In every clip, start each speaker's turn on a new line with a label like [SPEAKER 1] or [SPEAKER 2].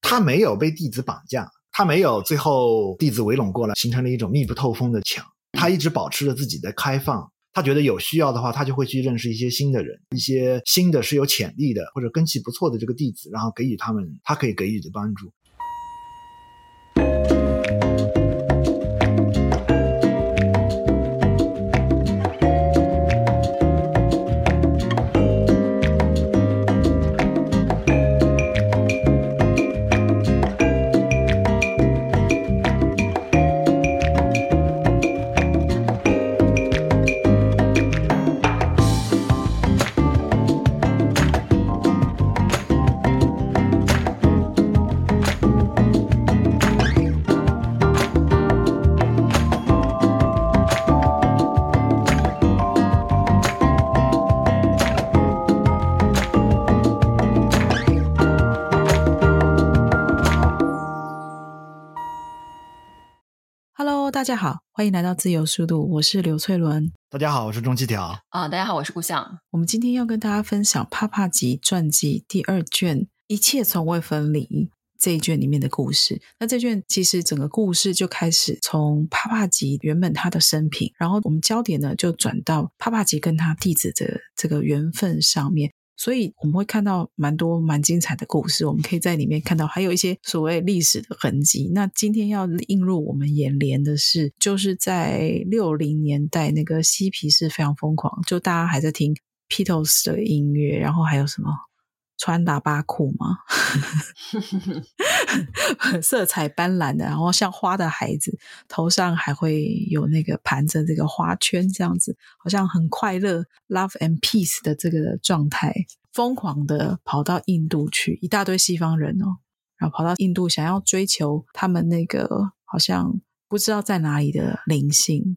[SPEAKER 1] 他没有被弟子绑架，他没有最后弟子围拢过来，形成了一种密不透风的墙。他一直保持着自己的开放，他觉得有需要的话，他就会去认识一些新的人，一些新的是有潜力的或者根系不错的这个弟子，然后给予他们他可以给予的帮助。
[SPEAKER 2] Hello，大家好，欢迎来到自由速度，我是刘翠伦。
[SPEAKER 1] 大家好，我是钟七条。
[SPEAKER 3] 啊，大家好，我是顾相。
[SPEAKER 2] 我们今天要跟大家分享《帕帕吉传记》第二卷《一切从未分离》这一卷里面的故事。那这卷其实整个故事就开始从帕帕吉原本他的生平，然后我们焦点呢就转到帕帕吉跟他弟子的这个缘分上面。所以我们会看到蛮多蛮精彩的故事，我们可以在里面看到还有一些所谓历史的痕迹。那今天要映入我们眼帘的是，就是在六零年代那个嬉皮士非常疯狂，就大家还在听 Beatles 的音乐，然后还有什么穿喇叭裤吗？ 色彩斑斓的，然后像花的孩子，头上还会有那个盘着这个花圈，这样子，好像很快乐，love and peace 的这个状态，疯狂的跑到印度去，一大堆西方人哦，然后跑到印度想要追求他们那个好像不知道在哪里的灵性，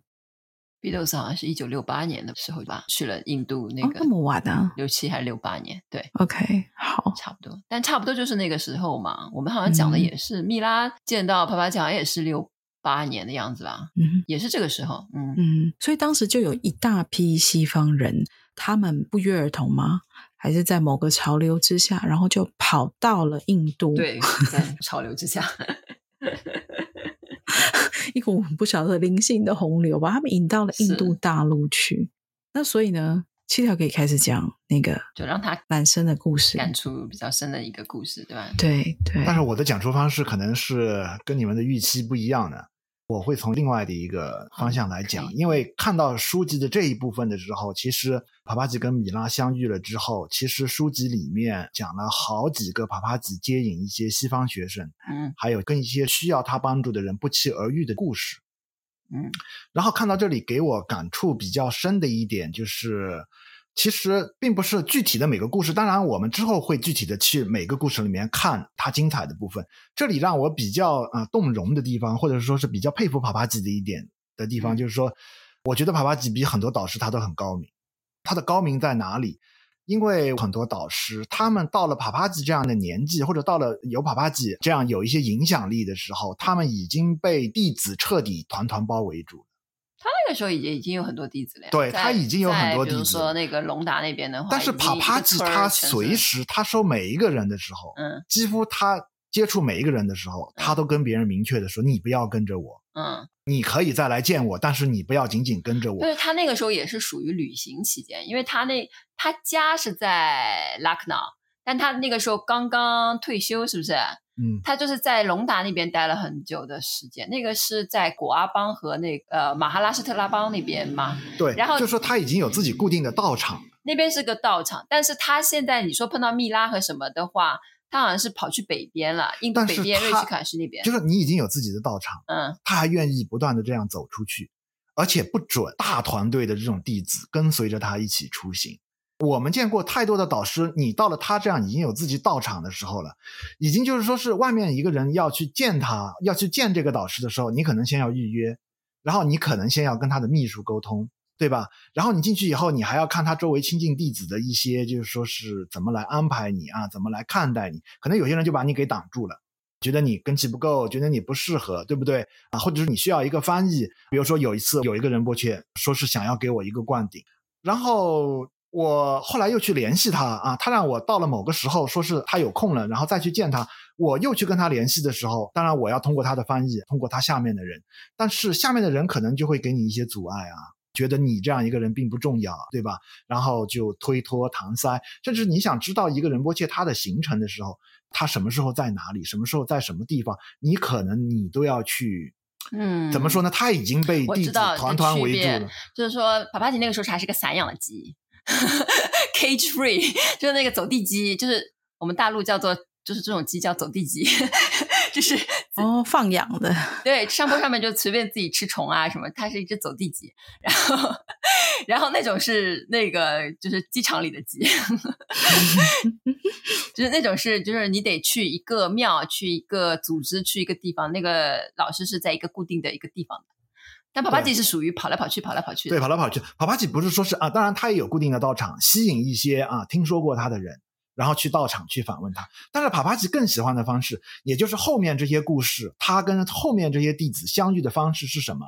[SPEAKER 3] Beatles 好像是一九六八年的时候吧，去了印度那
[SPEAKER 2] 哦
[SPEAKER 3] 个
[SPEAKER 2] 那么晚啊
[SPEAKER 3] 六七还是六八年，对，
[SPEAKER 2] ？OK，好，
[SPEAKER 3] 差不多，但差不多就是那个时候嘛。我们好像讲的
[SPEAKER 2] 嗯
[SPEAKER 3] 也是、蜜拉见到帕帕酱也是六八年的样子吧，
[SPEAKER 2] 嗯。
[SPEAKER 3] 也是这个时候，嗯，
[SPEAKER 2] 嗯，所以当时就有一大批西方人，他们不约而同吗？还是在某个潮流之下，然后就跑到了印度？，
[SPEAKER 3] 对，在潮流之下，
[SPEAKER 2] 一股不晓得灵性的洪流把他们引到了印度
[SPEAKER 3] 是
[SPEAKER 2] 大陆去。那所以呢，七条可以开始讲那个
[SPEAKER 3] 就让他
[SPEAKER 2] 男生的故事。
[SPEAKER 3] 感触比较深的一个故事，对吧？
[SPEAKER 2] 对对，
[SPEAKER 1] 但是我的讲述方式可能是跟你们的预期不一样的，我会从另外的一个方向来
[SPEAKER 3] 好
[SPEAKER 1] 讲
[SPEAKER 3] 哦可，以
[SPEAKER 1] 因为看到书籍的这一部分的时候，其实帕帕吉跟米拉相遇了之后，其实书籍里面讲了好几个帕帕吉接引一些西方学生，
[SPEAKER 3] 嗯
[SPEAKER 1] 还有跟一些需要他帮助的人不期而遇的故事。
[SPEAKER 3] 嗯，
[SPEAKER 1] 然后看到这里，给我感触比较深的一点就是，其实并不是具体的每个故事。当然，我们之后会具体的去每个故事里面看它精彩的部分。这里让我比较啊、呃动容的地方，或者说是比较佩服帕帕吉的一点的地方，
[SPEAKER 3] 嗯
[SPEAKER 1] 就是说，我觉得帕帕吉比很多导师他都很高明。他的高明在哪里？因为很多导师，他们到了帕帕吉这样的年纪，或者到了有帕帕吉这样有一些影响力的时候，他们已经被弟子彻底团团包围住了。
[SPEAKER 3] 他那个时候已经已经有很多弟子了呀，
[SPEAKER 1] 对
[SPEAKER 3] 在
[SPEAKER 1] 他已经有很多弟子
[SPEAKER 3] 在比如说那个隆达那边的话，
[SPEAKER 1] 但是
[SPEAKER 3] 已经
[SPEAKER 1] 帕帕
[SPEAKER 3] 一个
[SPEAKER 1] 吉
[SPEAKER 3] 村儿
[SPEAKER 1] 他
[SPEAKER 3] 全是
[SPEAKER 1] 随时他收每一个人的时候，
[SPEAKER 3] 嗯
[SPEAKER 1] 几乎他接触每一个人的时候，他都跟别人明确的说：“你不要跟着我，
[SPEAKER 3] 嗯。
[SPEAKER 1] 你可以再来见我，但是你不要紧紧跟着我。
[SPEAKER 3] 对他那个时候也是属于旅行期间，因为他那他家是在拉克纳，但他那个时候刚刚退休，是不是？”
[SPEAKER 1] 嗯，
[SPEAKER 3] 他就是在隆达那边待了很久的时间，那个是在果阿邦和那呃马哈拉施特拉邦那边嘛，
[SPEAKER 1] 对。
[SPEAKER 3] 然后
[SPEAKER 1] 就说他已经有自己固定的道场，
[SPEAKER 3] 那边是个道场，但是他现在你说碰到密拉和什么的话，他好像是跑去北边了，印度
[SPEAKER 1] 但
[SPEAKER 3] 北
[SPEAKER 1] 是
[SPEAKER 3] 边瑞
[SPEAKER 1] 他
[SPEAKER 3] 奇卡什那边
[SPEAKER 1] 就，是你已经有自己的道场，
[SPEAKER 3] 嗯
[SPEAKER 1] 他还愿意不断的这样走出去，而且不准大团队的这种弟子跟随着他一起出行。我们见过太多的导师，你到了他这样已经有自己道场的时候了，已经就是说是外面一个人要去见他，要去见这个导师的时候，你可能先要预约，然后你可能先要跟他的秘书沟通，对吧？然后你进去以后，你还要看他周围亲近弟子的一些，就是说是怎么来安排你啊，怎么来看待你。可能有些人就把你给挡住了，觉得你根基不够，觉得你不适合，对不对啊？或者是你需要一个翻译。比如说有一次有一个仁波切说是想要给我一个灌顶，然后。我后来又去联系他啊，他让我到了某个时候，说是他有空了，然后再去见他。我又去跟他联系的时候，当然我要通过他的翻译，通过他下面的人，但是下面的人可能就会给你一些阻碍啊，觉得你这样一个人并不重要，对吧？然后就推脱搪塞，甚至你想知道一个仁波切他的行程的时候，他什么时候在哪里，什么时候在什么地方，你可能你都要去。
[SPEAKER 3] 嗯，
[SPEAKER 1] 怎么说呢？他已经被
[SPEAKER 3] 我
[SPEAKER 1] 弟
[SPEAKER 3] 知
[SPEAKER 1] 子
[SPEAKER 3] 道
[SPEAKER 1] 团
[SPEAKER 3] 这
[SPEAKER 1] 团
[SPEAKER 3] 区
[SPEAKER 1] 围住
[SPEAKER 3] 别
[SPEAKER 1] 了。
[SPEAKER 3] 就是说，帕帕吉那个时候还是个散养的鸡 ，cage free，就是 那个走地鸡，就是我们大陆叫做，就是这种鸡叫走地鸡， 就是
[SPEAKER 2] 哦，放养的，
[SPEAKER 3] 对，上坡上面就随便自己吃虫啊什么，它是一只走地鸡，然后 然后那种是那个就是机 场里的鸡，就是那种是就是你得去一个庙，去一个组织，去一个地方，那个老师是在一个固定的一个地方的。但跑巴
[SPEAKER 1] 对
[SPEAKER 3] 鸡是属于跑来跑去，跑来跑去的。
[SPEAKER 1] 对，跑来跑去，跑巴吉不是说是啊，当然他也有固定的道场，吸引一些啊听说过他的人，然后去道场去访问他。但是跑巴吉更喜欢的方式，也就是后面这些故事，他跟后面这些弟子相遇的方式是什么？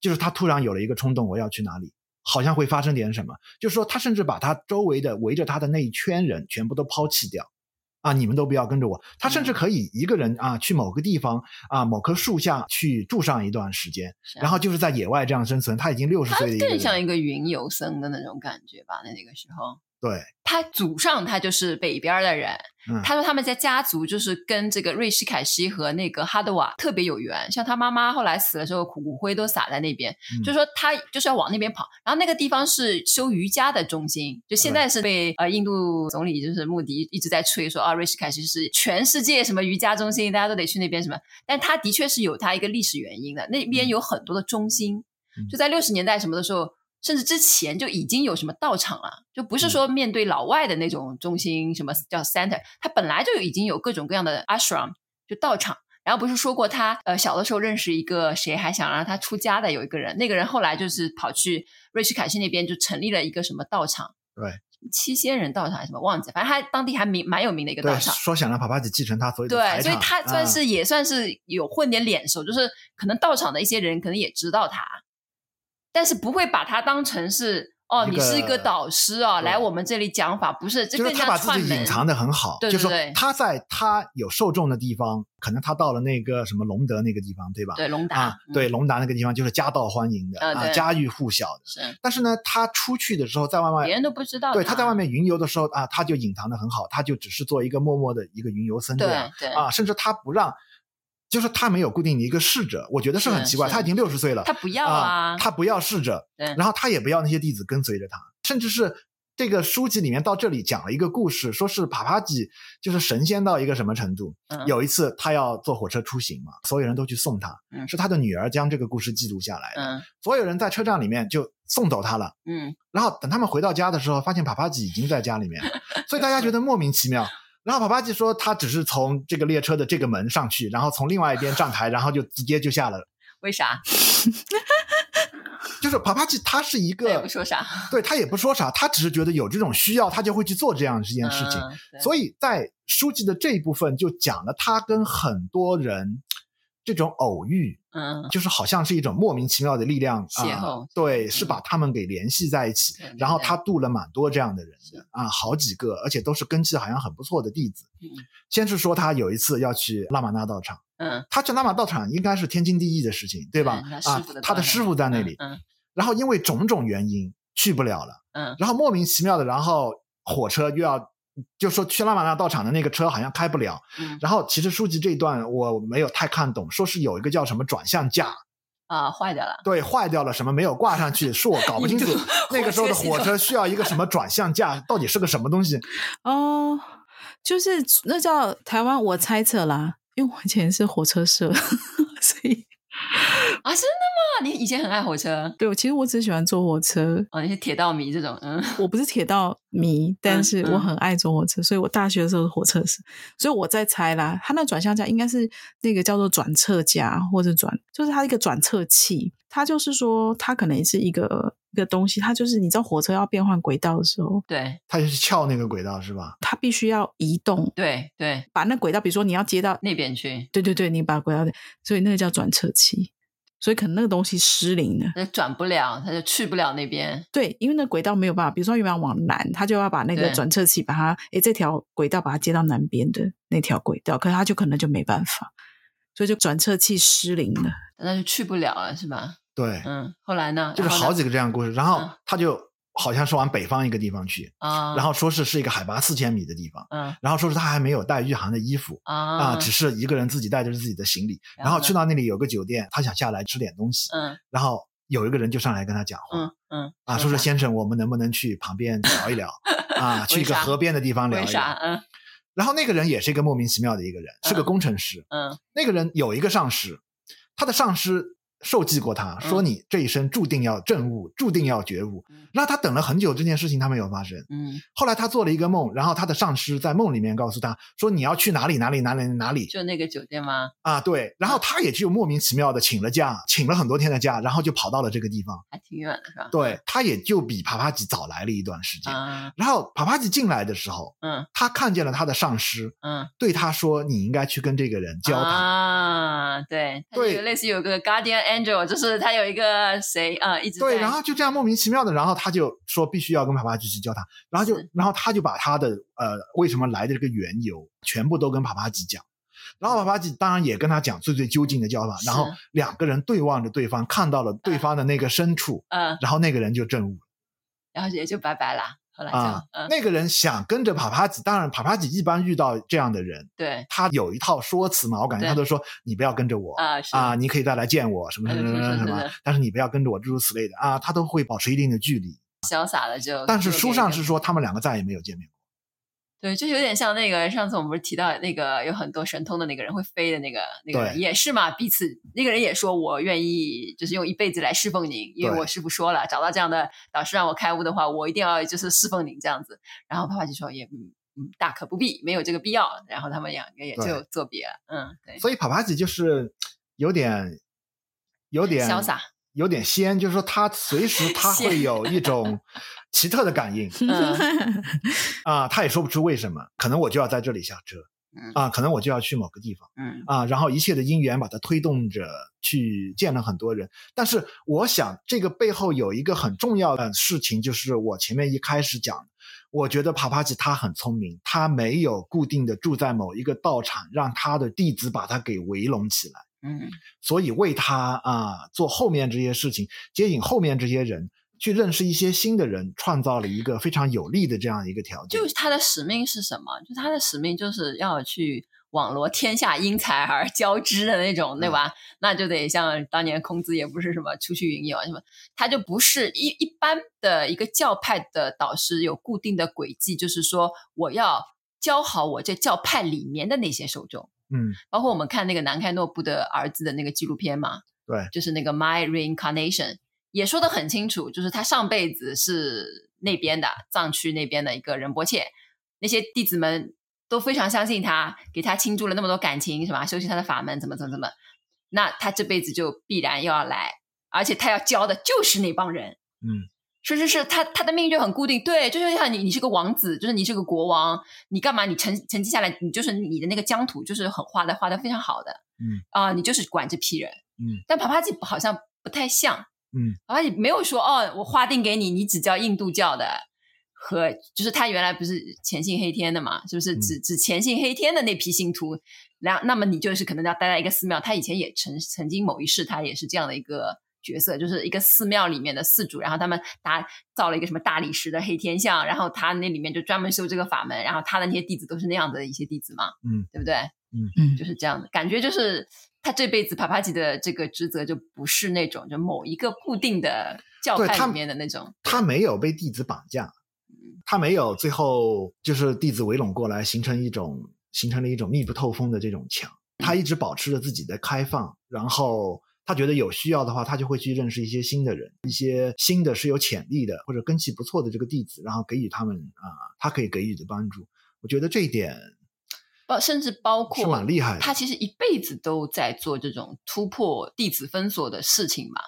[SPEAKER 1] 就是他突然有了一个冲动，我要去哪里，好像会发生点什么。就是说，他甚至把他周围的围着他的那一圈人全部都抛弃掉。啊！你们都不要跟着我。他甚至
[SPEAKER 3] 嗯
[SPEAKER 1] 可以一个人啊，去某个地方啊，某棵树下去住上一段时间，
[SPEAKER 3] 是啊
[SPEAKER 1] 然后就是在野外这样生存。他已经六十
[SPEAKER 3] 他
[SPEAKER 1] 岁的一个人
[SPEAKER 3] 更
[SPEAKER 1] 了，
[SPEAKER 3] 像一个云游僧的那种感觉吧。那那个时候，
[SPEAKER 1] 对，
[SPEAKER 3] 他祖上他就是北边儿的人，
[SPEAKER 1] 嗯
[SPEAKER 3] 他说他们家家族就是跟这个瑞士凯西和那个哈德瓦特别有缘，像他妈妈后来死的时候，骨灰都撒在那边，
[SPEAKER 1] 嗯
[SPEAKER 3] 就说他就是要往那边跑。然后那个地方是修瑜伽的中心，就现在是被呃印度总理就是莫迪一直在吹说啊，瑞士凯西是全世界什么瑜伽中心，大家都得去那边什么。但他的确是有他一个历史原因的，那边有很多的中心
[SPEAKER 1] 嗯，
[SPEAKER 3] 就在六十年代什么的时候。甚至之前就已经有什么道场了，就不
[SPEAKER 1] 嗯
[SPEAKER 3] 是说面对老外的那种中心，什么叫 center，他本来就已经有各种各样的 ashram，就道场。然后不是说过他呃小的时候认识一个谁还想让他出家的有一个人，那个人后来就是跑去瑞士凯西那边就成立了一个什么道场，
[SPEAKER 1] 对，
[SPEAKER 3] 七仙人道场还是什么忘记了，反正他当地还名蛮有名的一个道
[SPEAKER 1] 对，
[SPEAKER 3] 场。
[SPEAKER 1] 说想让帕帕吉继承他所有的
[SPEAKER 3] 对，
[SPEAKER 1] 财
[SPEAKER 3] 所以
[SPEAKER 1] 产
[SPEAKER 3] 他算、
[SPEAKER 1] 啊
[SPEAKER 3] 是、也算是有混点脸熟，就是可能道场的一些人可能也知道他，但是不会把他当成是哦，
[SPEAKER 1] 一
[SPEAKER 3] 你是一个
[SPEAKER 1] 个
[SPEAKER 3] 导师哦，
[SPEAKER 1] 对
[SPEAKER 3] 来我们这里讲法，不是，这
[SPEAKER 1] 就是
[SPEAKER 3] 更
[SPEAKER 1] 他
[SPEAKER 3] 像
[SPEAKER 1] 把自
[SPEAKER 3] 串
[SPEAKER 1] 己
[SPEAKER 3] 门
[SPEAKER 1] 隐。藏的很好，
[SPEAKER 3] 对对
[SPEAKER 1] 就是
[SPEAKER 3] 对
[SPEAKER 1] 说他在他有受众的地方，可能他到了那个什么隆德那个地方，对吧？
[SPEAKER 3] 对，龙达嗯
[SPEAKER 1] 啊，对，，隆达那个地方就是家道欢迎的
[SPEAKER 3] 啊
[SPEAKER 1] 啊，
[SPEAKER 3] 对
[SPEAKER 1] 家喻户晓的
[SPEAKER 3] 嗯。是
[SPEAKER 1] 但是呢，他出去的时候在外面，
[SPEAKER 3] 别人都不知道。
[SPEAKER 1] 对，他在外，面云游的时候啊，他就隐藏的很好，他就只是做一个默默的一个云游僧这
[SPEAKER 3] 对
[SPEAKER 1] 样
[SPEAKER 3] 对
[SPEAKER 1] 啊，甚至他不让，就是他没有固定的一个侍者，我觉得是很
[SPEAKER 3] 是
[SPEAKER 1] 奇怪，
[SPEAKER 3] 是
[SPEAKER 1] 他已经六十岁了，
[SPEAKER 3] 他不要
[SPEAKER 1] 啊
[SPEAKER 3] 啊，，
[SPEAKER 1] 他不要侍者，
[SPEAKER 3] 对
[SPEAKER 1] 然后他也不要那些弟子跟随着他，甚至是这个书籍里面到这里讲了一个故事，说是帕帕吉就是神仙到一个什么程度。
[SPEAKER 3] 嗯
[SPEAKER 1] 有一次他要坐火车出行嘛，所有人都去送他，
[SPEAKER 3] 嗯
[SPEAKER 1] 是他的女儿将这个故事记录下来的，
[SPEAKER 3] 嗯
[SPEAKER 1] 所有人在车站里面就送走他了。
[SPEAKER 3] 嗯，
[SPEAKER 1] 然后等他们回到家的时候，发现帕帕吉已经在家里面，所以大家觉得莫名其妙。然后帕帕吉说，他只是从这个列车的这个门上去，然后从另外一边站台，然后就直接就下来了。
[SPEAKER 3] 为啥？
[SPEAKER 1] 就是帕帕吉，他是一
[SPEAKER 3] 他也
[SPEAKER 1] 个
[SPEAKER 3] 不说啥。
[SPEAKER 1] 对他也不说啥，他只是觉得有这种需要，他就会去做这样一件事情。
[SPEAKER 3] 嗯对
[SPEAKER 1] 所以在书记的这一部分就讲了他跟很多人这种偶遇，
[SPEAKER 3] 嗯，
[SPEAKER 1] 就是好像是一种莫名其妙的力量
[SPEAKER 3] 邂
[SPEAKER 1] 啊
[SPEAKER 3] 逅嗯
[SPEAKER 1] 对，是把他们给联系在一起。
[SPEAKER 3] 对
[SPEAKER 1] 然后
[SPEAKER 3] 对
[SPEAKER 1] 他度了蛮多这样的人
[SPEAKER 3] 是
[SPEAKER 1] 的啊，好几个，而且都是根基好像很不错的弟子。
[SPEAKER 3] 嗯
[SPEAKER 1] 先是说他有一次要去拉玛那道场，
[SPEAKER 3] 嗯，
[SPEAKER 1] 他去拉玛道场应该是天经地义的事情，对吧
[SPEAKER 3] 嗯？他
[SPEAKER 1] 啊
[SPEAKER 3] 师傅的，
[SPEAKER 1] 他的
[SPEAKER 3] 道场
[SPEAKER 1] 师傅在那里，
[SPEAKER 3] 嗯
[SPEAKER 1] 然后因为种种原因去不了了，
[SPEAKER 3] 嗯
[SPEAKER 1] 然后莫名其妙的，然后火车又要就说去拉玛那道场的那个车好像开不了，
[SPEAKER 3] 嗯
[SPEAKER 1] 然后其实书籍这一段我没有太看懂，说是有一个叫什么转向架，
[SPEAKER 3] 啊，坏掉 了。
[SPEAKER 1] 对，坏掉了什么没有挂上去，是我搞不清楚
[SPEAKER 3] 印度。
[SPEAKER 1] 那个时候的
[SPEAKER 3] 火
[SPEAKER 1] 火
[SPEAKER 3] 车系统
[SPEAKER 1] 车需要一个什么转向架，到底是个什么东西？
[SPEAKER 2] 哦，就是那叫台湾，我猜测啦，因为我以前是火车社， 所以
[SPEAKER 3] 啊，真的吗？你以前很爱火车
[SPEAKER 2] 对我其实我只喜欢坐火车，
[SPEAKER 3] 哦，你是铁道迷这种，嗯，
[SPEAKER 2] 我不是铁道迷，但是我很爱坐火车，所以我大学的时候是火车社，所以我在猜啦，它那转向架应该是那个叫做转侧架或者转，就是它一个转侧器，它就是说它可能是一个一个东西，它就是你知道火车要变换轨道的时候，
[SPEAKER 3] 对
[SPEAKER 1] 它就是撬那个轨道是吧？
[SPEAKER 2] 它必须要移动，
[SPEAKER 3] 对对，
[SPEAKER 2] 把那轨道，比如说你要接到
[SPEAKER 3] 那边去，
[SPEAKER 2] 对对对，你把轨道的，所以那个叫转车器。所以可能那个东西失灵了。
[SPEAKER 3] 他就转不了，他就去不了那边。
[SPEAKER 2] 对，因为那轨道没有办法，比如说原来往南，他就要把那个
[SPEAKER 3] 对
[SPEAKER 2] 转车器把它，诶，这条轨道把它接到南边的那条轨道，可是他就可能就没办法，所以就转车器失灵了。
[SPEAKER 3] 那就去不了了，是吧？
[SPEAKER 1] 对，
[SPEAKER 3] 嗯，后来呢？
[SPEAKER 1] 就是好几
[SPEAKER 3] 个
[SPEAKER 1] 个这样的故事。然后
[SPEAKER 3] 嗯
[SPEAKER 1] 他就好像是往北方一个地方去，
[SPEAKER 3] 啊，
[SPEAKER 1] 然后说是是一个海拔四千米的地方，
[SPEAKER 3] 嗯
[SPEAKER 1] 然后说是他还没有带御寒的衣服。
[SPEAKER 3] 啊
[SPEAKER 1] 啊，只是一个人自己带着自己的行李，
[SPEAKER 3] 然
[SPEAKER 1] 然
[SPEAKER 3] 后
[SPEAKER 1] 后去到那里有个酒店，他想下来吃点东西，
[SPEAKER 3] 嗯
[SPEAKER 1] 然后有一个人就上来跟他讲话，
[SPEAKER 3] 嗯嗯
[SPEAKER 1] 啊，说是先生，我们能不能去旁边聊一 聊啊？去一个
[SPEAKER 3] 为啥
[SPEAKER 1] 河边的地方聊
[SPEAKER 3] 为
[SPEAKER 1] 一
[SPEAKER 3] 啥？
[SPEAKER 1] 聊。
[SPEAKER 3] 嗯
[SPEAKER 1] 然后那个人也是一个莫名其妙的一个人，是个
[SPEAKER 3] 嗯
[SPEAKER 1] 工程师。
[SPEAKER 3] 嗯
[SPEAKER 1] 那个人有一个上司，他的上司受记过他，说
[SPEAKER 3] 嗯
[SPEAKER 1] 你这一生注定要正悟，注定要觉悟
[SPEAKER 3] 嗯。
[SPEAKER 1] 然后他等了很久，这件事情他没有发生。
[SPEAKER 3] 嗯，
[SPEAKER 1] 后来他做了一个梦，然后他的上司在梦里面告诉他说你要去哪里哪里哪里哪里
[SPEAKER 3] 就那个酒店吗？
[SPEAKER 1] 啊？对，然
[SPEAKER 3] 嗯
[SPEAKER 1] 后他也就莫名其妙的请了假，请了很多天的假，然后就跑到了这个地方。
[SPEAKER 3] 还挺远的是吧？
[SPEAKER 1] 对，他也就比帕帕吉早来了一段时间。
[SPEAKER 3] 啊，
[SPEAKER 1] 然后帕帕吉进来的时候，
[SPEAKER 3] 嗯
[SPEAKER 1] 他看见了他的上司，
[SPEAKER 3] 嗯，
[SPEAKER 1] 对他说：“你应该去跟这个人交谈。
[SPEAKER 3] 啊，对，它就
[SPEAKER 1] 对
[SPEAKER 3] 有类似有个 guardian angel，就是他有一个谁啊，一直
[SPEAKER 1] 对，
[SPEAKER 3] 在，
[SPEAKER 1] 然后就这样莫名其妙的，然后他就说必须要跟帕帕吉去交谈，然后就是然后他就把他的呃为什么来的这个缘由全部都跟帕帕吉讲，然后帕帕吉当然也跟他讲最最究竟的叫法，然后
[SPEAKER 3] 是
[SPEAKER 1] 两个人对望着对方，看到了对方的那个深处，
[SPEAKER 3] 嗯，
[SPEAKER 1] 然后那个人就证悟了。
[SPEAKER 3] 然后也就拜拜啦。后来就
[SPEAKER 1] 啊
[SPEAKER 3] 嗯，
[SPEAKER 1] 那个人想跟着帕帕吉，当然帕帕吉一般遇到这样的人，
[SPEAKER 3] 对
[SPEAKER 1] 他有一套说辞嘛，我感觉
[SPEAKER 3] 对
[SPEAKER 1] 他都说你不要跟着我
[SPEAKER 3] 啊是哎
[SPEAKER 1] 啊，你可以再来见我什么什么什么什
[SPEAKER 3] 是是
[SPEAKER 1] 么
[SPEAKER 3] 是，
[SPEAKER 1] 但是你不要跟着我，诸如此类的啊，他都会保持一定的距离。
[SPEAKER 3] 潇洒了就。
[SPEAKER 1] 但是
[SPEAKER 3] 就
[SPEAKER 1] 书
[SPEAKER 3] 给
[SPEAKER 1] 上
[SPEAKER 3] 人
[SPEAKER 1] 是说他们两个再也没有见面过。
[SPEAKER 3] 对，就有点像那个上次我们不是提到那个有很多神通的那个人会飞的那个那个人
[SPEAKER 1] 对
[SPEAKER 3] 也是嘛，彼此那个人也说我愿意就是用一辈子来侍奉您，因为
[SPEAKER 1] 对
[SPEAKER 3] 我师傅说了，找到这样的导师让我开悟的话，我一定要就是侍奉您这样子。然后爸爸就说也嗯嗯大可不必，没有这个必要。然后他们两个也
[SPEAKER 1] 对
[SPEAKER 3] 就作别了，嗯，对，
[SPEAKER 1] 所以帕帕吉就是有点有点
[SPEAKER 3] 潇洒，
[SPEAKER 1] 有点仙，就是说他随时他会
[SPEAKER 3] 仙
[SPEAKER 1] 有一 种奇特的感应
[SPEAKER 3] 嗯
[SPEAKER 1] 啊，他也说不出为什么，可能我就要在这里下车
[SPEAKER 3] 嗯
[SPEAKER 1] 啊，可能我就要去某个地方。
[SPEAKER 3] 嗯
[SPEAKER 1] 啊，然后一切的因缘把它推动着去见了很多人。但是我想，这个背后有一个很重要的事情，就是我前面一开始讲，我觉得帕帕吉他很聪明，他没有固定的住在某一个道场，让他的弟子把他给围拢起来，
[SPEAKER 3] 嗯，
[SPEAKER 1] 所以为他啊做后面这些事情，接引后面这些人。去认识一些新的人，创造了一个非常有利的这样一个条件。
[SPEAKER 3] 就是他的使命是什么？就是他的使命就是要去网罗天下英才而 交之的那种，对吧？那就得像当年孔子也不是什么出去云游啊什么，他就不是一一般的一个教派的导师有固定的轨迹，就是说我要教好我这教派里面的那些受众。
[SPEAKER 1] 嗯，
[SPEAKER 3] 包括我们看那个南开诺布的儿子的那个纪录片嘛，
[SPEAKER 1] 对
[SPEAKER 3] 就是那个 My Reincarnation，也说得很清楚，就是他上辈子是那边的藏区那边的一个仁波切，那些弟子们都非常相信他，给他倾注了那么多感情，什么修行他的法门，怎么怎么怎么，那他这辈子就必然要来，而且他要教的就是那帮人，
[SPEAKER 1] 嗯，
[SPEAKER 3] 是是是，他他的命运就很固定，对，就是像你，你是个王子，就是你是个国王，你干嘛？你沉沉积下来，你就是你的那个疆土就是很画的画的非常好的，
[SPEAKER 1] 嗯
[SPEAKER 3] 啊、你就是管这批人，
[SPEAKER 1] 嗯，
[SPEAKER 3] 但帕帕吉好像不太像，
[SPEAKER 1] 嗯，
[SPEAKER 3] 帕帕吉没有说哦，我划定给你，你只教印度教的和就是他原来不是前信黑天的嘛，是不是
[SPEAKER 1] 嗯
[SPEAKER 3] 只只前信黑天的那批信徒，然后那么你就是可能要待在一个寺庙，他以前也曾曾经某一世他也是这样的一个角色，就是一个寺庙里面的寺主，然后他们打造了一个什么大理石的黑天像，然后他那里面就专门修这个法门，然后他的那些弟子都是那样的一些弟子嘛，
[SPEAKER 1] 嗯，
[SPEAKER 3] 对不对？
[SPEAKER 2] 嗯
[SPEAKER 3] 就，是这样的感觉，就是他这辈子帕帕吉的这个职责就不是那种就某一个固定的教
[SPEAKER 1] 对
[SPEAKER 3] 派
[SPEAKER 1] 他
[SPEAKER 3] 里面的那种，嗯
[SPEAKER 1] 他没有被弟子绑架，他没有最后就是弟子围拢过来，形成一种形成了一种密不透风的这种墙。他一直保持着自己的开放，然后他觉得有需要的话，他就会去认识一些新的人，一些新的是有潜力的或者根系不错的这个弟子，然后给予他们啊、他可以给予的帮助。我觉得这一点
[SPEAKER 3] 包甚至包括
[SPEAKER 1] 是蛮厉害的。
[SPEAKER 3] 他其实一辈子都在做这种突破弟子封锁的事情嘛。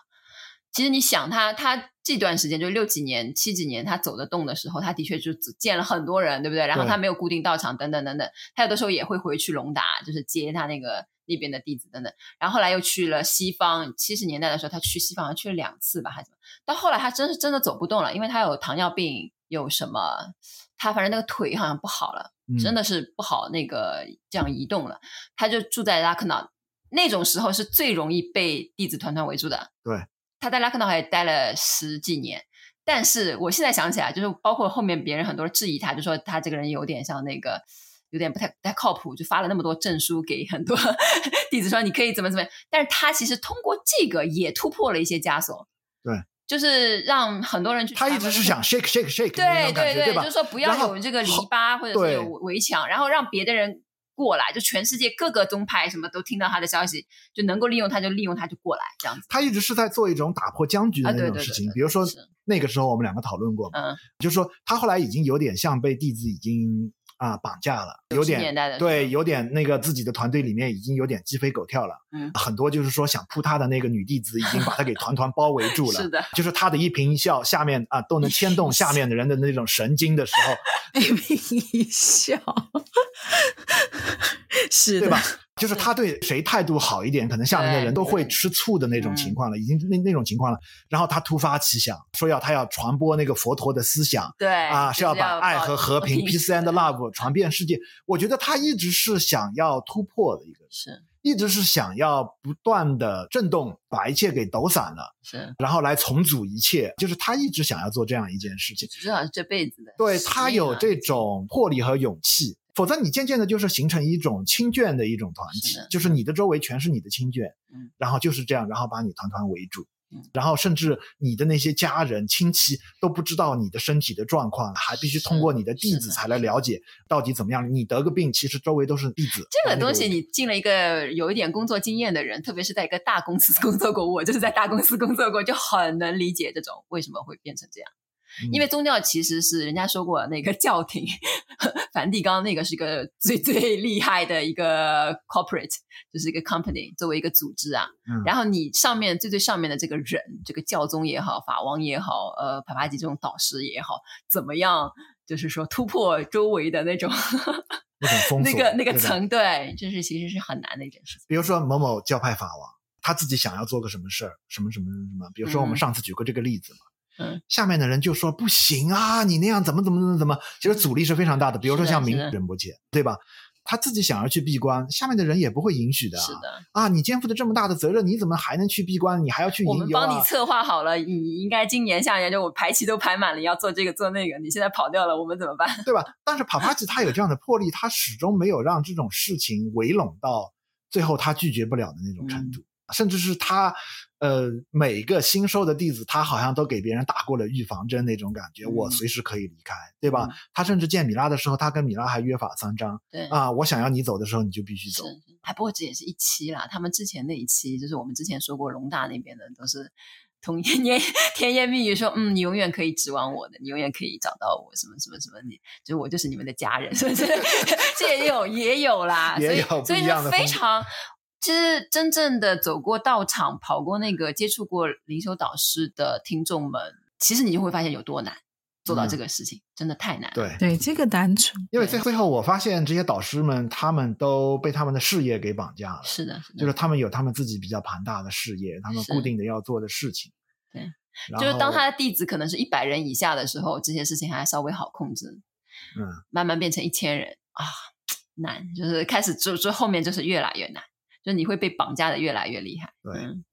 [SPEAKER 3] 其实你想他，他这段时间就六几年、七几年，他走得动的时候，他的确就见了很多人，对不对？然后
[SPEAKER 1] 对
[SPEAKER 3] 他没有固定到场，等等等等。他有的时候也会回去隆达，就是接他那个那边的弟子等等。然后后来又去了西方，七十年代的时候，他去西方好像去了两次吧，还是怎么？到后来他真是真的走不动了，因为他有糖尿病，有什么？他反正那个腿好像不好了，
[SPEAKER 1] 嗯
[SPEAKER 3] 真的是不好那个这样移动了。他就住在拉克瑙，那种时候是最容易被弟子团团围住的。
[SPEAKER 1] 对，
[SPEAKER 3] 他在拉克瑙还待了十几年。但是我现在想起来，就是包括后面别人很多人质疑他，就说他这个人有点像那个，有点不太不太靠谱，就发了那么多证书给很多 弟子说你可以怎么怎么样。但是他其实通过这个也突破了一些枷锁，
[SPEAKER 1] 对，
[SPEAKER 3] 就是让很多人去
[SPEAKER 1] 他一
[SPEAKER 3] 传
[SPEAKER 1] 直
[SPEAKER 3] 闻
[SPEAKER 1] 是想 shake shake shake 那
[SPEAKER 3] 对
[SPEAKER 1] 种感觉，
[SPEAKER 3] 对，
[SPEAKER 1] 吧
[SPEAKER 3] 就是？说不要
[SPEAKER 1] 然后
[SPEAKER 3] 有这个篱
[SPEAKER 1] 后
[SPEAKER 3] 笆或者是
[SPEAKER 1] 对
[SPEAKER 3] 有围墙，然后让别的人过来，就全世界各个宗派什么都听到他的消息，就能够利用他就利用他就过来这样子。
[SPEAKER 1] 他一直是在做一种打破僵局的
[SPEAKER 3] 啊对
[SPEAKER 1] 那种
[SPEAKER 3] 对
[SPEAKER 1] 事
[SPEAKER 3] 对
[SPEAKER 1] 情
[SPEAKER 3] 对，
[SPEAKER 1] 比如说
[SPEAKER 3] 是
[SPEAKER 1] 那个时候我们两个讨论过嘛，
[SPEAKER 3] 嗯，
[SPEAKER 1] 就是说他后来已经有点像被弟子已经啊绑架了，有
[SPEAKER 3] 90年
[SPEAKER 1] 点
[SPEAKER 3] 代的时候
[SPEAKER 1] 对，有点那个自己的团队里面已经有点鸡飞狗跳了，
[SPEAKER 3] 嗯
[SPEAKER 1] 很多就是说想扑他的那个女弟子已经把他给团团包围住了，
[SPEAKER 3] 是的，
[SPEAKER 1] 就是他的一颦一笑下面啊都能牵动下面的人的那种神经的时候，
[SPEAKER 2] 一颦一哎笑， 是
[SPEAKER 1] 对
[SPEAKER 2] 的
[SPEAKER 1] 吧，？就是他对谁态度好一点，可能下面的人都会吃醋的那种情况了，已经那那种情况了。然后他突发奇想，说要他要传播那个佛陀的思想
[SPEAKER 3] 对
[SPEAKER 1] 啊，
[SPEAKER 3] 哎就是
[SPEAKER 1] 要把爱和和平 （peace and love） 传遍世界。我觉得他一直是想要突破的一个，
[SPEAKER 3] 是
[SPEAKER 1] 一直是想要不断的震动，把一切给抖散了，
[SPEAKER 3] 是，
[SPEAKER 1] 然后来重组一切。就是他一直想要做这样一件事情。
[SPEAKER 3] 至少是这辈子的。
[SPEAKER 1] 对他有这种魄力和勇气，否则你渐渐的就是形成一种亲眷的一种团体
[SPEAKER 3] 是的，
[SPEAKER 1] 就是你的周围全是你的亲眷
[SPEAKER 3] 嗯，
[SPEAKER 1] 然后就是这样，然后把你团团围住
[SPEAKER 3] 嗯，
[SPEAKER 1] 然后甚至你的那些家人亲戚都不知道你的身体的状况，还必须通过你的弟
[SPEAKER 3] 是
[SPEAKER 1] 子
[SPEAKER 3] 的
[SPEAKER 1] 才来了解到底怎么样。你得个病，其实周围都是弟子。
[SPEAKER 3] 这
[SPEAKER 1] 然
[SPEAKER 3] 个
[SPEAKER 1] 后那
[SPEAKER 3] 东
[SPEAKER 1] 位
[SPEAKER 3] 西，
[SPEAKER 1] 置
[SPEAKER 3] 你进了一个有一点工作经验的人，特别是在一个大公司工作过，我就是在大公司工作过，就很能理解这种为什么会变成这样。
[SPEAKER 1] 嗯
[SPEAKER 3] 因为宗教其实是人家说过，那个教廷， 梵蒂冈那个是个最 最厉害的一个 corporate，就是一个 company，作为一个组织啊。
[SPEAKER 1] 嗯
[SPEAKER 3] 然后你上面最最上面的这个人，这个教宗也好，法王也好，呃，帕帕吉这种导师也好，怎么样，就是说突破周围的那种
[SPEAKER 1] 那种封
[SPEAKER 3] 那
[SPEAKER 1] 锁
[SPEAKER 3] 个那
[SPEAKER 1] 对
[SPEAKER 3] 个
[SPEAKER 1] 吧
[SPEAKER 3] 层，对，这是其实是很难的一件事情。
[SPEAKER 1] 比如说某某教派法王，他自己想要做个什么事儿，什么什么什么，比如说我们
[SPEAKER 3] 嗯
[SPEAKER 1] 上次举过这个例子嘛，
[SPEAKER 3] 嗯，
[SPEAKER 1] 下面的人就说不行啊，你那样怎么怎么怎么怎么，其实阻力是非常大的。比如说像
[SPEAKER 3] 是
[SPEAKER 1] 明
[SPEAKER 3] 的是的
[SPEAKER 1] 仁波切，对吧？他自己想要去闭关，下面的人也不会允许的啊。
[SPEAKER 3] 是的，
[SPEAKER 1] 啊，你肩负着这么大的责任，你怎么还能去闭关？你还要去
[SPEAKER 3] 我们
[SPEAKER 1] 营游
[SPEAKER 3] 帮你
[SPEAKER 1] 啊？
[SPEAKER 3] 策划好了，你应该今年下年就我排期都排满了，要做这个做那个，你现在跑掉了，我们怎么办？
[SPEAKER 1] 对吧？但是帕帕吉他有这样的魄力，他始终没有让这种事情围拢到最后他拒绝不了的那种程度，
[SPEAKER 3] 嗯
[SPEAKER 1] 甚至是他呃每个新收的弟子，他好像都给别人打过了预防针那种感觉，
[SPEAKER 3] 嗯
[SPEAKER 1] 我随时可以离开，对吧？
[SPEAKER 3] 嗯
[SPEAKER 1] 他甚至见米拉的时候，他跟米拉还约法三章
[SPEAKER 3] 对
[SPEAKER 1] 啊，我想要你走的时候，你就必须走。
[SPEAKER 3] 是，哎，不过这也是一期啦。他们之前那一期，就是我们之前说过，龙大那边的都是 童言言甜言蜜语说，嗯，你永远可以指望我的，你永远可以找到我，什么什么什么你，就是我就是你们的家人， 是不是？这也有也有啦，
[SPEAKER 1] 也有
[SPEAKER 3] 所以
[SPEAKER 1] 不
[SPEAKER 3] 所以
[SPEAKER 1] 一样
[SPEAKER 3] 就
[SPEAKER 1] 的
[SPEAKER 3] 非
[SPEAKER 1] 风格
[SPEAKER 3] 常。其实真正的走过道场、跑过那个接触过灵修导师的听众们，其实你就会发现有多难做到
[SPEAKER 1] 嗯
[SPEAKER 3] 这个事情，真的太难了。
[SPEAKER 1] 对，
[SPEAKER 2] 对这个单纯，
[SPEAKER 1] 因为最最后我发现这些导师们，他们都被他们的事业给绑架了。
[SPEAKER 3] 是的，是的
[SPEAKER 1] 就是他们有他们自己比较庞大的事业，他们
[SPEAKER 3] 是
[SPEAKER 1] 固定的要做的事情。
[SPEAKER 3] 对
[SPEAKER 1] 然后，
[SPEAKER 3] 就是当他的弟子可能是一百人以下的时候，这些事情还稍微好控制。
[SPEAKER 1] 嗯，
[SPEAKER 3] 慢慢变成一千人啊，难，就是开始就就后面就是越来越难，就你会被绑架的越来越厉害。
[SPEAKER 1] 对
[SPEAKER 3] 嗯、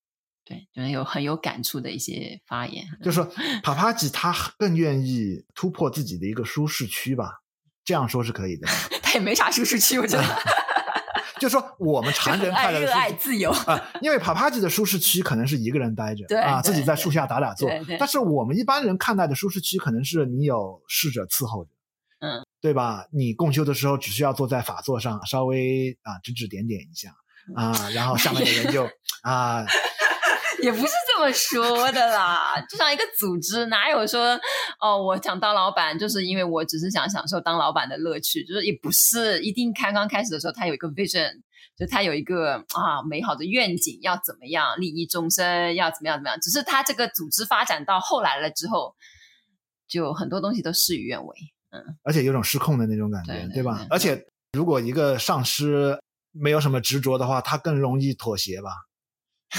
[SPEAKER 3] 对，就是有很有感触的一些发言。
[SPEAKER 1] 就是说，帕帕吉他更愿意突破自己的一个舒适区吧，这样说是可以 的吧。
[SPEAKER 3] 他也没啥舒适区，我觉得
[SPEAKER 1] 就是说，我们
[SPEAKER 3] 就
[SPEAKER 1] 常
[SPEAKER 3] 很
[SPEAKER 1] 人
[SPEAKER 3] 爱
[SPEAKER 1] 快乐的
[SPEAKER 3] 热
[SPEAKER 1] 舒
[SPEAKER 3] 爱
[SPEAKER 1] 适
[SPEAKER 3] 自由。
[SPEAKER 1] 啊，因为帕帕吉的舒适区可能是一个人待着，
[SPEAKER 3] 对
[SPEAKER 1] 啊，
[SPEAKER 3] 对
[SPEAKER 1] 自己在树下打打坐
[SPEAKER 3] 对对。
[SPEAKER 1] 但是我们一般人看待的舒适区，可能是你有侍者伺候着，
[SPEAKER 3] 嗯，
[SPEAKER 1] 对吧？你共修的时候，只需要坐在法座上，
[SPEAKER 3] 嗯
[SPEAKER 1] 稍微啊指指点点一下啊，然后下面的人就啊
[SPEAKER 3] 也不是这么说的啦。就像一个组织，哪有说哦，我想当老板，就是因为我只是想享受当老板的乐趣，就是也不是一定刚刚开始的时候，他有一个 vision，就他有一个啊美好的愿景，要怎么样利益众生，要怎么样怎么样。只是他这个组织发展到后来了之后，就很多东西都事与愿违。
[SPEAKER 1] 而且有种失控的那种感觉，
[SPEAKER 3] 对对
[SPEAKER 1] 吧
[SPEAKER 3] 对？
[SPEAKER 1] 而且如果一个上司没有什么执着的话，他更容易妥协吧？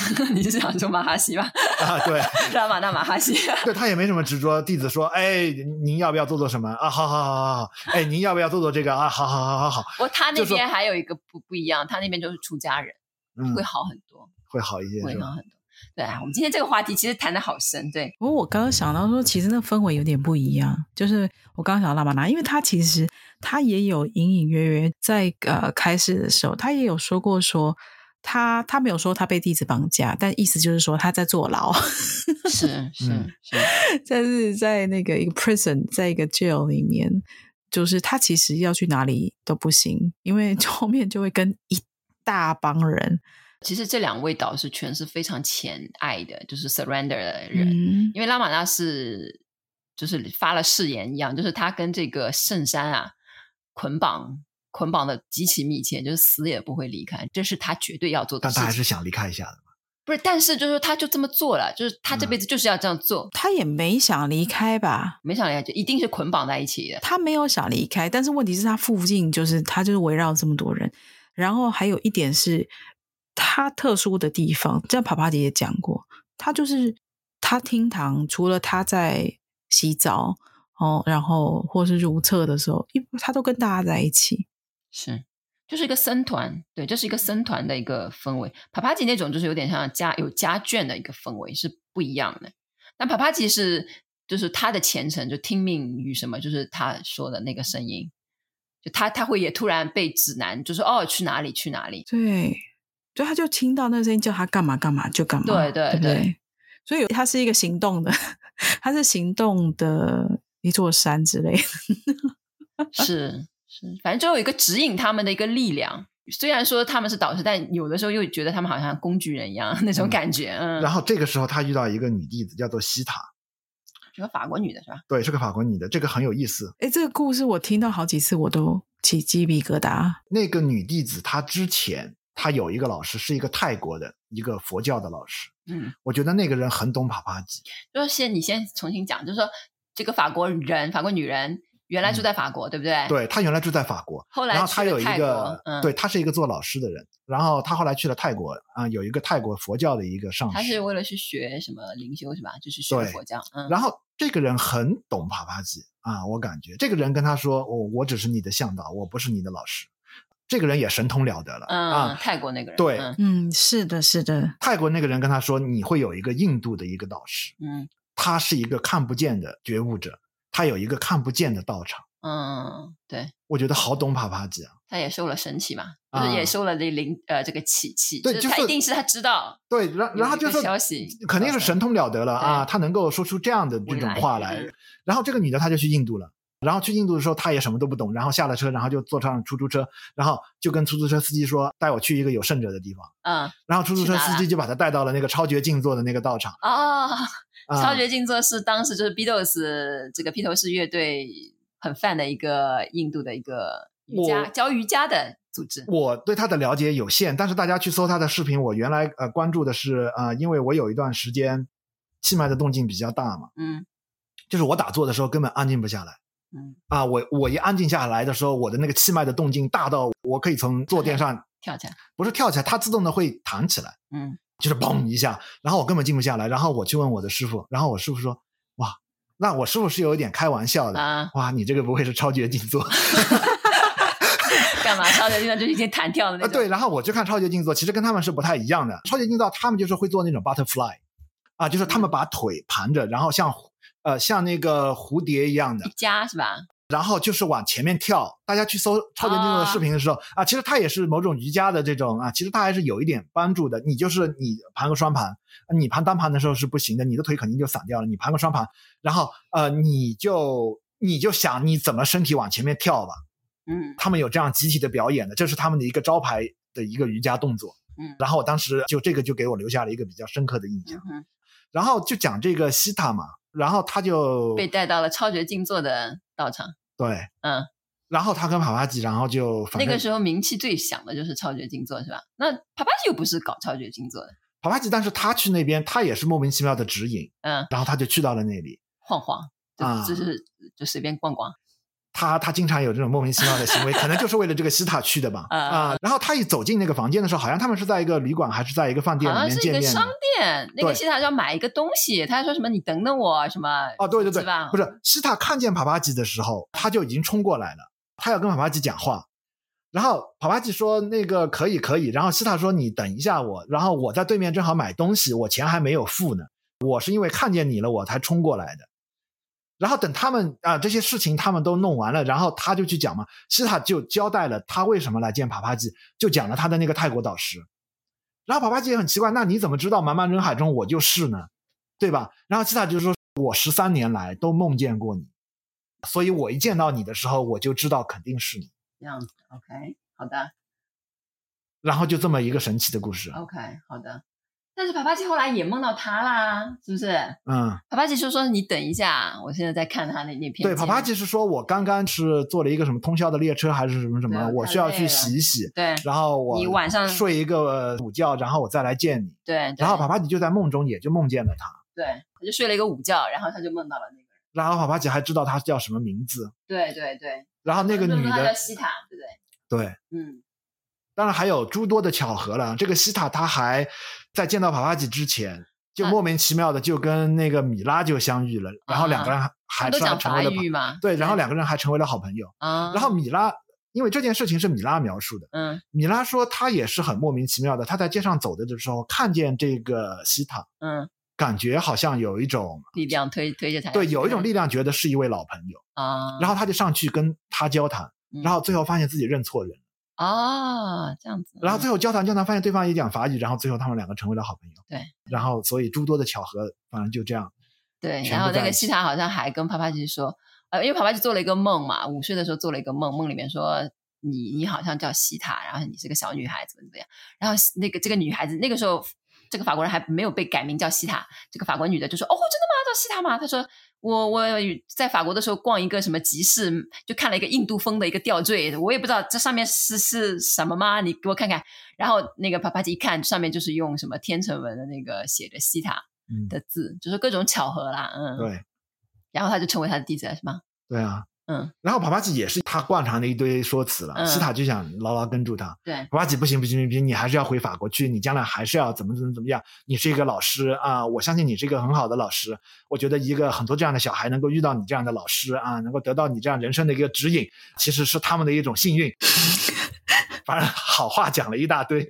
[SPEAKER 3] 你是想说马哈西吧？
[SPEAKER 1] 啊，对，
[SPEAKER 3] 拉玛纳马哈西。
[SPEAKER 1] 对他也没什么执着。弟子说，哎，您要不要做做什么啊？好好好好好，哎，您要不要做做这个啊？好好好好好，
[SPEAKER 3] 不过他那
[SPEAKER 1] 就是
[SPEAKER 3] 边还有一个不不一样，他那边就是出家人，
[SPEAKER 1] 嗯
[SPEAKER 3] 会，好很多，
[SPEAKER 1] 会好一些
[SPEAKER 3] 会
[SPEAKER 1] 是
[SPEAKER 3] 好
[SPEAKER 1] 吧？
[SPEAKER 3] 很多。对啊，我们今天这个话题其实谈的好深，对，
[SPEAKER 2] 不过我刚刚想到说，其实那氛围有点不一样。就是我刚刚想到拉玛纳，因为他其实他也有隐隐约约在呃开始的时候，他也有说过说他他没有说他被弟子绑架，但意思就是说他在坐牢，
[SPEAKER 3] 是是
[SPEAKER 1] 嗯
[SPEAKER 3] 是，
[SPEAKER 2] 但是在那个一个 prison，在一个 jail 里面，就是他其实要去哪里都不行，因为 后面就会跟一大帮人
[SPEAKER 3] 其实这两位导师全是非常浅爱的，就是 surrender 的人，
[SPEAKER 2] 人，
[SPEAKER 3] 因为拉玛纳是就是发了誓言一样，就是他跟这个圣山啊捆绑捆绑的极其密切，就是死也不会离开，这是他绝对要做的
[SPEAKER 1] 但
[SPEAKER 3] 事
[SPEAKER 1] 他
[SPEAKER 3] 情。
[SPEAKER 1] 还是想离开一下的。
[SPEAKER 3] 不是，但是就是说他就这么做了，就是他这辈子就是要这样做，
[SPEAKER 2] 他也没想离开吧？
[SPEAKER 3] 没想到就一定是捆绑在一起的。
[SPEAKER 2] 他没有想离开，但是问题是，他附近就是他就是围绕这么多人，然后还有一点是他特殊的地方，这样帕帕姐也讲过，他就是他厅堂除了他在洗澡哦，然后或是如厕的时候，一他都跟大家在一起，
[SPEAKER 3] 是，就是一个僧团，对，就是一个僧团的一个氛围。帕帕吉那种就是有点像家有家眷的一个氛围是不一样的。那帕帕吉是就是他的虔诚，就听命于什么，就是他说的那个声音，就他他会也突然被指南，就说哦去哪里 去哪里。
[SPEAKER 2] 对，对，他就听到那个声音叫他干嘛干嘛就干嘛，
[SPEAKER 3] 对对
[SPEAKER 2] 对不
[SPEAKER 3] 对
[SPEAKER 2] 所以他是一个行动的， 他是行动的一座山之类的。
[SPEAKER 3] 是是，反正就有一个指引他们的一个力量。虽然说他们是导师，但有的时候又觉得他们好像工具人一样 那种
[SPEAKER 1] 嗯
[SPEAKER 3] 感觉。嗯，
[SPEAKER 1] 然后这个时候，他遇到一个女弟子，叫做西塔，
[SPEAKER 3] 是个法国女的是吧？
[SPEAKER 1] 对，是个法国女的，这个很有意思。
[SPEAKER 2] 哎，这个故事我听到好几次，我都起鸡皮疙瘩。
[SPEAKER 1] 那个女弟子，她之前她有一个老师是一个泰国的一个佛教的老师，
[SPEAKER 3] 嗯，
[SPEAKER 1] 我觉得那个人很懂帕帕吉，
[SPEAKER 3] 就是先你先重新讲，就是说这个法国人，法国女人原来住在法国，对不对？。
[SPEAKER 1] 嗯对她原来住在法国，
[SPEAKER 3] 后来
[SPEAKER 1] 然后他
[SPEAKER 3] 去了
[SPEAKER 1] 有一
[SPEAKER 3] 泰
[SPEAKER 1] 个
[SPEAKER 3] 国，，嗯，
[SPEAKER 1] 对，他是一个做老师的人，然后他后来去了泰国，啊、有一个泰国佛教的一个上
[SPEAKER 3] 他是
[SPEAKER 1] 师，
[SPEAKER 3] 为了去学什么灵修是吧？就是学
[SPEAKER 1] 对
[SPEAKER 3] 佛教，嗯，
[SPEAKER 1] 然后这个人很懂帕帕吉啊，我感觉这个人跟他说，我、我只是你的向导，我不是你的老师，这个人也神通了得了、
[SPEAKER 3] 嗯，
[SPEAKER 1] 啊。
[SPEAKER 3] 泰国那个人，
[SPEAKER 1] 对
[SPEAKER 3] 嗯
[SPEAKER 2] 嗯，是的，是的，
[SPEAKER 1] 泰国那个人跟他说，你会有一个印度的一个导师，
[SPEAKER 3] 嗯
[SPEAKER 1] 他是一个看不见的觉悟者，他有一个看不见的道场，
[SPEAKER 3] 嗯，对，
[SPEAKER 1] 我觉得好懂帕帕吉啊。
[SPEAKER 3] 他也受了神奇嘛，就是也
[SPEAKER 1] 啊
[SPEAKER 3] 受了这灵呃这个气气，
[SPEAKER 1] 对
[SPEAKER 3] 就
[SPEAKER 1] 就
[SPEAKER 3] 他一
[SPEAKER 1] 是
[SPEAKER 3] 定是他知道，
[SPEAKER 1] 对，然
[SPEAKER 3] 有
[SPEAKER 1] 然后
[SPEAKER 3] 一
[SPEAKER 1] 就
[SPEAKER 3] 个
[SPEAKER 1] 说
[SPEAKER 3] 消息
[SPEAKER 1] 肯定是神通了得了啊，
[SPEAKER 3] 对
[SPEAKER 1] 他能够说出这样的这
[SPEAKER 3] 未
[SPEAKER 1] 种
[SPEAKER 3] 来
[SPEAKER 1] 话来
[SPEAKER 3] 嗯。
[SPEAKER 1] 然后这个女的她就去印度了，然后去印度的时候她也什么都不懂，然后下了车，然后就坐上出租车，然后就跟出租车司机说带我去一个有圣者的地方。
[SPEAKER 3] 嗯，
[SPEAKER 1] 然后出租
[SPEAKER 3] 去
[SPEAKER 1] 车
[SPEAKER 3] 哪
[SPEAKER 1] 司
[SPEAKER 3] 了
[SPEAKER 1] 机就把她带到了那个超绝静坐的那个道场
[SPEAKER 3] 哦，
[SPEAKER 1] 啊，
[SPEAKER 3] 超绝静坐是当时就是 Beatles 这个披头士乐队很泛的一个印度的一个瑜伽
[SPEAKER 1] 我
[SPEAKER 3] 教瑜伽的组织，
[SPEAKER 1] 我对他的了解有限，但是大家去搜他的视频，我原来呃关注的是呃，因为我有一段时间气脉的动静比较大嘛，
[SPEAKER 3] 嗯
[SPEAKER 1] 就是我打坐的时候根本安静不下来。
[SPEAKER 3] 嗯，
[SPEAKER 1] 啊，我我一安静下来的时候，我的那个气脉的动静大到我可以从坐垫上
[SPEAKER 3] 跳起来，
[SPEAKER 1] 不是跳起来，它自动的会弹起来，
[SPEAKER 3] 嗯。
[SPEAKER 1] 就是嘣一下，然后我根本静不下来。然后我去问我的师傅，然后我师傅说：“哇，那我师傅是有一点开玩笑的，
[SPEAKER 3] 啊，
[SPEAKER 1] 哇，你这个不会是超绝静坐
[SPEAKER 3] 干嘛超级运动就已经弹跳 的那
[SPEAKER 1] 啊？”
[SPEAKER 3] 种。
[SPEAKER 1] 对，然后我去看超绝静坐，其实跟他们是不太一样的。超绝静坐他们就是会做那种 butterfly，啊，就是
[SPEAKER 3] 嗯
[SPEAKER 1] 他们把腿盘着，然后像呃像那个蝴蝶一样的
[SPEAKER 3] 一，家是吧？
[SPEAKER 1] 然后就是往前面跳。大家去搜超级运动的视频的时候啊其实它也是某种瑜伽的这种啊，其实它还是有一点帮助的。你就是你盘个双盘，你盘单盘的时候是不行的，你的腿肯定就散掉了。你盘个双盘，然后呃，你就你就想你怎么身体往前面跳吧。
[SPEAKER 3] 嗯
[SPEAKER 1] 他们有这样集体的表演的，这是他们的一个招牌的一个瑜伽动作。
[SPEAKER 3] 嗯
[SPEAKER 1] 然后我当时就这个就给我留下了一个比较深刻的印象。
[SPEAKER 3] 嗯
[SPEAKER 1] 然后就讲这个西塔嘛，然后他就
[SPEAKER 3] 哼，被带到了超绝静坐的道场。
[SPEAKER 1] 对，
[SPEAKER 3] 嗯，
[SPEAKER 1] 然后他跟帕帕吉，然后就反
[SPEAKER 3] 那
[SPEAKER 1] 正
[SPEAKER 3] 个时候名气最响的就是超绝静坐，是吧？那帕帕吉又不是搞超绝静坐的，
[SPEAKER 1] 帕帕吉，但是他去那边，他也是莫名其妙的指引，
[SPEAKER 3] 嗯，
[SPEAKER 1] 然后他就去到了那里。
[SPEAKER 3] 晃晃，就
[SPEAKER 1] 啊
[SPEAKER 3] 就是就随便逛逛，
[SPEAKER 1] 他他经常有这种莫名其妙的行为，可能就是为了这个西塔去的吧。
[SPEAKER 3] 啊
[SPEAKER 1] 啊、然后他一走进那个房间的时候，好像他们是在一个旅馆还是在一个饭店
[SPEAKER 3] 好
[SPEAKER 1] 里
[SPEAKER 3] 像
[SPEAKER 1] 面
[SPEAKER 3] 是一
[SPEAKER 1] 见
[SPEAKER 3] 个
[SPEAKER 1] 面的
[SPEAKER 3] 商。店，那个
[SPEAKER 1] 对
[SPEAKER 3] 西塔要买一个东西，他还说什么你等等我啊什么，
[SPEAKER 1] 哦，对对对
[SPEAKER 3] 是吧，
[SPEAKER 1] 不是西塔看见帕帕吉的时候，他就已经冲过来了，他要跟帕帕吉讲话。然后帕帕吉说：“那个可以，可以。”然后西塔说：“你等一下我，然后我在对面正好买东西，我钱还没有付呢。我是因为看见你了，我才冲过来的。”然后等他们啊、这些事情他们都弄完了，然后他就去讲嘛，西塔就交代了他为什么来见帕帕吉，就讲了他的那个泰国导师。然后帕帕吉也很奇怪，那你怎么知道茫茫人海中我就是呢？对吧？然后西塔就说：“我十三年来都梦见过你，所以我一见到你的时候，我就知道肯定是你。
[SPEAKER 3] 这样子，OK，好的”
[SPEAKER 1] 然后就这么一个神奇的故事，
[SPEAKER 3] ，OK，好的。但是帕帕吉后来也梦到他啦，是不是？
[SPEAKER 1] 嗯，
[SPEAKER 3] 帕帕吉就说你等一下，我现在在看他那那篇。
[SPEAKER 1] 对，帕帕，吉是说我刚刚是坐了一个什么通宵的列车还是什么什
[SPEAKER 3] 对
[SPEAKER 1] 么，
[SPEAKER 3] 我
[SPEAKER 1] 我
[SPEAKER 3] 太
[SPEAKER 1] 需要
[SPEAKER 3] 累
[SPEAKER 1] 去
[SPEAKER 3] 了
[SPEAKER 1] 洗一洗，
[SPEAKER 3] 对
[SPEAKER 1] 然后我
[SPEAKER 3] 你晚上
[SPEAKER 1] 睡一个午觉，然后我再来见你。
[SPEAKER 3] 对，对
[SPEAKER 1] 然后帕帕吉就在梦中也就梦见了他，
[SPEAKER 3] 对，他就睡了一个午觉，然后他就梦到了那个人。
[SPEAKER 1] 然后帕帕吉还知道他叫什么名字，
[SPEAKER 3] 对对对，
[SPEAKER 1] 然后那个
[SPEAKER 3] 他
[SPEAKER 1] 女
[SPEAKER 3] 说啊他叫
[SPEAKER 1] 的
[SPEAKER 3] 西塔，对不对？
[SPEAKER 1] 对。
[SPEAKER 3] 嗯，
[SPEAKER 1] 当然还有诸多的巧合了。这个西塔他还在见到帕帕吉之前，就
[SPEAKER 3] 啊
[SPEAKER 1] 莫名其妙的就跟那个米拉就相遇了，然后两个人还
[SPEAKER 3] 啊他
[SPEAKER 1] 还
[SPEAKER 3] 们都
[SPEAKER 1] 还
[SPEAKER 3] 讲
[SPEAKER 1] 成
[SPEAKER 3] 法
[SPEAKER 1] 为了朋
[SPEAKER 3] 语嘛。
[SPEAKER 1] 对，然后两个人还成为了好朋友。
[SPEAKER 3] 啊，
[SPEAKER 1] 然后米拉，因为这件事情是米拉描述的，
[SPEAKER 3] 嗯
[SPEAKER 1] 米拉说她也是很莫名其妙的，她在街上走着的时候看见这个西塔，
[SPEAKER 3] 嗯，
[SPEAKER 1] 感觉好像有一种
[SPEAKER 3] 力量推推着他，
[SPEAKER 1] 对，有一种力量觉得是一位老朋友，
[SPEAKER 3] 啊，
[SPEAKER 1] 然后她就上去跟他交谈，
[SPEAKER 3] 嗯
[SPEAKER 1] 然后最后发现自己认错人，
[SPEAKER 3] 啊这样子，
[SPEAKER 1] 然后最后交谈交谈，发现对方也讲法语，然后最后他们两个成为了好朋友。
[SPEAKER 3] 对，
[SPEAKER 1] 然后所以诸多的巧合，反正就这样。
[SPEAKER 3] 对，
[SPEAKER 1] 全
[SPEAKER 3] 然
[SPEAKER 1] 部
[SPEAKER 3] 后那
[SPEAKER 1] 在
[SPEAKER 3] 个
[SPEAKER 1] 一
[SPEAKER 3] 西
[SPEAKER 1] 起
[SPEAKER 3] 塔好像还跟帕帕吉说，呃，因为帕帕吉做了一个梦嘛，午睡的时候做了一个梦，梦里面说你你好像叫西塔，然后你是个小女孩，怎么怎么样，然后西那个这个女孩子那个时候。这个法国人还没有被改名叫西塔，这个法国女的就说：“哦，真的吗？叫西塔吗？”她说：“我我在法国的时候逛一个什么集市，就看了一个印度风的一个吊坠，我也不知道这上面是是什么吗？你给我看看。”然后那个帕帕吉一看，上面就是用什么天成文的那个写着西塔，
[SPEAKER 1] 嗯，
[SPEAKER 3] 的字，就是各种巧合啦，嗯，，
[SPEAKER 1] 对
[SPEAKER 3] 然后他就成为他的弟子了，是吗？
[SPEAKER 1] 对啊。
[SPEAKER 3] 嗯，
[SPEAKER 1] 然后帕帕吉也是他惯常的一堆说辞了，
[SPEAKER 3] 嗯
[SPEAKER 1] 西塔就想牢牢跟住他。
[SPEAKER 3] 对
[SPEAKER 1] 帕帕吉不行不行不行，你还是要回法国去，你将来还是要怎么怎么怎么样。你是一个老师啊，我相信你是一个很好的老师。我觉得一个很多这样的小孩能够遇到你这样的老师啊，能够得到你这样人生的一个指引，其实是他们的一种幸运。 反正好话讲了一大堆。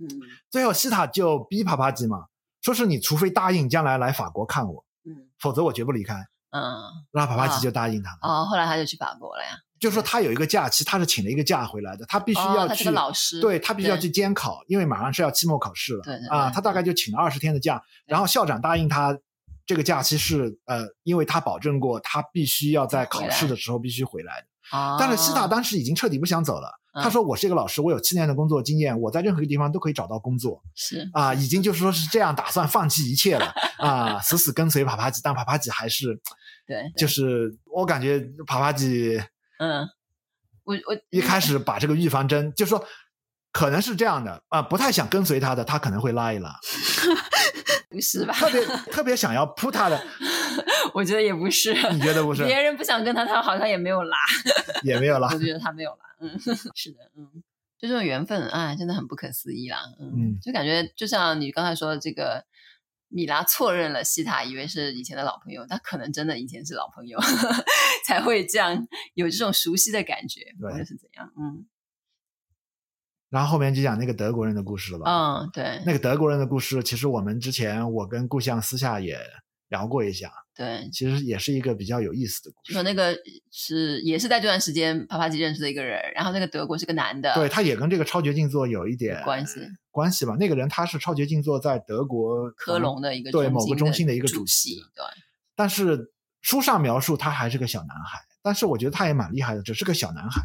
[SPEAKER 3] 嗯
[SPEAKER 1] 最后西塔就逼帕帕吉嘛，说是你除非答应将来来法国看我，
[SPEAKER 3] 嗯
[SPEAKER 1] 否则我绝不离开。
[SPEAKER 3] 嗯，
[SPEAKER 1] 然后帕帕
[SPEAKER 3] 啊
[SPEAKER 1] 吉就答应他了，
[SPEAKER 3] 哦，后来他就去法国了呀，
[SPEAKER 1] 就说他有一个假期，他是请了一个假回来的，他必
[SPEAKER 3] 必
[SPEAKER 1] 须要
[SPEAKER 3] 哦他是
[SPEAKER 1] 去，
[SPEAKER 3] 个老师，
[SPEAKER 1] 对他必须要去监考，因为马上是要期末考试了。
[SPEAKER 3] 对对嗯
[SPEAKER 1] 啊，
[SPEAKER 3] 对
[SPEAKER 1] 他大概就请了二十天的假，然后校长答应他。这个假期是呃，因为他保证过他必须要在考试的时候必须回来的。
[SPEAKER 3] 哦，
[SPEAKER 1] 但是西塔当时已经彻底不想走了，
[SPEAKER 3] 嗯
[SPEAKER 1] 他说：“我是一个老师，我有七年的工作经验，我在任何一个地方都可以找到工作。”
[SPEAKER 3] 是
[SPEAKER 1] 啊，已经就是说是这样，打算放弃一切了啊，死死跟随帕帕吉，但帕帕吉还是，
[SPEAKER 3] 对，对
[SPEAKER 1] 就是我感觉帕帕吉
[SPEAKER 3] 嗯，我我
[SPEAKER 1] 一开始把这个预防针，就说可能是这样的啊，不太想跟随他的，他可能会拉一拉，
[SPEAKER 3] 不是吧？
[SPEAKER 1] 特别特别想要扑他的，
[SPEAKER 3] 我觉得也不是，
[SPEAKER 1] 你觉嗯得不是？啊
[SPEAKER 3] 别人不想跟他，他好像也没有拉，
[SPEAKER 1] 也没有拉
[SPEAKER 3] 我，觉得他没有拉，嗯， 是的，嗯。就这种缘分，哎，真的很不可思议啦。嗯，
[SPEAKER 1] 嗯
[SPEAKER 3] 就感觉就像你刚才说的，这个米拉错认了西塔，以为是以前的老朋友，他可能真的以前是老朋友， 才会这样有这种熟悉的感觉，或
[SPEAKER 1] 对
[SPEAKER 3] 者是怎样？嗯
[SPEAKER 1] 然后后面就讲那个德国人的故事了吧。
[SPEAKER 3] 嗯，对
[SPEAKER 1] 那个德国人的故事，其实我们之前我跟故乡私下也聊过一下，
[SPEAKER 3] 对，
[SPEAKER 1] 其实也是一个比较有意思的故
[SPEAKER 3] 就
[SPEAKER 1] 事
[SPEAKER 3] 说。那个是也是在这段时间帕帕吉认识的一个人，然后那个德国是个男的，
[SPEAKER 1] 对，，他也跟这个超绝静坐有一点
[SPEAKER 3] 呃关系
[SPEAKER 1] 关系吧。那个人他是超级静坐在德国
[SPEAKER 3] 科隆，的一个
[SPEAKER 1] 对某个中心
[SPEAKER 3] 的
[SPEAKER 1] 的一个
[SPEAKER 3] 主
[SPEAKER 1] 主席
[SPEAKER 3] 对，
[SPEAKER 1] 但是书上描述他还是个小男孩，但是我觉得他也蛮厉害的，只是个小男孩，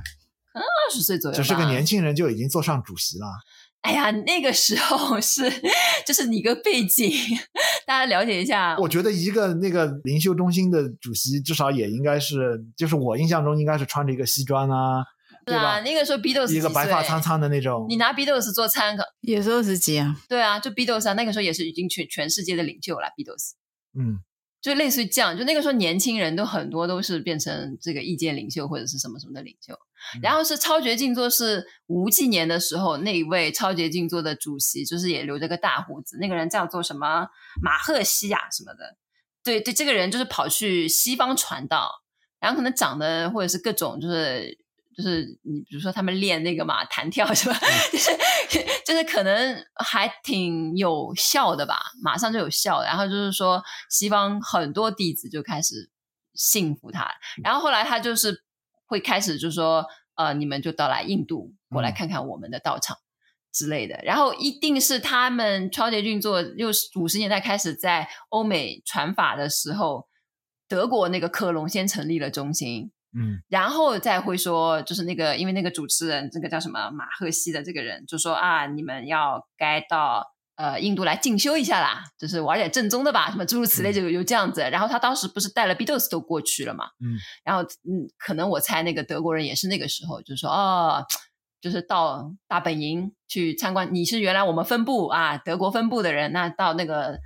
[SPEAKER 3] 二十岁左右吧，
[SPEAKER 1] 只是个年轻人就已经坐上主席了。
[SPEAKER 3] 哎呀，那个时候是就是一个背景， 大家了解一下。
[SPEAKER 1] 我觉得一个那个灵修中心的主席，至少也应该是，就是我印象中应该是穿着一个西装啊，
[SPEAKER 3] 对
[SPEAKER 1] 对吧
[SPEAKER 3] 啊，？那个时候 Beatles
[SPEAKER 1] 一个
[SPEAKER 3] 几
[SPEAKER 1] 白发
[SPEAKER 3] 岁
[SPEAKER 1] 苍苍的那种，
[SPEAKER 3] 你拿 Beatles 做参考，
[SPEAKER 2] 也是二十几啊，
[SPEAKER 3] 对啊，就 Beatles 啊，那个时候也是已经全全世界的领袖了，Beatles。
[SPEAKER 1] 嗯，
[SPEAKER 3] 就类似于这样，就那个时候年轻人都很多都是变成这个意见领袖或者是什么什么的领袖。然后是超绝静坐是五几年的时候，那一位超绝静坐的主席就是也留着个大胡子，那个人叫做什么马赫西亚什么的。对对，这个人就是跑去西方传道，然后可能长得或者是各种就是就是你比如说他们练那个嘛弹跳是吧？ 就是就是可能还挺有效的吧，马上就有效。然后就是说西方很多弟子就开始信服他，然后后来他就是会开始就说呃你们就到来印度过来
[SPEAKER 1] 嗯
[SPEAKER 3] 看看我们的道场。之类的，然后一定是他们超级运作六十五十年代开始在欧美传法的时候，德国那个科隆先成立了中心，
[SPEAKER 1] 嗯
[SPEAKER 3] 然后再会说，就是那个因为那个主持人，这个叫什么马赫西的这个人，就说啊，你们要该到呃印度来进修一下啦，就是玩点正宗的吧，什么诸如此类，
[SPEAKER 1] 嗯
[SPEAKER 3] 就有有这样子。然后他当时不是带了 Beatles 都过去了嘛，
[SPEAKER 1] 嗯，
[SPEAKER 3] 然后嗯，可能我猜那个德国人也是那个时候，就是说哦。就是到大本营去参观，你是原来我们分部啊，德国分部的人，那到那个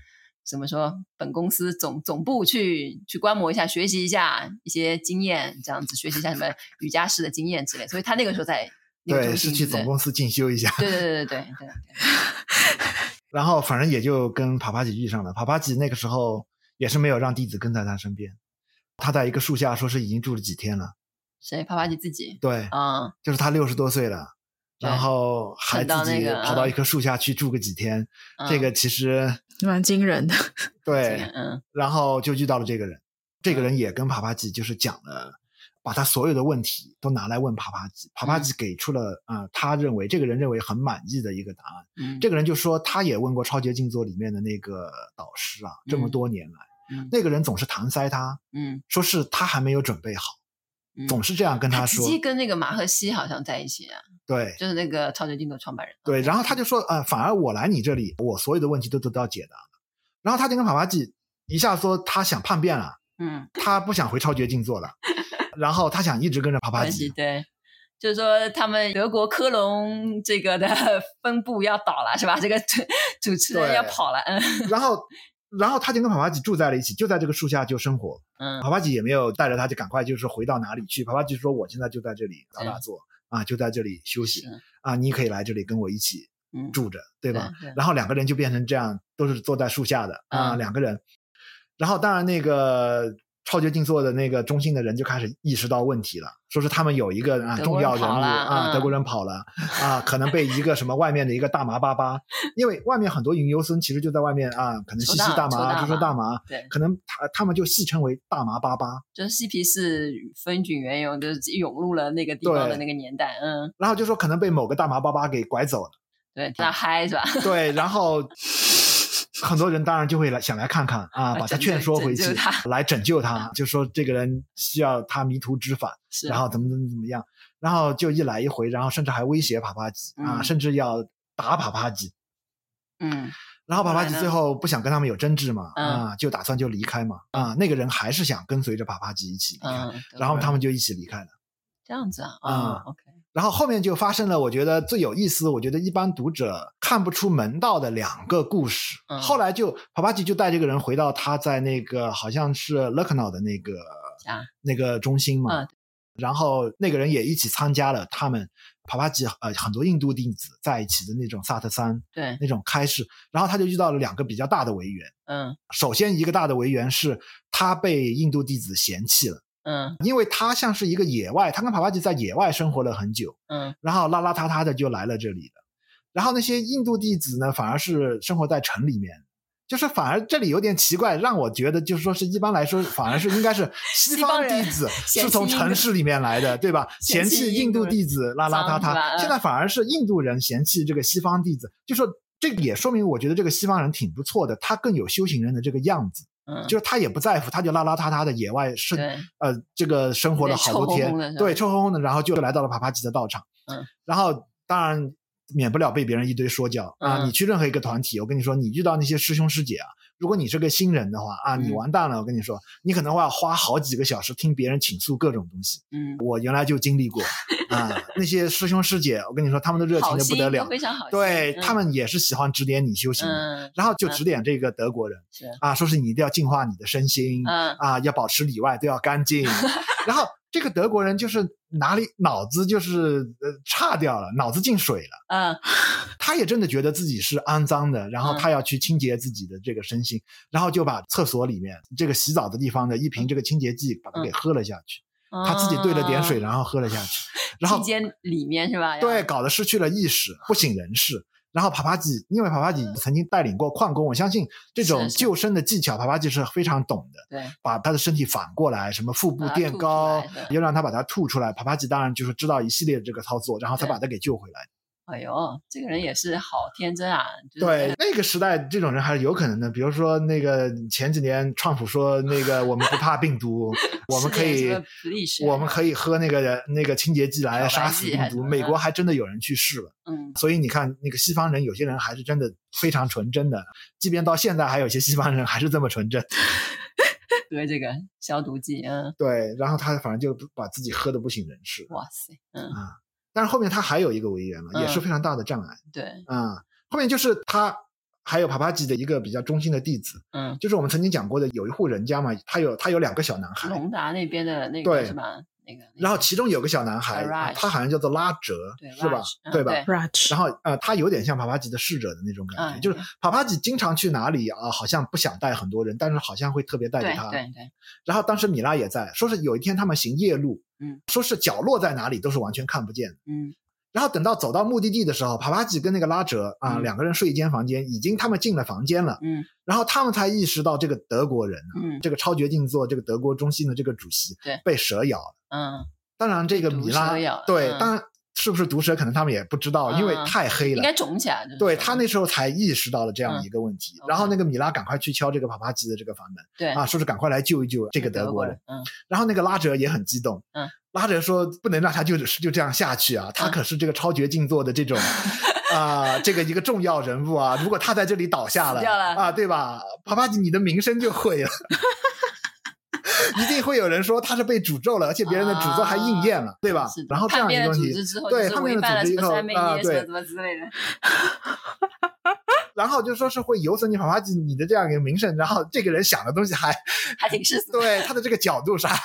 [SPEAKER 3] 怎么说，本公司总总部去去观摩一下，学习一下一些经验，这样子学习一下 什么瑜伽式的经验之类。所以他那个时候在那个
[SPEAKER 1] 对，
[SPEAKER 3] 中
[SPEAKER 1] 是
[SPEAKER 3] 心
[SPEAKER 1] 去总公司进修一下，
[SPEAKER 3] 对对对对对对对，
[SPEAKER 1] 然后反正也就跟帕帕吉遇上了。帕帕吉那个时候也是没有让弟子跟在他身边，他在一个树下说是已经住了几天了，
[SPEAKER 3] 谁帕帕吉自己
[SPEAKER 1] 对，
[SPEAKER 3] 啊、
[SPEAKER 1] 就是他六十多岁了，
[SPEAKER 3] 对
[SPEAKER 1] 然后还
[SPEAKER 3] 啃到
[SPEAKER 1] 自己
[SPEAKER 3] 那个
[SPEAKER 1] 跑到一棵树下去住个几天，
[SPEAKER 3] 嗯
[SPEAKER 1] 这个其实
[SPEAKER 2] 蛮惊人 的。
[SPEAKER 3] 这个
[SPEAKER 1] 对，
[SPEAKER 3] 嗯
[SPEAKER 1] 然后就遇到了这个人，这个人也跟帕帕吉就是讲了，把他所有的问题都拿来问帕帕
[SPEAKER 3] 嗯
[SPEAKER 1] 吉，帕帕吉给出了啊、呃他认为这个人认为很满意的一个答案。
[SPEAKER 3] 嗯，
[SPEAKER 1] 这个人就说他也问过《超级静坐》里面的那个导师啊，这么
[SPEAKER 3] 嗯
[SPEAKER 1] 多年来，
[SPEAKER 3] 嗯
[SPEAKER 1] 那个人总是搪塞他，
[SPEAKER 3] 嗯
[SPEAKER 1] 说是他还没有准备好，
[SPEAKER 3] 嗯
[SPEAKER 1] 总是这样跟
[SPEAKER 3] 他直
[SPEAKER 1] 说。
[SPEAKER 3] 接跟那个马赫西好像在一起啊，
[SPEAKER 1] 对
[SPEAKER 3] 就是那个超级镜头创办人。
[SPEAKER 1] 对，然后他就说，呃，反而我来你这里，我所有的问题都得到解答了。然后他就跟帕帕吉一下说他想叛变了，
[SPEAKER 3] 嗯，
[SPEAKER 1] 他不想回超觉静坐 了，然后他想一直跟着帕帕
[SPEAKER 3] 关系
[SPEAKER 1] 吉。
[SPEAKER 3] 对。就是说，他们德国科隆这个的 分部要倒了，是吧？这个主主持人
[SPEAKER 1] 对
[SPEAKER 3] 要跑了，嗯
[SPEAKER 1] 然 后，然后他就跟帕帕吉住在了一起，就在这个树下就生活。
[SPEAKER 3] 嗯
[SPEAKER 1] 帕帕吉也没有带着他，就赶快就是回到哪里去。帕帕吉说：“我现在就在这里打打坐啊，就在这里休息
[SPEAKER 3] 是
[SPEAKER 1] 啊，你可以来这里跟我一起
[SPEAKER 3] 嗯，
[SPEAKER 1] 住着，对吧？”
[SPEAKER 3] 对对
[SPEAKER 1] 然后两个人就变成这样，都是坐在树下的啊，
[SPEAKER 3] 嗯
[SPEAKER 1] 两个人。然后当然那个超级静坐的那个中心的人就开始意识到问题了，说是他们有一个啊
[SPEAKER 3] 德
[SPEAKER 1] 重
[SPEAKER 3] 国人
[SPEAKER 1] 要人物
[SPEAKER 3] 跑了
[SPEAKER 1] 啊，
[SPEAKER 3] 嗯
[SPEAKER 1] 德国人跑了啊，可能被一个什么外面的一个大麻巴 巴，因为外面很多云游孙其实就在外面啊，可能吸
[SPEAKER 3] 抽
[SPEAKER 1] 吸大
[SPEAKER 3] 大抽
[SPEAKER 1] 麻、
[SPEAKER 3] 大
[SPEAKER 1] 抽抽
[SPEAKER 3] 麻
[SPEAKER 1] 大麻，
[SPEAKER 3] 对，
[SPEAKER 1] 可能他他们就戏称为大麻巴巴。
[SPEAKER 3] 就是嬉皮士风卷云涌，就是涌入了那个地方的那个年代，嗯，
[SPEAKER 1] 然后就说可能被某个大麻巴巴给拐走了，
[SPEAKER 3] 对，大嗨是吧？
[SPEAKER 1] 对，然后很多人当然就会来想来看看啊，
[SPEAKER 3] 来
[SPEAKER 1] 把他
[SPEAKER 3] 拯救
[SPEAKER 1] 劝说回去
[SPEAKER 3] 拯救，他啊
[SPEAKER 1] 来拯救他，就说这个人需要他迷途知返，
[SPEAKER 3] 是，
[SPEAKER 1] 然后怎么怎么怎么样，然后就一来一回，然后甚至还威胁帕帕吉啊，
[SPEAKER 3] 嗯
[SPEAKER 1] 甚至要打帕帕吉，
[SPEAKER 3] 嗯
[SPEAKER 1] 然后帕帕
[SPEAKER 3] 后来
[SPEAKER 1] 吉
[SPEAKER 3] 呢
[SPEAKER 1] 最后不想跟他们有争执嘛，
[SPEAKER 3] 嗯
[SPEAKER 1] 啊，就打算就离开嘛，啊，那个人还是想跟随着帕帕吉一起离开，
[SPEAKER 3] 嗯，
[SPEAKER 1] 然后他
[SPEAKER 3] 们
[SPEAKER 1] 们就一起离开了。
[SPEAKER 3] 这样子啊，
[SPEAKER 1] 啊
[SPEAKER 3] 啊，OK，
[SPEAKER 1] 然后后面就发生了，我觉得最有意思，我觉得一般读者看不出门道的两个故事。
[SPEAKER 3] 嗯
[SPEAKER 1] 后来就帕帕吉就带这个人回到他在那个好像是 Lucknow 的那个
[SPEAKER 3] 家
[SPEAKER 1] 那个中心嘛，
[SPEAKER 3] 嗯
[SPEAKER 1] 然后那个人也一起参加了他们帕帕吉呃很多印度弟子在一起的那种萨特三
[SPEAKER 3] 对，
[SPEAKER 1] 那种开示，然后他就遇到了两个比较大的违缘。
[SPEAKER 3] 嗯
[SPEAKER 1] 首先一个大的违缘是他被印度弟子嫌弃了，
[SPEAKER 3] 嗯
[SPEAKER 1] 因为他像是一个野外，他跟帕帕吉在野外生活了很久。
[SPEAKER 3] 嗯
[SPEAKER 1] 然后邋邋遢遢的就来了这里了。然后那些印度弟子呢，反而是生活在城里面，就是反而这里有点奇怪，让我觉得就是说是一般来说，反而是应该是西
[SPEAKER 3] 西方
[SPEAKER 1] 方弟
[SPEAKER 3] 人
[SPEAKER 1] 子
[SPEAKER 3] 嫌
[SPEAKER 1] 是从
[SPEAKER 3] 弃印
[SPEAKER 1] 城
[SPEAKER 3] 度
[SPEAKER 1] 市里面来的，对吧？
[SPEAKER 3] 嫌
[SPEAKER 1] 嫌
[SPEAKER 3] 弃
[SPEAKER 1] 弃
[SPEAKER 3] 印
[SPEAKER 1] 印
[SPEAKER 3] 度
[SPEAKER 1] 度
[SPEAKER 3] 人
[SPEAKER 1] 弟子邋邋遢
[SPEAKER 3] 脏是吧
[SPEAKER 1] 遢，
[SPEAKER 3] 嗯
[SPEAKER 1] 现在反而是印度人嫌弃这个西方弟子，就说。这个也说明，我觉得这个西方人挺不错的，他更有修行人的这个样子，
[SPEAKER 3] 嗯，
[SPEAKER 1] 就是他也不在乎，他就邋邋遢遢的野外是
[SPEAKER 3] 对，
[SPEAKER 1] 呃，这个生活了好多
[SPEAKER 3] 有点
[SPEAKER 1] 天，
[SPEAKER 3] 臭烘烘的是吧
[SPEAKER 1] 对，臭烘烘的，然后就来到了帕帕吉的道场，
[SPEAKER 3] 嗯，
[SPEAKER 1] 然后当然免不了被别人一堆说教啊。
[SPEAKER 3] 嗯
[SPEAKER 1] 你去任何一个团体，我跟你说，你遇到那些师兄师姐啊，如果你是个新人的话啊，
[SPEAKER 3] 嗯
[SPEAKER 1] 你完蛋了。我跟你说，你可能会要花好几个小时听别人倾诉各种东西。
[SPEAKER 3] 嗯，
[SPEAKER 1] 我原来就经历过啊，那些师兄师姐，我跟你说，他们的热情
[SPEAKER 3] 好
[SPEAKER 1] 的不
[SPEAKER 3] 心
[SPEAKER 1] 得了
[SPEAKER 3] 都，非常好心，
[SPEAKER 1] 对、
[SPEAKER 3] 嗯
[SPEAKER 1] 他们也是喜欢指点你修行的，
[SPEAKER 3] 嗯
[SPEAKER 1] 然后就指点这个德国人、
[SPEAKER 3] 是
[SPEAKER 1] 啊，说是你一定要净化你的身心、
[SPEAKER 3] 嗯
[SPEAKER 1] 啊，要保持里外都要干 净。然后这个德国人就是哪里脑子就是呃差掉了，脑子进水了，
[SPEAKER 3] 嗯
[SPEAKER 1] 他也真的觉得自己是肮脏的，然后
[SPEAKER 3] 嗯
[SPEAKER 1] 他要去清洁自己的这个身心，然后就把厕所里面这个洗澡的地方的一瓶这个清洁剂
[SPEAKER 3] 嗯
[SPEAKER 1] 把它给喝了下去。他自己兑了点水，
[SPEAKER 3] 啊
[SPEAKER 1] 然后喝了下去， 然后
[SPEAKER 3] 期间哦里面是吧？
[SPEAKER 1] 对，搞得失去了意识，不省人事。然后帕帕吉，因为帕帕吉曾经带领过矿工，我相信这种
[SPEAKER 3] 是是
[SPEAKER 1] 救生的技巧，帕帕吉是非常懂的。
[SPEAKER 3] 对，
[SPEAKER 1] 把他的身体反过来，什么腹部
[SPEAKER 3] 把它
[SPEAKER 1] 垫
[SPEAKER 3] 吐出
[SPEAKER 1] 高
[SPEAKER 3] 来对，
[SPEAKER 1] 又让他把它吐出来。帕帕吉当然就是知道一系列的这个操作，然后才
[SPEAKER 3] 对
[SPEAKER 1] 把他给救回来。
[SPEAKER 3] 哎呦，这个人也是好天真啊！就是
[SPEAKER 1] 对，那个时代这种人还是有可能的。比如说那个前几年，川普说那个我们不怕病 毒，我们可
[SPEAKER 3] 是
[SPEAKER 1] 以
[SPEAKER 3] 的是个比利时
[SPEAKER 1] 我们可以喝那个那个清洁剂来杀死
[SPEAKER 3] 漂白剂还
[SPEAKER 1] 病
[SPEAKER 3] 是嗯
[SPEAKER 1] 毒。
[SPEAKER 3] 什么
[SPEAKER 1] 美国还真的有人去试了，
[SPEAKER 3] 嗯，
[SPEAKER 1] 所以你看那个西方人，有些人还是真的非常纯真的，即便到现在还有一些西方人还是这么纯真。
[SPEAKER 3] 喝这个消毒剂，嗯，
[SPEAKER 1] 对，然后他反正就把自己喝的不省人事。
[SPEAKER 3] 哇塞，嗯，
[SPEAKER 1] 但是后面他还有一个违约嘛，也是
[SPEAKER 3] 嗯
[SPEAKER 1] 非常大的障碍
[SPEAKER 3] 对，
[SPEAKER 1] 啊、后面就是他还有帕帕吉的一个比较忠心的弟子，
[SPEAKER 3] 嗯，
[SPEAKER 1] 就是我们曾经讲过的，有一户人家嘛，他有他有两个小男孩，
[SPEAKER 3] 隆达那边的那
[SPEAKER 1] 对
[SPEAKER 3] 个是吧？那个，
[SPEAKER 1] 然后其中有个小男孩，啊
[SPEAKER 3] Raj
[SPEAKER 1] 他好像叫做拉哲，
[SPEAKER 3] 对
[SPEAKER 1] 是吧
[SPEAKER 3] Raj，？嗯
[SPEAKER 1] 对吧？
[SPEAKER 3] 对
[SPEAKER 2] Raj，
[SPEAKER 1] 然后呃，他有点像帕帕吉的侍者的那种感觉，
[SPEAKER 3] 哎
[SPEAKER 1] 就是帕帕吉经常去哪里啊，好像不想带很多人，但是好像会特别带
[SPEAKER 3] 对
[SPEAKER 1] 着他。
[SPEAKER 3] 对对，
[SPEAKER 1] 然后当时米拉也在，说是有一天他们行夜路，
[SPEAKER 3] 嗯，
[SPEAKER 1] 说是角落在哪里都是完全看不见的。
[SPEAKER 3] 嗯
[SPEAKER 1] 然后等到走到目的地的时候，帕帕吉跟那个拉哲啊、
[SPEAKER 3] 嗯
[SPEAKER 1] 两个人睡一间房间，已经他们进了房间了，
[SPEAKER 3] 嗯
[SPEAKER 1] 然后他们才意识到这个德国人啊，
[SPEAKER 3] 嗯
[SPEAKER 1] 这个超绝静坐这个德国中心的这个主席
[SPEAKER 3] 对
[SPEAKER 1] 被蛇咬了。
[SPEAKER 3] 嗯，
[SPEAKER 1] 当然，这个米拉
[SPEAKER 3] 毒蛇咬了
[SPEAKER 1] 对，
[SPEAKER 3] 嗯
[SPEAKER 1] 当然是不是毒蛇，可能他们也不知道，因为
[SPEAKER 3] 嗯嗯
[SPEAKER 1] 太黑
[SPEAKER 3] 应
[SPEAKER 1] 了。
[SPEAKER 3] 该肿起来，就是
[SPEAKER 1] 对
[SPEAKER 3] 说
[SPEAKER 1] 他那时候才意识到了这样一个问题，
[SPEAKER 3] 嗯
[SPEAKER 1] 然后那个米拉赶快去敲这个帕帕吉的这个房门
[SPEAKER 3] 对
[SPEAKER 1] 啊，说是赶快来救一救这
[SPEAKER 3] 这
[SPEAKER 1] 个德国人。，
[SPEAKER 3] 嗯
[SPEAKER 1] 然后那个拉哲也很激动，
[SPEAKER 3] 嗯，
[SPEAKER 1] 拉哲说不能让他就就这样下去啊，他可是这个超绝静坐的这 种啊、这个一个重要人物啊，如果他在这里倒下了
[SPEAKER 3] 死掉了
[SPEAKER 1] 啊，对吧？帕帕吉，你的名声就 毁了。一定会有人说他是被诅咒了，而且别人的诅咒还应验了，对吧
[SPEAKER 3] 啊是的？
[SPEAKER 1] 然后这
[SPEAKER 3] 叛
[SPEAKER 1] 样一
[SPEAKER 3] 变
[SPEAKER 1] 个
[SPEAKER 3] 了
[SPEAKER 1] 东西
[SPEAKER 3] 组织之后，，
[SPEAKER 1] 对
[SPEAKER 3] 就是
[SPEAKER 1] 叛变
[SPEAKER 3] 违反
[SPEAKER 1] 了
[SPEAKER 3] 了
[SPEAKER 1] 组织
[SPEAKER 3] 什
[SPEAKER 1] 以
[SPEAKER 3] 么
[SPEAKER 1] 后
[SPEAKER 3] 三昧
[SPEAKER 1] 啊，
[SPEAKER 3] 耶什么
[SPEAKER 1] 对
[SPEAKER 3] 什，么之类的，
[SPEAKER 1] 然后就说是会有损你帕帕吉你的这样一个名声，然后这个人想的东西还
[SPEAKER 3] 还挺世俗的。
[SPEAKER 1] 对他的这个角度是 还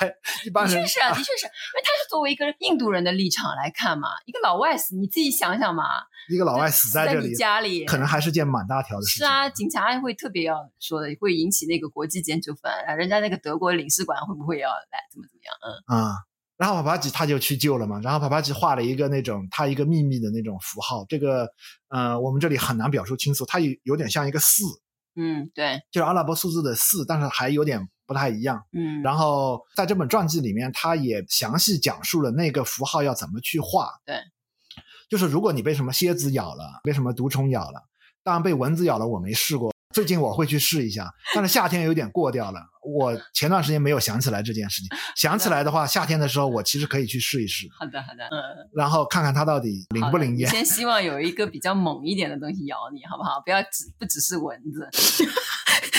[SPEAKER 1] 一般
[SPEAKER 3] 的
[SPEAKER 1] 人
[SPEAKER 3] 确是啊，的确是，因为他是作为一个印度人的立场来看嘛，一个老外死，你自己想想嘛，
[SPEAKER 1] 一个老外死
[SPEAKER 3] 死
[SPEAKER 1] 在这
[SPEAKER 3] 你
[SPEAKER 1] 里，
[SPEAKER 3] 家里，
[SPEAKER 1] 可能还是件蛮大条的事
[SPEAKER 3] 是
[SPEAKER 1] 情。
[SPEAKER 3] 啊，警察会特别要说的，会引起那个国际间纠纷，然后人家那个德国领事馆会不会要来怎么怎么样？嗯，
[SPEAKER 1] 啊、然后帕帕吉他就去救了嘛，然后帕帕吉画了一个那种他一个秘密的那种符号，这个呃我们这里很难表述清楚，它有有点像一个四，
[SPEAKER 3] 嗯，对，
[SPEAKER 1] 就是阿拉伯数字的四，但是还有点不太一样。
[SPEAKER 3] 嗯，
[SPEAKER 1] 然后在这本传记里面，他也详细讲述了那个符号要怎么去画。
[SPEAKER 3] 对，
[SPEAKER 1] 就是如果你被什么蝎子咬了，被什么毒虫咬了，当然被蚊子咬了我没试过，最近我会去试一下，但是夏天有点过掉了。我 前段时间没有想起来这件事情，想起来的话，夏天的时候我其实可以去试一试，
[SPEAKER 3] 好的好的，嗯，
[SPEAKER 1] 然后看看它到底灵不灵
[SPEAKER 3] 你
[SPEAKER 1] 验。
[SPEAKER 3] 先希望有一个比较猛一点的东西咬你，好不好？不要只不只是蚊子。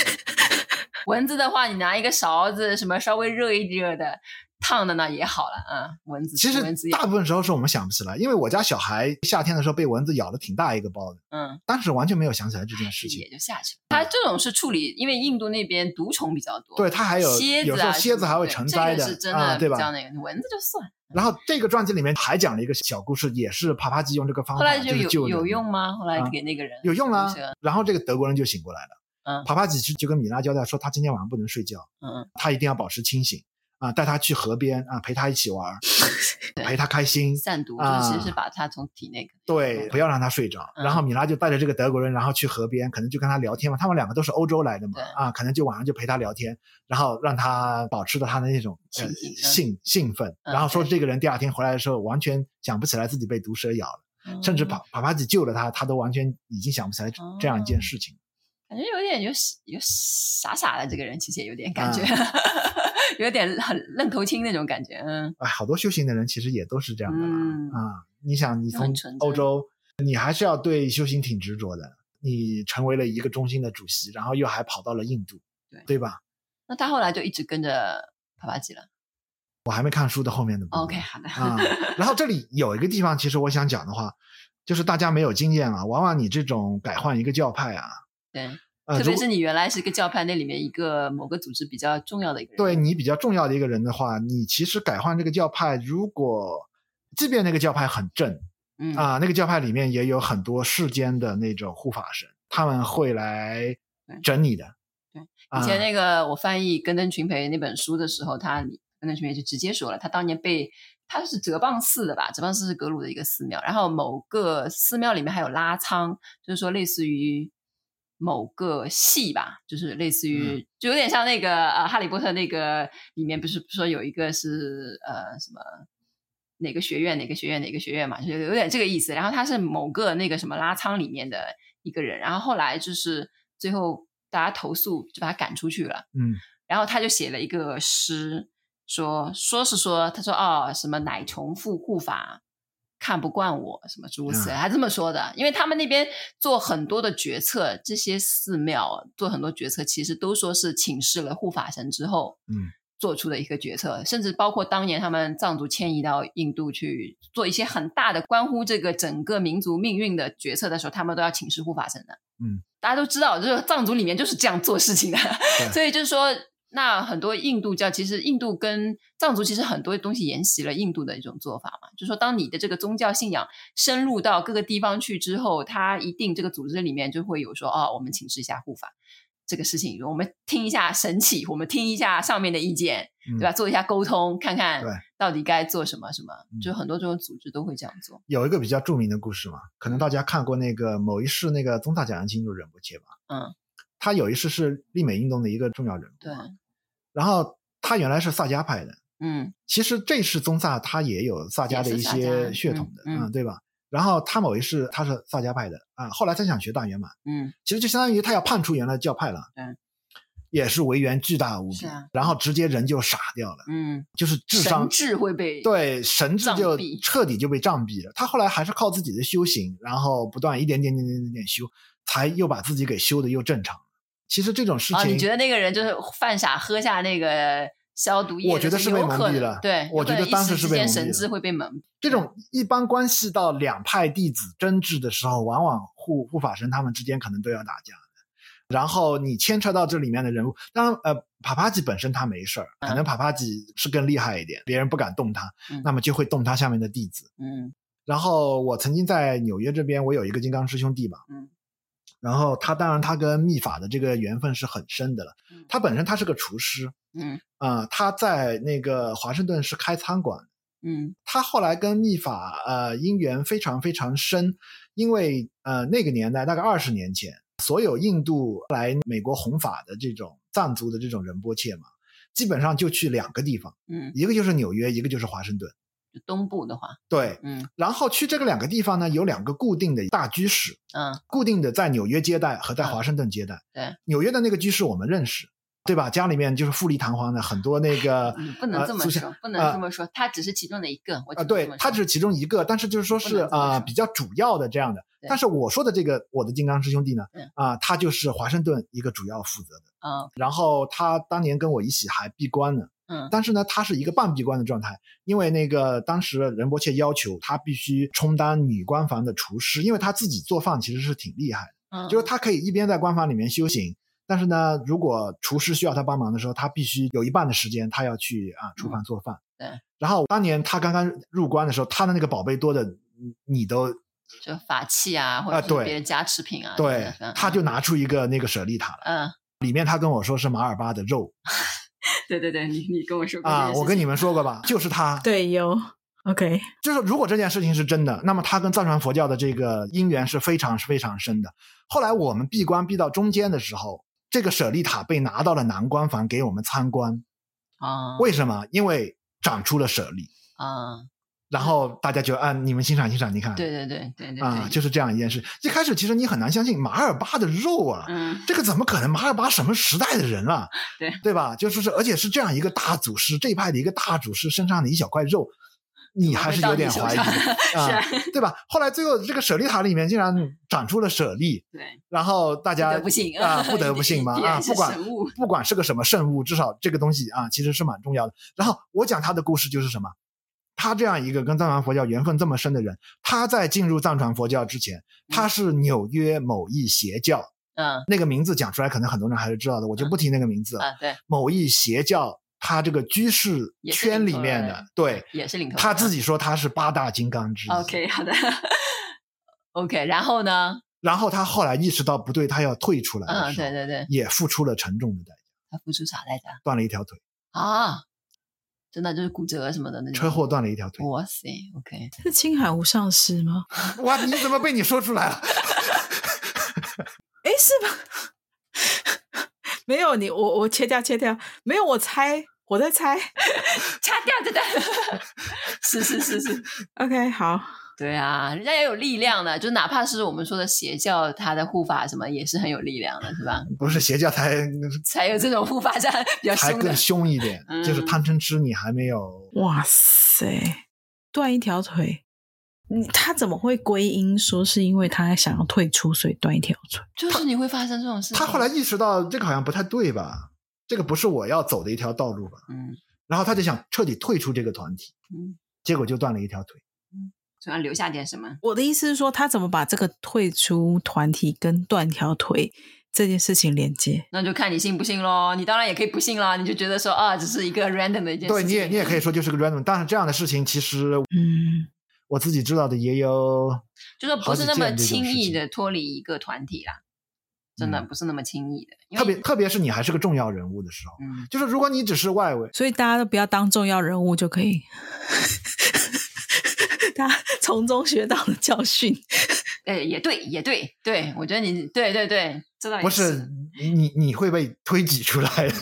[SPEAKER 3] 蚊子的话，你拿一个勺子，什么稍微热一热的烫的呢也好了啊、嗯。蚊子
[SPEAKER 1] 其实
[SPEAKER 3] 蚊子咬
[SPEAKER 1] 大，部分时候是我们想不起来，因为我家小孩夏天的时候被蚊子咬了挺大一个包的，
[SPEAKER 3] 嗯，
[SPEAKER 1] 当时完全没有想起来这件事情
[SPEAKER 3] 也。就下去了。它这种是处理，因为印度那边毒虫比较多，
[SPEAKER 1] 对，它还有
[SPEAKER 3] 蝎子啊
[SPEAKER 1] 有
[SPEAKER 3] 什么的，
[SPEAKER 1] 时候蝎子还会成灾
[SPEAKER 3] 这
[SPEAKER 1] 的
[SPEAKER 3] 个是真
[SPEAKER 1] 啊，
[SPEAKER 3] 的
[SPEAKER 1] 对
[SPEAKER 3] 比
[SPEAKER 1] 吧？
[SPEAKER 3] 较那个，蚊子就算。
[SPEAKER 1] 然后这个传记里面还讲了一个小故事，也是帕帕吉用这个方
[SPEAKER 3] 后
[SPEAKER 1] 法
[SPEAKER 3] 来
[SPEAKER 1] 啊就
[SPEAKER 3] 就是有
[SPEAKER 1] 救人
[SPEAKER 3] 有
[SPEAKER 1] 的
[SPEAKER 3] 用，吗？后来
[SPEAKER 1] 啊
[SPEAKER 3] 给那个人
[SPEAKER 1] 有用啦
[SPEAKER 3] 毒蛇。
[SPEAKER 1] 然后这个德国人就醒过来了，
[SPEAKER 3] 嗯
[SPEAKER 1] 帕帕吉就就跟米拉交代说，他今天晚上不能睡觉，
[SPEAKER 3] 嗯，，
[SPEAKER 1] 他一定要保持清醒啊，带他去河边啊，陪他一起玩儿
[SPEAKER 3] 对
[SPEAKER 1] 陪他开心。
[SPEAKER 3] 散毒就
[SPEAKER 1] 啊
[SPEAKER 3] 是其实是把它从体内
[SPEAKER 1] 对，不要让他睡着。
[SPEAKER 3] 嗯
[SPEAKER 1] 然后米拉就带着这个德国人，然后去河边，可能就跟他聊天嘛。他们两个都是欧洲来的嘛
[SPEAKER 3] 对，
[SPEAKER 1] 啊，可能就晚上就陪他聊天，然后让他保持着他的那种呃
[SPEAKER 3] 清醒嗯
[SPEAKER 1] 兴兴奋。
[SPEAKER 3] 嗯
[SPEAKER 1] 然后说
[SPEAKER 3] 对
[SPEAKER 1] 这个人第二天回来的时候，完全想不起来自己被毒蛇咬了。甚至
[SPEAKER 3] 跑，
[SPEAKER 1] 帕帕帕吉救了他，他都完全已经想不起来
[SPEAKER 3] 哦
[SPEAKER 1] 这样一件事情。
[SPEAKER 3] 感觉有点有有傻傻的这个人，其实也有点感觉，
[SPEAKER 1] 啊
[SPEAKER 3] 有点很愣头青那种感觉。嗯，
[SPEAKER 1] 哎，好多修行的人其实也都是这样的啦。
[SPEAKER 3] 嗯
[SPEAKER 1] 啊，你想，你
[SPEAKER 3] 就
[SPEAKER 1] 从
[SPEAKER 3] 很纯真
[SPEAKER 1] 欧洲你还是要对修行挺执着的。你成为了一个中心的主席，然后又还跑到了印度，
[SPEAKER 3] 对
[SPEAKER 1] 对吧？
[SPEAKER 3] 那他后来就一直跟着帕帕吉了。
[SPEAKER 1] 我还没看书的后面的部分。
[SPEAKER 3] OK，好的，
[SPEAKER 1] 啊、然后这里有一个地方，其实我想讲的话，就是大家没有经验啊，往往你这种改换一个教派啊，
[SPEAKER 3] 对，
[SPEAKER 1] 呃，
[SPEAKER 3] 特别
[SPEAKER 1] 如
[SPEAKER 3] 是你原来是一个教派那里面一个某个组织比较重要的一个人，
[SPEAKER 1] 对你比较重要的一个人的话，你其实改换这个教派，如果即便那个教派很正
[SPEAKER 3] 嗯
[SPEAKER 1] 啊、那个教派里面也有很多世间的那种护法神，他们会来整你的。
[SPEAKER 3] 对
[SPEAKER 1] 啊，
[SPEAKER 3] 以前那个我翻译根登群培那本书的时候，他里根登群培就直接说了，他当年被他是哲蚌寺的吧，哲蚌寺是格鲁的一个寺庙，然后某个寺庙里面还有拉仓，就是说类似于某个系吧，就是类似于、就有点像那个呃《哈利波特》那个里面不是说有一个是呃什么。哪个学院，哪个学院，哪个学院嘛，就有点这个意思。然后他是某个那个什么拉仓里面的一个人，然后后来就是最后大家投诉，就把他赶出去了。
[SPEAKER 1] 嗯，
[SPEAKER 3] 然后他就写了一个诗，说说是说，他说哦，什么奶虫复护法看不惯我，什么诸如
[SPEAKER 1] 啊
[SPEAKER 3] 此类，他这么说的。因为他们那边做很多的决策，这些寺庙做很多决策，其实都说是请示了护法神之后，
[SPEAKER 1] 嗯，
[SPEAKER 3] 做出的一个决策，甚至包括当年他们藏族迁移到印度去做一些很大的关乎这个整个民族命运的决策的时候，他们都要请示护法神的。
[SPEAKER 1] 嗯，
[SPEAKER 3] 大家都知道，就是藏族里面就是这样做事情的。
[SPEAKER 1] 对
[SPEAKER 3] 所以就是说，那很多印度教其实印度跟藏族其实很多东西沿袭了印度的一种做法嘛，就是说当你的这个宗教信仰深入到各个地方去之后，它一定这个组织里面就会有说哦，我们请示一下护法这个事情，我们听一下神启，我们听一下上面的意见，
[SPEAKER 1] 嗯
[SPEAKER 3] 对吧？做一下沟通，看看
[SPEAKER 1] 对
[SPEAKER 3] 到底该做什么什么，就
[SPEAKER 1] 嗯
[SPEAKER 3] 很多这种组织都会这样做。
[SPEAKER 1] 有一个比较著名的故事嘛，可能大家看过那个某一世那个宗塔假仁钦就仁波切吧，
[SPEAKER 3] 嗯，
[SPEAKER 1] 他有一世是立美运动的一个重要人物，
[SPEAKER 3] 对，
[SPEAKER 1] 然后他原来是萨迦派的，
[SPEAKER 3] 嗯，
[SPEAKER 1] 其实这世宗萨他也有萨迦的一
[SPEAKER 3] 也是萨
[SPEAKER 1] 些
[SPEAKER 3] 迦
[SPEAKER 1] 血统的，
[SPEAKER 3] 嗯嗯
[SPEAKER 1] 对吧？然后他某一世他是萨迦派的啊，后来他想学大圆满，
[SPEAKER 3] 嗯，
[SPEAKER 1] 其实就相当于他要叛出原来的教派了，
[SPEAKER 3] 嗯，
[SPEAKER 1] 也是违缘巨大无比，
[SPEAKER 3] 是啊
[SPEAKER 1] 然后直接人就傻掉了，
[SPEAKER 3] 嗯，
[SPEAKER 1] 就是智
[SPEAKER 3] 神
[SPEAKER 1] 商
[SPEAKER 3] 智会被
[SPEAKER 1] 对神智
[SPEAKER 3] 障
[SPEAKER 1] 就
[SPEAKER 3] 蔽
[SPEAKER 1] 彻底就被障蔽了。他后来还是靠自己的修行，然后不断一点点点点点点修，才又把自己给修的又正常了。其实这种事情，
[SPEAKER 3] 啊，你觉得那个人就是犯傻喝下那个消毒液的？
[SPEAKER 1] 我觉得是被
[SPEAKER 3] 有
[SPEAKER 1] 蒙
[SPEAKER 3] 可
[SPEAKER 1] 蔽
[SPEAKER 3] 能
[SPEAKER 1] 了
[SPEAKER 3] 对，
[SPEAKER 1] 我
[SPEAKER 3] 有
[SPEAKER 1] 觉
[SPEAKER 3] 可
[SPEAKER 1] 得
[SPEAKER 3] 能一
[SPEAKER 1] 当
[SPEAKER 3] 时
[SPEAKER 1] 时是
[SPEAKER 3] 之
[SPEAKER 1] 被
[SPEAKER 3] 间
[SPEAKER 1] 蒙蔽
[SPEAKER 3] 神
[SPEAKER 1] 了
[SPEAKER 3] 智会被蒙蔽。
[SPEAKER 1] 这种一般关系到两派弟子争执的时候，往往护护法神他们之间可能都要打架的。然后你牵扯到这里面的人物，当然呃，帕帕吉本身他没事儿，可能帕帕吉是更厉害一点，别人不敢动他
[SPEAKER 3] 嗯，
[SPEAKER 1] 那么就会动他下面的弟子。
[SPEAKER 3] 嗯
[SPEAKER 1] 然后我曾经在纽约这边，我有一个金刚师兄弟吧，
[SPEAKER 3] 嗯
[SPEAKER 1] 然后他当然他跟密法的这个缘分是很深的了
[SPEAKER 3] 嗯。
[SPEAKER 1] 他本身他是个厨师
[SPEAKER 3] 嗯
[SPEAKER 1] 啊、他在那个华盛顿是开餐馆的
[SPEAKER 3] 嗯
[SPEAKER 1] 他后来跟密法呃因缘非常非常深，因为呃那个年代大概二十年前，所有印度来美国弘法的这种藏族的这种仁波切嘛，基本上就去两个地方，
[SPEAKER 3] 嗯，
[SPEAKER 1] 一个就是纽约，一个就是华盛顿。
[SPEAKER 3] 就东部的话，
[SPEAKER 1] 对，
[SPEAKER 3] 嗯
[SPEAKER 1] 然后去这个两个地方呢，有两个固定的大居士，
[SPEAKER 3] 嗯
[SPEAKER 1] 固定的在纽约接待和在华盛顿接待。
[SPEAKER 3] 对，
[SPEAKER 1] 纽约的那个居士我们认识，对吧？家里面就是富丽堂皇的，很多那个
[SPEAKER 3] 你不能
[SPEAKER 1] 呃
[SPEAKER 3] 这么
[SPEAKER 1] 苏珊
[SPEAKER 3] 说，不能
[SPEAKER 1] 呃
[SPEAKER 3] 这么说，他只是其中的一个。我
[SPEAKER 1] 啊，
[SPEAKER 3] 只能
[SPEAKER 1] 对
[SPEAKER 3] 这么，
[SPEAKER 1] 它只
[SPEAKER 3] 说
[SPEAKER 1] 是其中一个，但是就是说
[SPEAKER 3] 不
[SPEAKER 1] 是
[SPEAKER 3] 能这么
[SPEAKER 1] 啊、
[SPEAKER 3] 说
[SPEAKER 1] 比较主要的这样的
[SPEAKER 3] 对。
[SPEAKER 1] 但是我说的这个我的金刚师兄弟呢
[SPEAKER 3] 嗯，
[SPEAKER 1] 啊、他就是华盛顿一个主要负责的。
[SPEAKER 3] 嗯
[SPEAKER 1] 然后他当年跟我一起还闭关呢，
[SPEAKER 3] 嗯
[SPEAKER 1] 但是呢，他是一个半闭关的状态，因为那个当时仁波切要求他必须充当女官房的厨师，因为他自己做饭其实是挺厉害的，
[SPEAKER 3] 嗯，
[SPEAKER 1] 就是他可以一边在官房里面修行。但是呢，如果厨师需要他帮忙的时候，他必须有一半的时间他要去啊厨房做饭。
[SPEAKER 3] 嗯对。
[SPEAKER 1] 然后当年他刚刚入关的时候，他的那个宝贝多的，你你都
[SPEAKER 3] 就法器啊，或者
[SPEAKER 1] 啊
[SPEAKER 3] 是
[SPEAKER 1] 对
[SPEAKER 3] 别人加持品啊，
[SPEAKER 1] 对
[SPEAKER 3] 等等，
[SPEAKER 1] 他就拿出一个那个舍利塔来，
[SPEAKER 3] 嗯，
[SPEAKER 1] 里面他跟我说是马尔巴的肉
[SPEAKER 3] 对对对，你你跟我说过这
[SPEAKER 1] 啊，
[SPEAKER 3] 件事
[SPEAKER 1] 我跟
[SPEAKER 3] 情
[SPEAKER 1] 你们说过 吧，就是他，
[SPEAKER 2] 对，有 OK，
[SPEAKER 1] 就是如果这件事情是真的，那么他跟藏传佛教的这个因缘是非常是非常深的。后来我们闭关闭到中间的时候，这个舍利塔被拿到了南关房给我们参观，
[SPEAKER 3] 啊
[SPEAKER 1] 为什么？因为长出了舍利，
[SPEAKER 3] 啊，
[SPEAKER 1] 然后大家就按、你们欣赏欣赏，你看，
[SPEAKER 3] 对对对对对
[SPEAKER 1] 啊，
[SPEAKER 3] 对，
[SPEAKER 1] 就是这样一件事。一开始其实你很难相信马尔巴的肉啊，
[SPEAKER 3] 嗯
[SPEAKER 1] 这个怎么可能？马尔巴什么时代的人啊？
[SPEAKER 3] 对
[SPEAKER 1] 对吧？就是是，而且是这样一个大祖师，这一派的一个大祖师身上的一小块肉，你还是有点怀疑
[SPEAKER 3] 怎么会到你手上
[SPEAKER 1] 啊
[SPEAKER 3] 是啊，
[SPEAKER 1] 对吧？后来最后这个舍利塔里面竟然长出了舍利，
[SPEAKER 3] 对，
[SPEAKER 1] 然后大
[SPEAKER 3] 嗯不
[SPEAKER 1] 家
[SPEAKER 3] 得不信
[SPEAKER 1] 啊，不得不信嘛
[SPEAKER 3] 必
[SPEAKER 1] 啊，
[SPEAKER 3] 然是
[SPEAKER 1] 不管
[SPEAKER 3] 神物
[SPEAKER 1] 不管是个什么圣物，至少这个东西啊，其实是蛮重要的。然后我讲他的故事就是什么，他这样一个跟藏传佛教缘分这么深的人，他在进入藏传佛教之前，他是纽约某一邪教，
[SPEAKER 3] 嗯
[SPEAKER 1] 那个名字讲出来可能很多人还是知道的，我就不提那个名字了。
[SPEAKER 3] 啊，对，
[SPEAKER 1] 某一邪教，他这个居士
[SPEAKER 3] 也是
[SPEAKER 1] 圈
[SPEAKER 3] 领
[SPEAKER 1] 里
[SPEAKER 3] 头
[SPEAKER 1] 面
[SPEAKER 3] 人
[SPEAKER 1] 的，对
[SPEAKER 3] 也是领头人，啊
[SPEAKER 1] 他自己说他是八大金刚之一。
[SPEAKER 3] OK 好的，OK，然后呢？
[SPEAKER 1] 然后他后来意识到不对，他要退出来的
[SPEAKER 3] 嗯，
[SPEAKER 1] 时候，
[SPEAKER 3] 对对对，
[SPEAKER 1] 也付出了沉重的代价，
[SPEAKER 3] 他付出啥代价
[SPEAKER 1] 断了一条腿，
[SPEAKER 3] 啊？真的就是骨折什么的那种
[SPEAKER 1] 车祸。断了一条腿。
[SPEAKER 3] 哇塞，OK，
[SPEAKER 2] 是青海无上师吗？
[SPEAKER 1] 哇，你怎么被你说出来了？
[SPEAKER 2] 诶，是吧？ 没有你，我我切掉切掉，没有我猜，我在猜。
[SPEAKER 3] 掐掉这段， 是是是是，
[SPEAKER 2] OK，好，
[SPEAKER 3] 对啊，人家也有力量的，就哪怕是我们说的邪教，他的护法什么也是很有力量的，是 吧？
[SPEAKER 1] 不是邪教 才
[SPEAKER 3] 才有这种护法战 比较
[SPEAKER 1] 才
[SPEAKER 3] 凶的
[SPEAKER 1] 更，凶一点，
[SPEAKER 3] 嗯
[SPEAKER 1] 就是贪嗔痴你还没有。
[SPEAKER 2] 哇塞，断一条腿，你他怎么会归因说是因为他想要退出，所以断一条腿？
[SPEAKER 3] 就是你会发生这种事情。
[SPEAKER 1] 他后来，意识到这个好像不太对吧？这个不是我要走的一条道路吧？
[SPEAKER 3] 嗯，
[SPEAKER 1] 然后他就想彻底退出这个团体，
[SPEAKER 3] 嗯
[SPEAKER 1] 结果就断了一条腿。
[SPEAKER 3] 总要留下点什么。
[SPEAKER 2] 我的意思是说，他怎么把这个退出团体跟断条腿这件事情连接？
[SPEAKER 3] 那就看你信不信喽。你当然也可以不信啦，你就觉得说啊，只是一个 random 的一件事情。
[SPEAKER 1] 对，你也你也可以说就是个 random，但是这样的事情其实
[SPEAKER 2] 嗯，
[SPEAKER 1] 我自己知道的也有，
[SPEAKER 3] 就说不是那
[SPEAKER 1] 好
[SPEAKER 3] 么
[SPEAKER 1] 几件这种
[SPEAKER 3] 轻
[SPEAKER 1] 事
[SPEAKER 3] 易
[SPEAKER 1] 情
[SPEAKER 3] 的脱离一个团体啦，真的
[SPEAKER 1] 嗯
[SPEAKER 3] 不是那么轻易的。因
[SPEAKER 1] 特
[SPEAKER 3] 为
[SPEAKER 1] 别特别是你还是个重要人物的时候，
[SPEAKER 3] 嗯，
[SPEAKER 1] 就是如果你只是外围，
[SPEAKER 2] 所以大家都不要当重要人物就可以， 大家从中学到了教训。
[SPEAKER 3] 哎，也对，也对，对，我觉得你对对对，这倒也
[SPEAKER 1] 不是你你会被推挤出来的。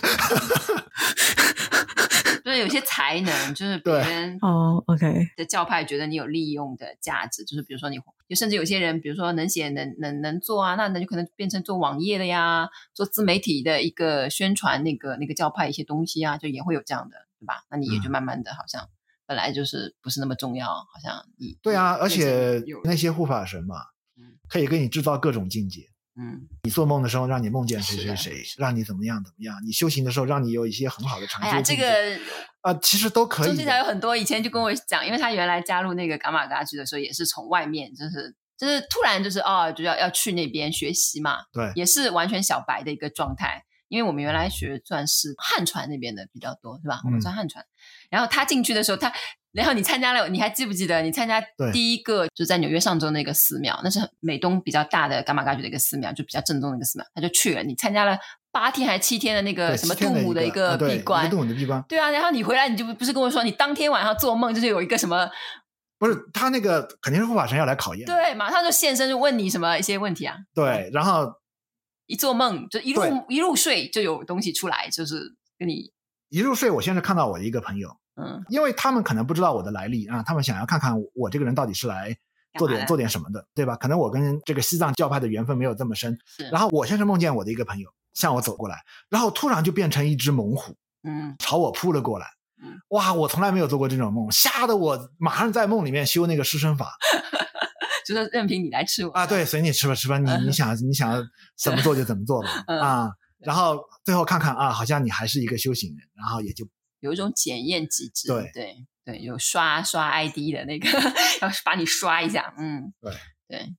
[SPEAKER 3] 就是有些才 能，就是别
[SPEAKER 1] 对
[SPEAKER 3] 人
[SPEAKER 2] 哦，OK、o k
[SPEAKER 3] 的教派觉得你有利用的价值，就是比如说你，就甚至有些人，比如说能写能能能做啊，那那就可能变成做网页的呀，做自媒体的一个宣传那个那个教派一些东西啊，就也会有这样的，对吧？那你
[SPEAKER 1] 嗯
[SPEAKER 3] 也就慢慢的好像。本来就是不是那么重要，好像你
[SPEAKER 1] 对 啊，
[SPEAKER 3] 你
[SPEAKER 1] 而且
[SPEAKER 3] 有
[SPEAKER 1] 那些护法神嘛
[SPEAKER 3] 嗯，
[SPEAKER 1] 可以给你制造各种境界。
[SPEAKER 3] 嗯，
[SPEAKER 1] 你做梦的时候让你梦见谁
[SPEAKER 3] 是的
[SPEAKER 1] 谁谁，让你怎么样怎么样；你修行的时候让你有一些很好的成
[SPEAKER 3] 哎
[SPEAKER 1] 就。
[SPEAKER 3] 呀，这个
[SPEAKER 1] 啊，其实都可
[SPEAKER 3] 中
[SPEAKER 1] 以
[SPEAKER 3] 间才有
[SPEAKER 1] 的。
[SPEAKER 3] 很多以前就跟我讲，因为他原来加入那个伽马嘎剧的时候，也是从外面，就是就是突然就是哦，就要要去那边学习嘛，
[SPEAKER 1] 对，
[SPEAKER 3] 也是完全小白的一个状态。因为我们原来学算是汉传那边的比较多，是吧？我
[SPEAKER 1] 嗯
[SPEAKER 3] 们算汉传。然后他进去的时候，他然后你参加了，你还记不记得你参加
[SPEAKER 1] 对
[SPEAKER 3] 第一个就在纽约上州那个寺庙，那是很美东比较大的伽马嘎举的一个寺庙，就比较正宗的一个寺庙，他就去了。你参加了八天还是七天的那个
[SPEAKER 1] 对
[SPEAKER 3] 什么
[SPEAKER 1] 七天
[SPEAKER 3] 杜
[SPEAKER 1] 的
[SPEAKER 3] 姆的
[SPEAKER 1] 一
[SPEAKER 3] 一个
[SPEAKER 1] 啊对
[SPEAKER 3] 闭
[SPEAKER 1] 一个
[SPEAKER 3] 关，
[SPEAKER 1] 杜姆的闭关，
[SPEAKER 3] 对啊，然后你回来，你就不不是跟我说，你当天晚上做梦就是有一个什么，
[SPEAKER 1] 不是他那个肯定是护法神要来考验。
[SPEAKER 3] 对，马上就现身就问你什么一些问题啊？
[SPEAKER 1] 对，然后
[SPEAKER 3] 一做梦就一
[SPEAKER 1] 对
[SPEAKER 3] 入一入睡就有东西出来，就是跟你
[SPEAKER 1] 一入睡，我先是看到我的一个朋友，
[SPEAKER 3] 嗯
[SPEAKER 1] 因为他们可能不知道我的来历啊，他们想要看看我这个人到底是来做
[SPEAKER 3] 干嘛的
[SPEAKER 1] 点做点什么的，对吧？可能我跟这个西藏教派的缘分没有这么深
[SPEAKER 3] 是。
[SPEAKER 1] 然后我先是梦见我的一个朋友向我走过来，然后突然就变成一只猛虎
[SPEAKER 3] 嗯
[SPEAKER 1] 朝我扑了过来
[SPEAKER 3] 嗯。
[SPEAKER 1] 哇！我从来没有做过这种梦，吓得我马上在梦里面修那个湿身法
[SPEAKER 3] 就是任凭你来吃我
[SPEAKER 1] 啊！对，随你吃吧吃吧，你你想你想怎么做就怎么做吧
[SPEAKER 3] 嗯
[SPEAKER 1] 啊！然后最后看看啊，好像你还是一个修行人，然后也就
[SPEAKER 3] 有一种检验机制，
[SPEAKER 1] 对
[SPEAKER 3] 对对有刷刷 ID 的那个， 要把你刷一下，嗯，
[SPEAKER 1] 对
[SPEAKER 3] 对，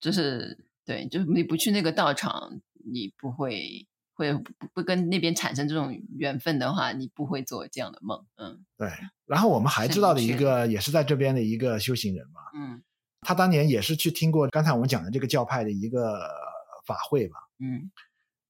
[SPEAKER 3] 就是对，就是你不去那个道场，你不会会不不跟那边产生这种缘分的话，你不会做这样的梦，嗯
[SPEAKER 1] 对。然后我们还知道的一
[SPEAKER 3] 是的
[SPEAKER 1] 个也是在这边的一个修行人嘛，
[SPEAKER 3] 嗯
[SPEAKER 1] 他当年也是去听过刚才我们讲的这个教派的一个法会吧，
[SPEAKER 3] 嗯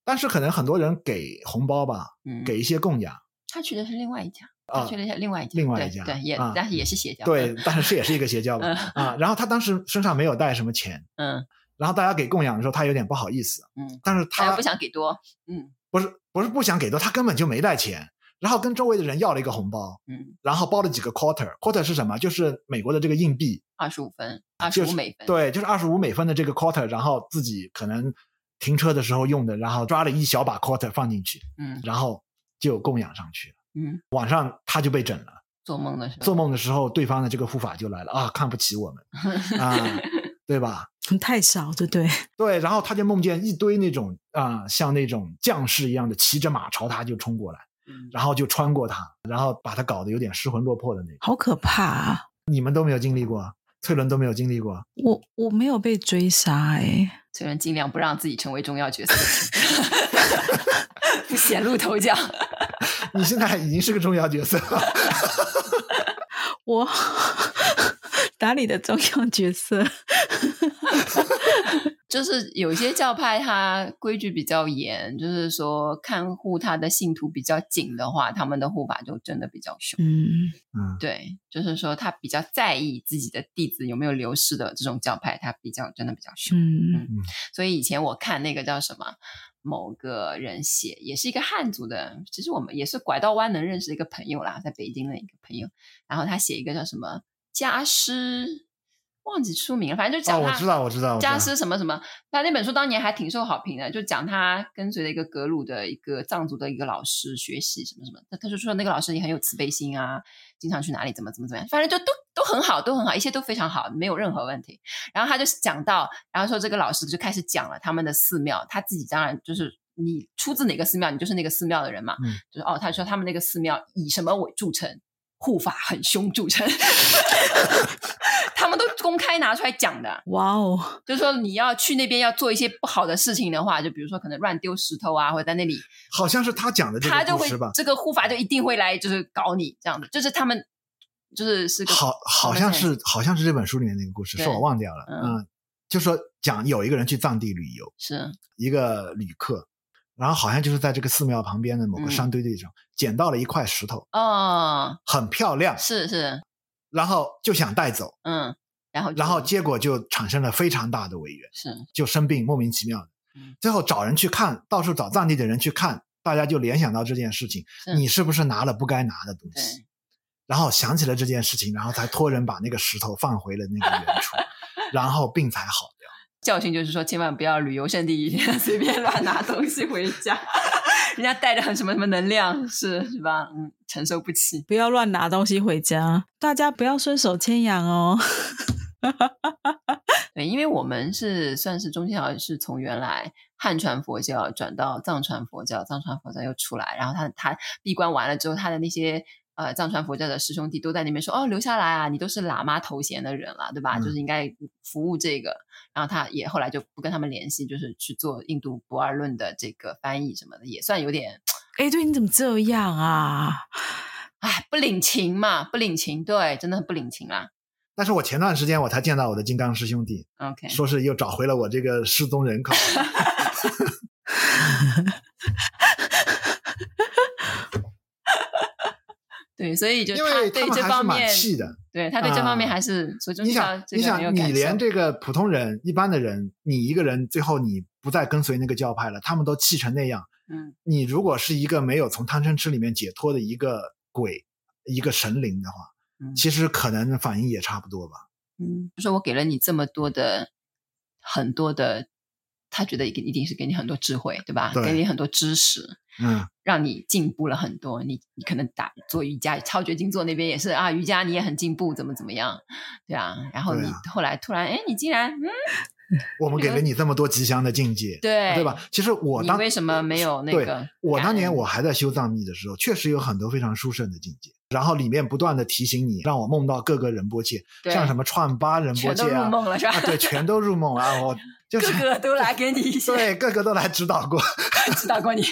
[SPEAKER 1] 但是可能很多人给红包吧，
[SPEAKER 3] 嗯，
[SPEAKER 1] 给一些供养，
[SPEAKER 3] 他去的是另外一家，
[SPEAKER 1] 啊
[SPEAKER 3] 他去了一下另外一家，
[SPEAKER 1] 另外
[SPEAKER 3] 对
[SPEAKER 1] 一家
[SPEAKER 3] 对，也、
[SPEAKER 1] 啊
[SPEAKER 3] 但是也是邪教，
[SPEAKER 1] 对，但是也是一个邪教吧
[SPEAKER 3] 嗯，
[SPEAKER 1] 啊，然后他当时身上没有带什么钱，
[SPEAKER 3] 嗯
[SPEAKER 1] 然后大家给供养的时候，他有点不好意思，
[SPEAKER 3] 嗯，
[SPEAKER 1] 但是
[SPEAKER 3] 他又
[SPEAKER 1] 他
[SPEAKER 3] 不想给多，嗯
[SPEAKER 1] 不是不是不想给多，他根本就没带钱，然后跟周围的人要了一个红包，
[SPEAKER 3] 嗯，
[SPEAKER 1] 然后包了几个 quarter，quarter 是什么？就是美国的这个硬币，
[SPEAKER 3] 二十五分，二十
[SPEAKER 1] 就
[SPEAKER 3] 五
[SPEAKER 1] 是
[SPEAKER 3] 美分，
[SPEAKER 1] 对，就是二十五美分的这个 quarter，然后自己可能停车的时候用的，然后抓了一小把 quarter 放进去，
[SPEAKER 3] 嗯
[SPEAKER 1] 然后就供养上去了。
[SPEAKER 3] 嗯。
[SPEAKER 1] 晚上他就被整了，
[SPEAKER 3] 做梦的时候，
[SPEAKER 1] 做梦的时候，对方的这个护法就来了啊，看不起我们 啊，对吧？
[SPEAKER 2] 嗯太少，对不对？
[SPEAKER 1] 对，然后他就梦见一堆那种啊、像那种将士一样的骑着马朝他就冲过来，
[SPEAKER 3] 嗯
[SPEAKER 1] 然后就穿过他，然后把他搞得有点失魂落魄的那种。
[SPEAKER 2] 好可怕啊！
[SPEAKER 1] 你们都没有经历过，翠伦都没有经历过，
[SPEAKER 2] 我我没有被追杀哎、
[SPEAKER 3] 虽然尽量不让自己成为重要角色， 不显露头角。
[SPEAKER 1] 你现在已经是个重要角色了。
[SPEAKER 2] 我 打理的重要角色，
[SPEAKER 3] 就是有些教派它规矩比较严，就是说看护他的信徒比较紧的话，他们的护法就真的比较凶。
[SPEAKER 2] 嗯，
[SPEAKER 1] 嗯，
[SPEAKER 3] 对，就是说他比较在意自己的弟子有没有流失的这种教派，他比较真的比较凶。
[SPEAKER 2] 嗯
[SPEAKER 3] 所以以前我看那个叫什么某个人写，也是一个汉族的，其实我们也是拐到弯能认识的一个朋友啦，在北京的一个朋友，然后他写一个叫什么家师，忘记书名了，反正
[SPEAKER 1] 哦，
[SPEAKER 3] 就讲
[SPEAKER 1] 我
[SPEAKER 3] 他、
[SPEAKER 1] 知道，我知道，我知道
[SPEAKER 3] 家师什么什么，他那本书当年还挺受好评的，就讲他跟随了一个格鲁的一个藏族的一个老师学习什么什么，他他就说那个老师也很有慈悲心啊，经常去哪里怎么怎么怎么样，反正就都 都很好，都很好，一切都非常好，没有任何问题。然后他就讲到，然后说这个老师就开始讲了他们的寺庙，他自己当然就是。你出自哪个寺庙，你就是那个寺庙的人嘛。
[SPEAKER 1] 嗯
[SPEAKER 3] 就是哦，他说他们那个寺庙以什么为著称， 护法很凶著称，他们都公开拿出来讲的。
[SPEAKER 2] 哇哦，
[SPEAKER 3] 就是说你要去那边要做一些不好的事情的话，就比如说可能乱丢石头啊，或者在那里，
[SPEAKER 1] 好像是他讲的这
[SPEAKER 3] 他
[SPEAKER 1] 个
[SPEAKER 3] 就
[SPEAKER 1] 故
[SPEAKER 3] 会
[SPEAKER 1] 事吧？
[SPEAKER 3] 这个护法就一定会来，就是搞你这样子，就是他们就是是个
[SPEAKER 1] 好，好像是好像是这本书里面那个故事，
[SPEAKER 3] 对
[SPEAKER 1] 是我忘掉了。
[SPEAKER 3] 嗯
[SPEAKER 1] 嗯，就说讲有一个人去藏地旅游，
[SPEAKER 3] 是
[SPEAKER 1] 一个旅客，然后好像就是在这个寺庙旁边的
[SPEAKER 3] 嗯
[SPEAKER 1] 某个山堆地上、捡到了一块石头，
[SPEAKER 3] 哦，
[SPEAKER 1] 很漂亮，
[SPEAKER 3] 是是
[SPEAKER 1] 然后就想带走，
[SPEAKER 3] 嗯，然后就
[SPEAKER 1] 然后结果就产生了非常大的违约，
[SPEAKER 3] 是
[SPEAKER 1] 就生病，莫名其妙的
[SPEAKER 3] 嗯。
[SPEAKER 1] 最后找人去看，到处找藏地的人去看，大家就联想到这件事情，
[SPEAKER 3] 是
[SPEAKER 1] 你是不是拿了不该拿的东
[SPEAKER 3] 对
[SPEAKER 1] 西？然后想起了这件事情，然后才托人把那个石头放回了那个原 处，然后病才好掉。
[SPEAKER 3] 教训就是说，千万不要旅游胜地 随便乱拿东西 回家，人家带着很什么什么能量，是是吧？嗯，承受不起。
[SPEAKER 2] 不要乱拿东西回家，大家不要顺手牵羊哦。
[SPEAKER 3] 对，因为我们是算是中间好像是从原来汉传佛教转到藏传佛教，藏传佛教又出来，然后他他闭关完了之后，他的那些呃藏传佛教的师兄弟都在那边说哦留下来啊，你都是喇嘛头衔的人了，对吧？
[SPEAKER 1] 嗯
[SPEAKER 3] 就是应该服务这个。然后他也后来就不跟他们联系，就是去做印度博尔论的这个翻译什么的，也算有点
[SPEAKER 2] 哎，对，你怎么这样啊？
[SPEAKER 3] 哎不领情嘛，不领情，对，真的很不领情啦。
[SPEAKER 1] 但是我前段时间我才见到我的金刚师兄弟，
[SPEAKER 3] OK，
[SPEAKER 1] 说是又找回了我这个失踪人口。
[SPEAKER 3] 对，所 以就
[SPEAKER 1] 因为
[SPEAKER 3] 对
[SPEAKER 1] 们
[SPEAKER 3] 这
[SPEAKER 1] 还是
[SPEAKER 3] 方
[SPEAKER 1] 蛮
[SPEAKER 3] 面，
[SPEAKER 1] 气的。
[SPEAKER 3] 对他对这方面
[SPEAKER 1] 啊
[SPEAKER 3] 还是说中
[SPEAKER 1] 你
[SPEAKER 3] 教
[SPEAKER 1] 想，
[SPEAKER 3] 这
[SPEAKER 1] 你
[SPEAKER 3] 个很有
[SPEAKER 1] 想，你
[SPEAKER 3] 感受
[SPEAKER 1] 连。这个普通人、一般的人，你一个人，最后你不再跟随那个教派了，他们都气成那样。
[SPEAKER 3] 嗯，
[SPEAKER 1] 你如果是一个没有从贪嗔痴里面解脱的一个鬼、一个神灵的话，
[SPEAKER 3] 嗯
[SPEAKER 1] 其实可能反应也差不多吧。
[SPEAKER 3] 嗯，就说我给了你这么多的很多的，他觉得一定一定是给你很多智慧，对吧？
[SPEAKER 1] 对
[SPEAKER 3] 给你很多知识，
[SPEAKER 1] 嗯，
[SPEAKER 3] 让你进步了很多。你你可能打做瑜伽，超觉静坐那边也是啊，瑜伽你也很进步，怎么怎么样，对啊。然后
[SPEAKER 1] 对
[SPEAKER 3] 你
[SPEAKER 1] 啊
[SPEAKER 3] 后来突然，哎，你竟然嗯，
[SPEAKER 1] 我们给了你这么多吉祥的境界，
[SPEAKER 3] 对
[SPEAKER 1] 对吧？？其实我
[SPEAKER 3] 你
[SPEAKER 1] 当
[SPEAKER 3] 为什么没有那
[SPEAKER 1] 对
[SPEAKER 3] 个
[SPEAKER 1] 我
[SPEAKER 3] 感
[SPEAKER 1] 当年
[SPEAKER 3] 恩
[SPEAKER 1] 我还在修藏密的时候，确实有很多非常殊胜的境界，然后里面不断的提醒你，让我梦到各个仁波切，
[SPEAKER 3] 对
[SPEAKER 1] 像什么串巴仁波
[SPEAKER 3] 全
[SPEAKER 1] 切
[SPEAKER 3] 都入
[SPEAKER 1] 啊，
[SPEAKER 3] 梦了是吧？
[SPEAKER 1] 啊，对，全都入梦啊，我就是
[SPEAKER 3] 个个都来给你一些
[SPEAKER 1] 对各个都来指导过，
[SPEAKER 3] 指导过你。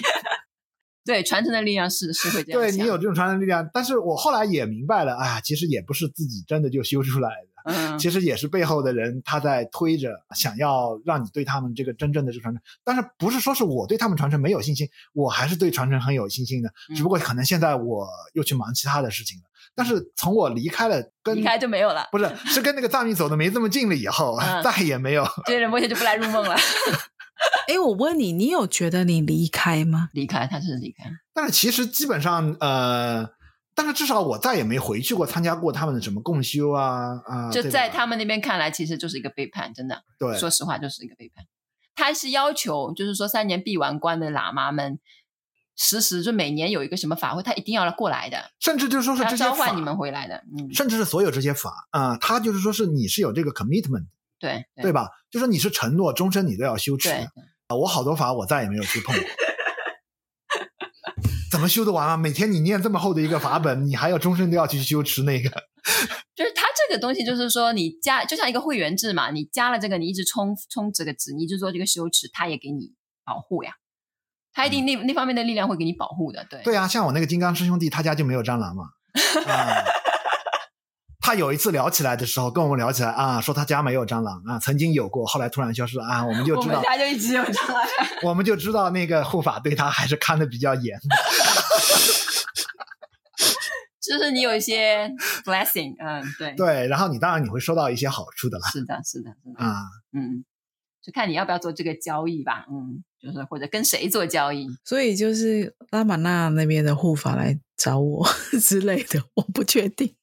[SPEAKER 3] 对，传承的力量是是会这样
[SPEAKER 1] 对你
[SPEAKER 3] 想
[SPEAKER 1] 有这种传承力量。但是我后来也明白了，哎呀，其实也不是自己真的就修出来的，
[SPEAKER 3] 嗯
[SPEAKER 1] 其实也是背后的人他在推着，想要让你对他们这个真正的这传承。但是不是说是我对他们传承没有信心，我还是对传承很有信心的，
[SPEAKER 3] 嗯
[SPEAKER 1] 只不过可能现在我又去忙其他的事情了。但是从我离开了跟
[SPEAKER 3] 嗯离开就没有了，
[SPEAKER 1] 不是是跟那个藏民走的没这么近了以后，
[SPEAKER 3] 嗯
[SPEAKER 1] 再也没有
[SPEAKER 3] 这人摩羯就不来入 梦了。
[SPEAKER 2] 哎，我问你，你有觉得你离开吗？
[SPEAKER 3] 离开，他是离开。
[SPEAKER 1] 但是其实基本上，呃，但是至少我再也没回去过参加过他们的什么共修啊啊，
[SPEAKER 3] 就
[SPEAKER 1] 对吧
[SPEAKER 3] 在他们那边看来，其实就是一个背叛，真的，
[SPEAKER 1] 对
[SPEAKER 3] 说实话就是一个背叛。他是要求，就是说三年闭完关的喇嘛们时时就每年有一个什么法会，他一定要来过来的，
[SPEAKER 1] 甚至就是说是
[SPEAKER 3] 他
[SPEAKER 1] 这些
[SPEAKER 3] 召
[SPEAKER 1] 法
[SPEAKER 3] 唤你们回来的。嗯，
[SPEAKER 1] 甚至是所有这些法啊、呃它就是说是你是有这个 commitment，
[SPEAKER 3] 对
[SPEAKER 1] 对吧？就说你是承诺终身你都要修持。
[SPEAKER 3] 对，
[SPEAKER 1] 啊我好多法我再也没有去碰过， 怎么修得完啊？每天你念这么厚的一个法本，你还要终身都要去修持那个？
[SPEAKER 3] 就是它这个东西，就是说你加就像一个会员制嘛，你加了这个，你一直充充这个值，你一直做这个羞耻，它也给你保护呀，它一定那、那方面的力量会给你保护的，对，
[SPEAKER 1] 嗯 对啊，像我那个金刚师兄弟，他家就没有蟑螂嘛。 啊，他有一次聊起来的时候，跟我们聊起来啊，说他家没有蟑螂啊，曾经有过，后来突然消失了啊，我们就
[SPEAKER 3] 我
[SPEAKER 1] 知
[SPEAKER 3] 们
[SPEAKER 1] 道，
[SPEAKER 3] 家就一直有障碍。
[SPEAKER 1] 我们就知道那个护法对他还是看的比较 严的。
[SPEAKER 3] 就是你有 一些 blessing，嗯，对，
[SPEAKER 1] 对，然后你当然你会收到一些好处的啦。
[SPEAKER 3] 是的，是的，是的，
[SPEAKER 1] 啊，
[SPEAKER 3] 嗯，就看你要不要做这个交易吧，嗯，就是或者跟谁做交易，
[SPEAKER 2] 所以就是拉玛那那边的护法来找我 之类的，我不确定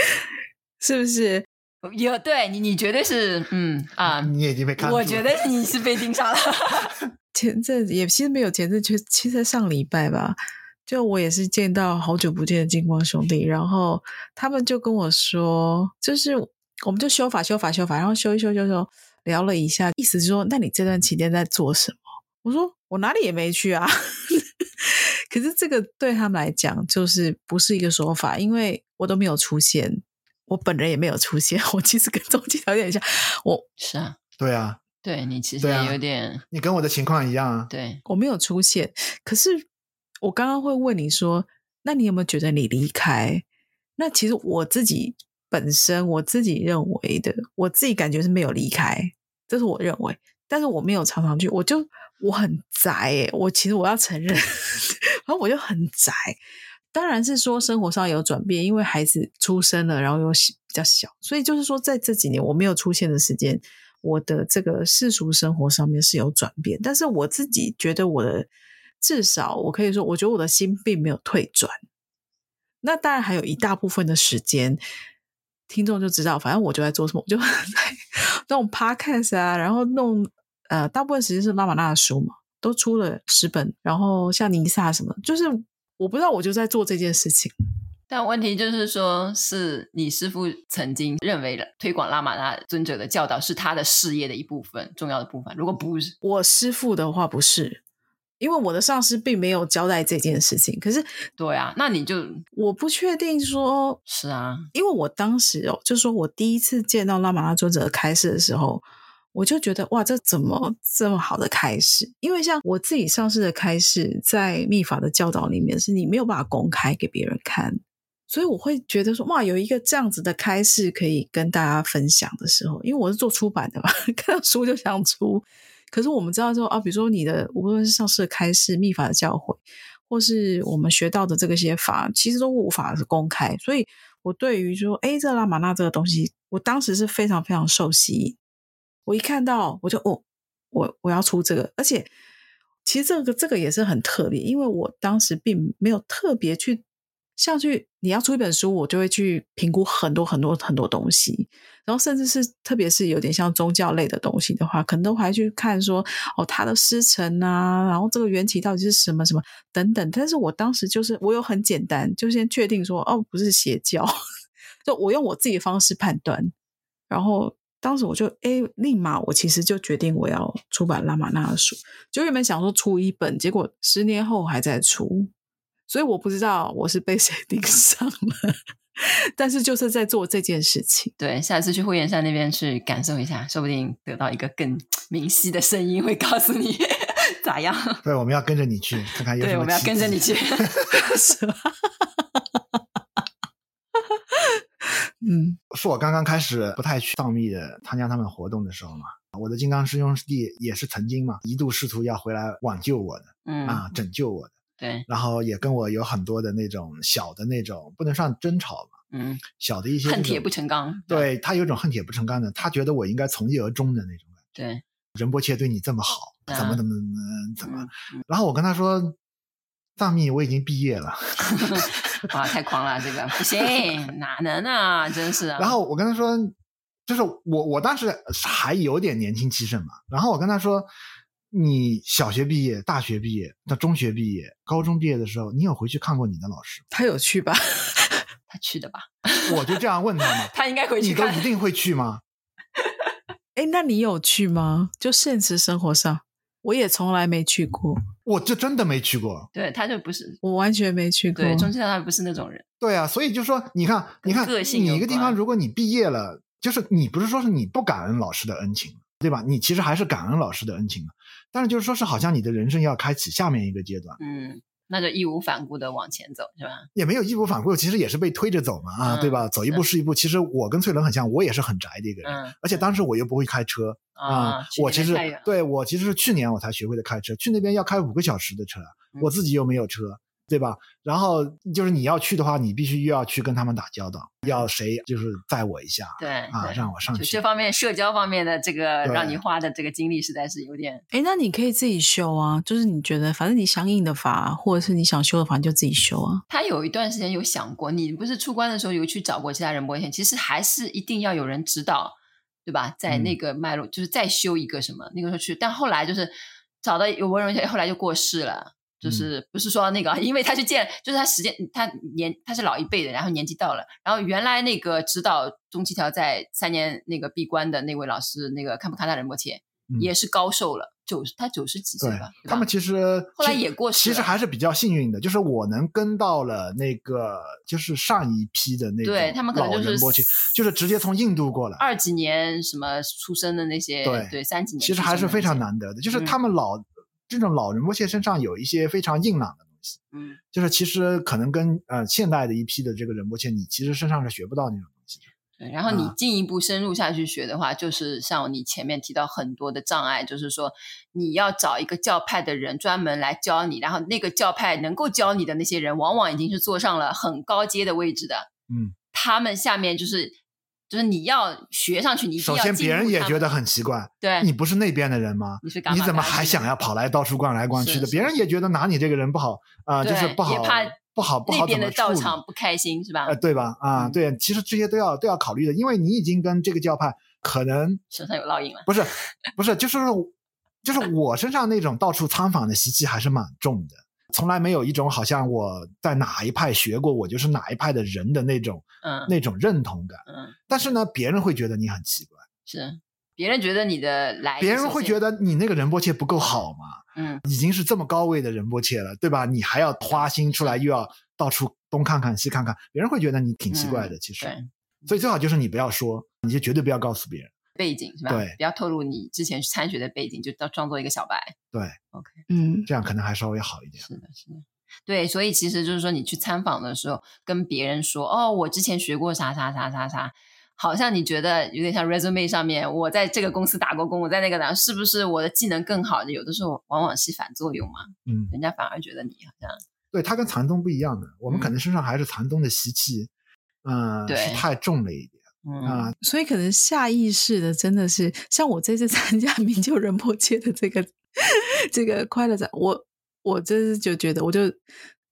[SPEAKER 2] 是不是。
[SPEAKER 3] 有对你，你绝对是，嗯啊，
[SPEAKER 1] 你已经被看住了，
[SPEAKER 3] 我觉得你是被盯上了，
[SPEAKER 2] 前阵子也其实没有前阵子，就其实上礼拜吧，就我也是见到好久不见的金光兄弟，然后他们就跟我说，就是我们就修法修法修法，然后修一修修修，聊了一下，意思是说，那你这段期间在做什么？我说我哪里也没去啊。 可是这个对他们来讲，就是不是一个说法，因为我都没有出现，我本人也没有出现。我其实跟中介有点像，我
[SPEAKER 3] 是啊，
[SPEAKER 1] 对啊，
[SPEAKER 3] 对你其实
[SPEAKER 1] 对啊
[SPEAKER 3] 也有点
[SPEAKER 1] 你跟我的情况一样啊。
[SPEAKER 3] 对
[SPEAKER 2] 我没有出现。可是我刚刚会问你说，那你有没有觉得你离开？那其实我自己本身我自己认为的，我自己感觉是没有离开，这是我认为。但是我没有常常去，我就我很宅诶、我其实我要承认， 然后我就很宅。当然是说生活上有转变，因为孩子出生了，然后又小比较小，所以就是说在这几年我没有出现的时间，我的这个世俗生活上面是有转变，但是我自己觉得我的至少我可以说，我觉得我的心并没有退转。那当然还有一大部分的时间，听众就知道，反正我就在做什么，我就 在弄 podcast 啊，然后弄呃，大部分时间是拉玛纳的书嘛，都出了十本，然后像尼萨什么，就是我不知道我就在做这件事情。
[SPEAKER 3] 但问题就是说，是你师傅曾经认为了推广拉玛那尊者的教导是他的事业的一部分，重要的部分。如果不是，
[SPEAKER 2] 我师傅的话不是，因为我的上司并没有交代这件事情，可是
[SPEAKER 3] 对啊，那你就
[SPEAKER 2] 我不确定说
[SPEAKER 3] 是啊，
[SPEAKER 2] 因为我当时哦，就说我第一次见到拉玛拉尊者的开示的时候，我就觉得哇，这怎么这么好的开示？因为像我自己上市的开示，在密法的教导里面，是你没有办法公开给别人看，所以我会觉得说哇，有一个这样子的开示可以跟大家分享的时候，因为我是做出版的嘛， 看到书就想出。可是我们知道说啊，比如说你的无论是上市的开示、密法的教诲，或是我们学到的这个些法，其实都无法是公开，所以我对于说，诶，这拉玛纳这个东西，我当时是非常非常受吸引。我一看到，我就哦，我我要出这个，而且其实这个这个也是很特别，因为我当时并没有特别去像去你要出一本书，我就会去评估很多很多很多东西，然后甚至是特别是有点像宗教类的东西的话，可能都还去看说哦他的师承啊，然后这个缘起到底是什么什么等等。但是我当时就是我有很简单，就先确定说哦不是邪教， 就我用我自己的方式判断。然后当时我就诶立马我其实就决定我要出版拉玛纳的书，就原本想说出一本，结果十年后还在出，所以我不知道我是被谁 盯上了。但是就是在做这件事情，
[SPEAKER 3] 对，下次去慧眼山那边去感受一下，说不定得到一个更明晰的声音，会告诉你 咋样。
[SPEAKER 1] 对，我们要跟着你去看看有什
[SPEAKER 3] 对，
[SPEAKER 1] 么
[SPEAKER 3] 我们要
[SPEAKER 1] 奇
[SPEAKER 3] 跟着你
[SPEAKER 1] 迹
[SPEAKER 3] 去。
[SPEAKER 2] 是吧？嗯，
[SPEAKER 1] 是我刚刚开始不太去藏密的参加他们活动的时候嘛，我的金刚师兄师弟也是曾经嘛，一度试图要回来挽救我的
[SPEAKER 3] 嗯，
[SPEAKER 1] 啊，拯救我的，
[SPEAKER 3] 对，
[SPEAKER 1] 然后也跟我有很多的那种小的那种不能算争吵嘛，
[SPEAKER 3] 嗯，
[SPEAKER 1] 小的一些
[SPEAKER 3] 恨
[SPEAKER 1] 这种
[SPEAKER 3] 铁不成钢。
[SPEAKER 1] 对他有一种恨铁不成钢的，他觉得我应该从一而终的那种感
[SPEAKER 3] 对，
[SPEAKER 1] 觉。仁波切对你这么好，
[SPEAKER 3] 啊
[SPEAKER 1] 怎么怎么怎么怎么
[SPEAKER 3] 嗯？
[SPEAKER 1] 然后我跟他说，藏密我已经毕业了。
[SPEAKER 3] 哇，太狂了，这个不行， 哪能啊，真是啊。
[SPEAKER 1] 然后我跟他说，就是我我当时还有点年轻气盛嘛，然后我跟他说，你小学毕业、大学毕业、到中学毕业、高中毕业的时候，你有回去看过你的老师吗？
[SPEAKER 2] 他有去吧？
[SPEAKER 3] 他去的吧？
[SPEAKER 1] 我就这样问他嘛，
[SPEAKER 3] 他应该回去
[SPEAKER 1] 你都
[SPEAKER 3] 看
[SPEAKER 1] 一定会去吗？
[SPEAKER 2] 哎，那你有去吗？就现实生活上，我也从来没去过，
[SPEAKER 1] 我这真的没去过。
[SPEAKER 3] 对，他就不是
[SPEAKER 2] 我完全没去过。
[SPEAKER 3] 对
[SPEAKER 1] 嗯
[SPEAKER 3] 钟镇他不是那种人，
[SPEAKER 1] 对啊，所以就说，你看，你看，
[SPEAKER 3] 个性有
[SPEAKER 1] 你一个地方，
[SPEAKER 3] 关
[SPEAKER 1] 如果你毕业了，就是你不是说是你不感恩老师的恩情，对吧？你其实还是感恩老师的恩情的，但是就是说是好像你的人生要开启下面一个阶段，
[SPEAKER 3] 嗯，那就义无反顾的往前走，是吧？
[SPEAKER 1] 也没有义无反顾，其实也是被推着走嘛，啊，
[SPEAKER 3] 嗯
[SPEAKER 1] 对吧？走一步是一步。其实我跟翠伦很像，我也是很宅的一个人，
[SPEAKER 3] 嗯
[SPEAKER 1] 而且当时我又不会开车
[SPEAKER 3] 啊，去
[SPEAKER 1] 我
[SPEAKER 3] 那
[SPEAKER 1] 其
[SPEAKER 3] 边
[SPEAKER 1] 实
[SPEAKER 3] 太远了
[SPEAKER 1] 对我其实是去年我才学会的开车，去那边要开五个小时的车，
[SPEAKER 3] 嗯
[SPEAKER 1] 我自己又没有车，对吧？然后就是你要去的话，你必须又要去跟他们打交道，要谁就是载我一下
[SPEAKER 3] 对
[SPEAKER 1] 啊，
[SPEAKER 3] 嗯对
[SPEAKER 1] 让我上
[SPEAKER 3] 就
[SPEAKER 1] 去
[SPEAKER 3] 这。方面社交方面的这个
[SPEAKER 1] 对
[SPEAKER 3] 让你花的这个精力实在是有点，
[SPEAKER 2] 哎，那你可以自己修啊，就是你觉得反正你相应的法，或者是你想修的法，你就自己修啊。
[SPEAKER 3] 他有一段时间有想过，你不是出关的时候有去找过其他人拨线，其实还是一定要有人指导，对吧？在
[SPEAKER 1] 嗯
[SPEAKER 3] 那个脉络、就是再修一个什么，那个时候去，但后来就是找到有温柔一下，后来就过世了。
[SPEAKER 1] 嗯
[SPEAKER 3] 就是不是说那个，因为他去见，就是他时间，他年他是老一辈的，然后年纪到了，然后原来那个指导中期条在三年那个闭关的那位老师，那个看不看他仁波切、
[SPEAKER 1] 嗯
[SPEAKER 3] 也是高寿了，九十他九十几岁
[SPEAKER 1] 对
[SPEAKER 3] 吧，对吧
[SPEAKER 1] 他们其实
[SPEAKER 3] 后来
[SPEAKER 1] 其
[SPEAKER 3] 也过世
[SPEAKER 1] 其实
[SPEAKER 3] 了
[SPEAKER 1] 还是比较幸运的，就是我能跟到了那个就是上一批的那个
[SPEAKER 3] 对他们可能
[SPEAKER 1] 老
[SPEAKER 3] 就是
[SPEAKER 1] 仁波切，就是直接从印度过来，
[SPEAKER 3] 二几年什么出生的那些，
[SPEAKER 1] 对
[SPEAKER 3] 三几年
[SPEAKER 1] 其实还是非常
[SPEAKER 3] 出生的
[SPEAKER 1] 难得的。就是
[SPEAKER 3] 嗯
[SPEAKER 1] 他们老、这种老仁波切身上有一些非常硬朗的东西，
[SPEAKER 3] 那些，嗯，
[SPEAKER 1] 就是其实可能跟呃现代的一批的这个仁波切，你其实身上是学不到那种东西的。
[SPEAKER 3] 对。然后你
[SPEAKER 1] 啊
[SPEAKER 3] 进一步深入下去学的话，就是像你前面提到很多的障碍，就是说你要找一个教派的人专门来教你，然后那个教派能够教你的那些人，往往已经是坐上了很高阶的位置的，
[SPEAKER 1] 嗯，
[SPEAKER 3] 他们下面就是。就是你要学上去，你一定
[SPEAKER 1] 首
[SPEAKER 3] 要
[SPEAKER 1] 先
[SPEAKER 3] 进
[SPEAKER 1] 别人
[SPEAKER 3] 入
[SPEAKER 1] 也
[SPEAKER 3] 他
[SPEAKER 1] 觉
[SPEAKER 3] 们
[SPEAKER 1] 得很奇怪，
[SPEAKER 3] 对，
[SPEAKER 1] 你不是那边的人吗？
[SPEAKER 3] 你是伽
[SPEAKER 1] 你
[SPEAKER 3] 马
[SPEAKER 1] 怎么
[SPEAKER 3] 达
[SPEAKER 1] 还
[SPEAKER 3] 之
[SPEAKER 1] 想
[SPEAKER 3] 类
[SPEAKER 1] 要
[SPEAKER 3] 的
[SPEAKER 1] 跑来到处逛来逛去
[SPEAKER 3] 是
[SPEAKER 1] 的？
[SPEAKER 3] 是
[SPEAKER 1] 别人也觉得拿你这个人不好啊、就是
[SPEAKER 3] 对
[SPEAKER 1] 不
[SPEAKER 3] 也
[SPEAKER 1] 好
[SPEAKER 3] 怕
[SPEAKER 1] 不好不好
[SPEAKER 3] 那
[SPEAKER 1] 怎
[SPEAKER 3] 边
[SPEAKER 1] 么
[SPEAKER 3] 的道
[SPEAKER 1] 处理
[SPEAKER 3] 场不开心是吧？
[SPEAKER 1] 呃，对吧？啊、
[SPEAKER 3] 嗯
[SPEAKER 1] 对，其实这些都要都要考虑的，因为你已经跟这个教派可能
[SPEAKER 3] 身上有烙印了，
[SPEAKER 1] 不是不是，就是就是我身上那种到处参访的习气还是蛮重的，从来没有一种好像我在哪一派学过，我就是哪一派的人的那种
[SPEAKER 3] 嗯
[SPEAKER 1] 那种认同感。
[SPEAKER 3] 嗯，
[SPEAKER 1] 但是呢，别人会觉得你很奇怪，
[SPEAKER 3] 是别人觉得你的来，
[SPEAKER 1] 别人会觉
[SPEAKER 3] 得，
[SPEAKER 1] 得你那个仁波切不够好嘛，
[SPEAKER 3] 嗯，
[SPEAKER 1] 已经是这么高位的仁波切了，对吧？你还要花心出来，又要到处东看看西看看，别人会觉得你挺奇怪的。其实，
[SPEAKER 3] 嗯对
[SPEAKER 1] 所以最好就是你不要说，你就绝对不要告诉别人。
[SPEAKER 3] 背景是吧？
[SPEAKER 1] 对
[SPEAKER 3] 不要透露你之前去参学的背景，就当装作一个小白。
[SPEAKER 1] 对，
[SPEAKER 3] OK，
[SPEAKER 2] 嗯，
[SPEAKER 1] 这样可能还稍微好一点。
[SPEAKER 3] 是的，是的，对，所以其实就是说，你去参访的时候，跟别人说，哦，我之前学过啥啥啥啥啥。好像你觉得有点像 resume 上面，我在这个公司打过工，我在那个打，是不是我的技能更好？有的时候往往是反作用嘛，
[SPEAKER 1] 嗯，
[SPEAKER 3] 人家反而觉得你好像
[SPEAKER 1] 对，它跟禅宗不一样的，我们可能身上还是禅宗的习气，嗯、
[SPEAKER 3] 对
[SPEAKER 1] 是太重了一点。
[SPEAKER 3] 嗯，
[SPEAKER 2] 所以可能下意识的真的是，像我这次参加明就仁波切的这个 这个快乐展，我我真是就觉得，我就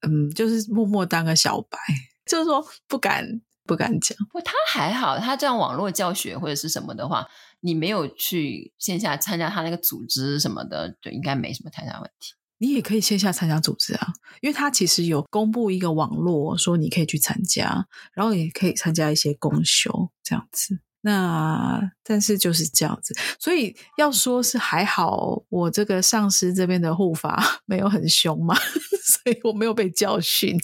[SPEAKER 2] 嗯，就是默默当个小白，就是说不敢不敢讲。
[SPEAKER 3] 不，他还好，他这样网络教学或者是什么的话，你没有去线下参加他那个组织什么的，就应该没什么太大问题。
[SPEAKER 2] 你也可以线下参加组织啊，因为它其实有公布一个网络说你可以去参加，然后也可以参加一些公修这样子。那但是就是这样子，所以要说是还好，我这个上司这边的护法 没有很凶嘛，所以我没有被教训。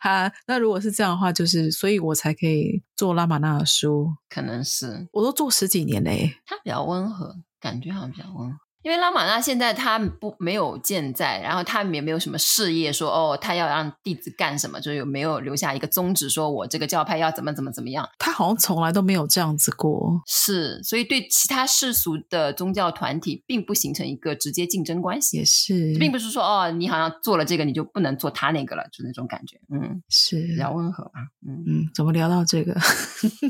[SPEAKER 2] 啊，那如果是这样的话，就是所以我才可以做拉玛纳的书，
[SPEAKER 3] 可能是
[SPEAKER 2] 我都做十几年嘞、
[SPEAKER 3] 他比较温和，感觉好像比较温和。因为拉玛纳现在他不没有健在，然后他也没有什么事业说哦，他要让弟子干什么，就是有没有留下一个宗旨，说我这个教派要怎么怎么怎么样。
[SPEAKER 2] 他好像从来都没有这样子过。
[SPEAKER 3] 是，所以对其他世俗的宗教团体并不形成一个直接竞争关系
[SPEAKER 2] 也。是，
[SPEAKER 3] 并不是说哦，你好像做了这个，你就不能做他那个了，就那种感觉，嗯，
[SPEAKER 2] 是
[SPEAKER 3] 比较温和吧，嗯，
[SPEAKER 2] 嗯，怎么聊到这个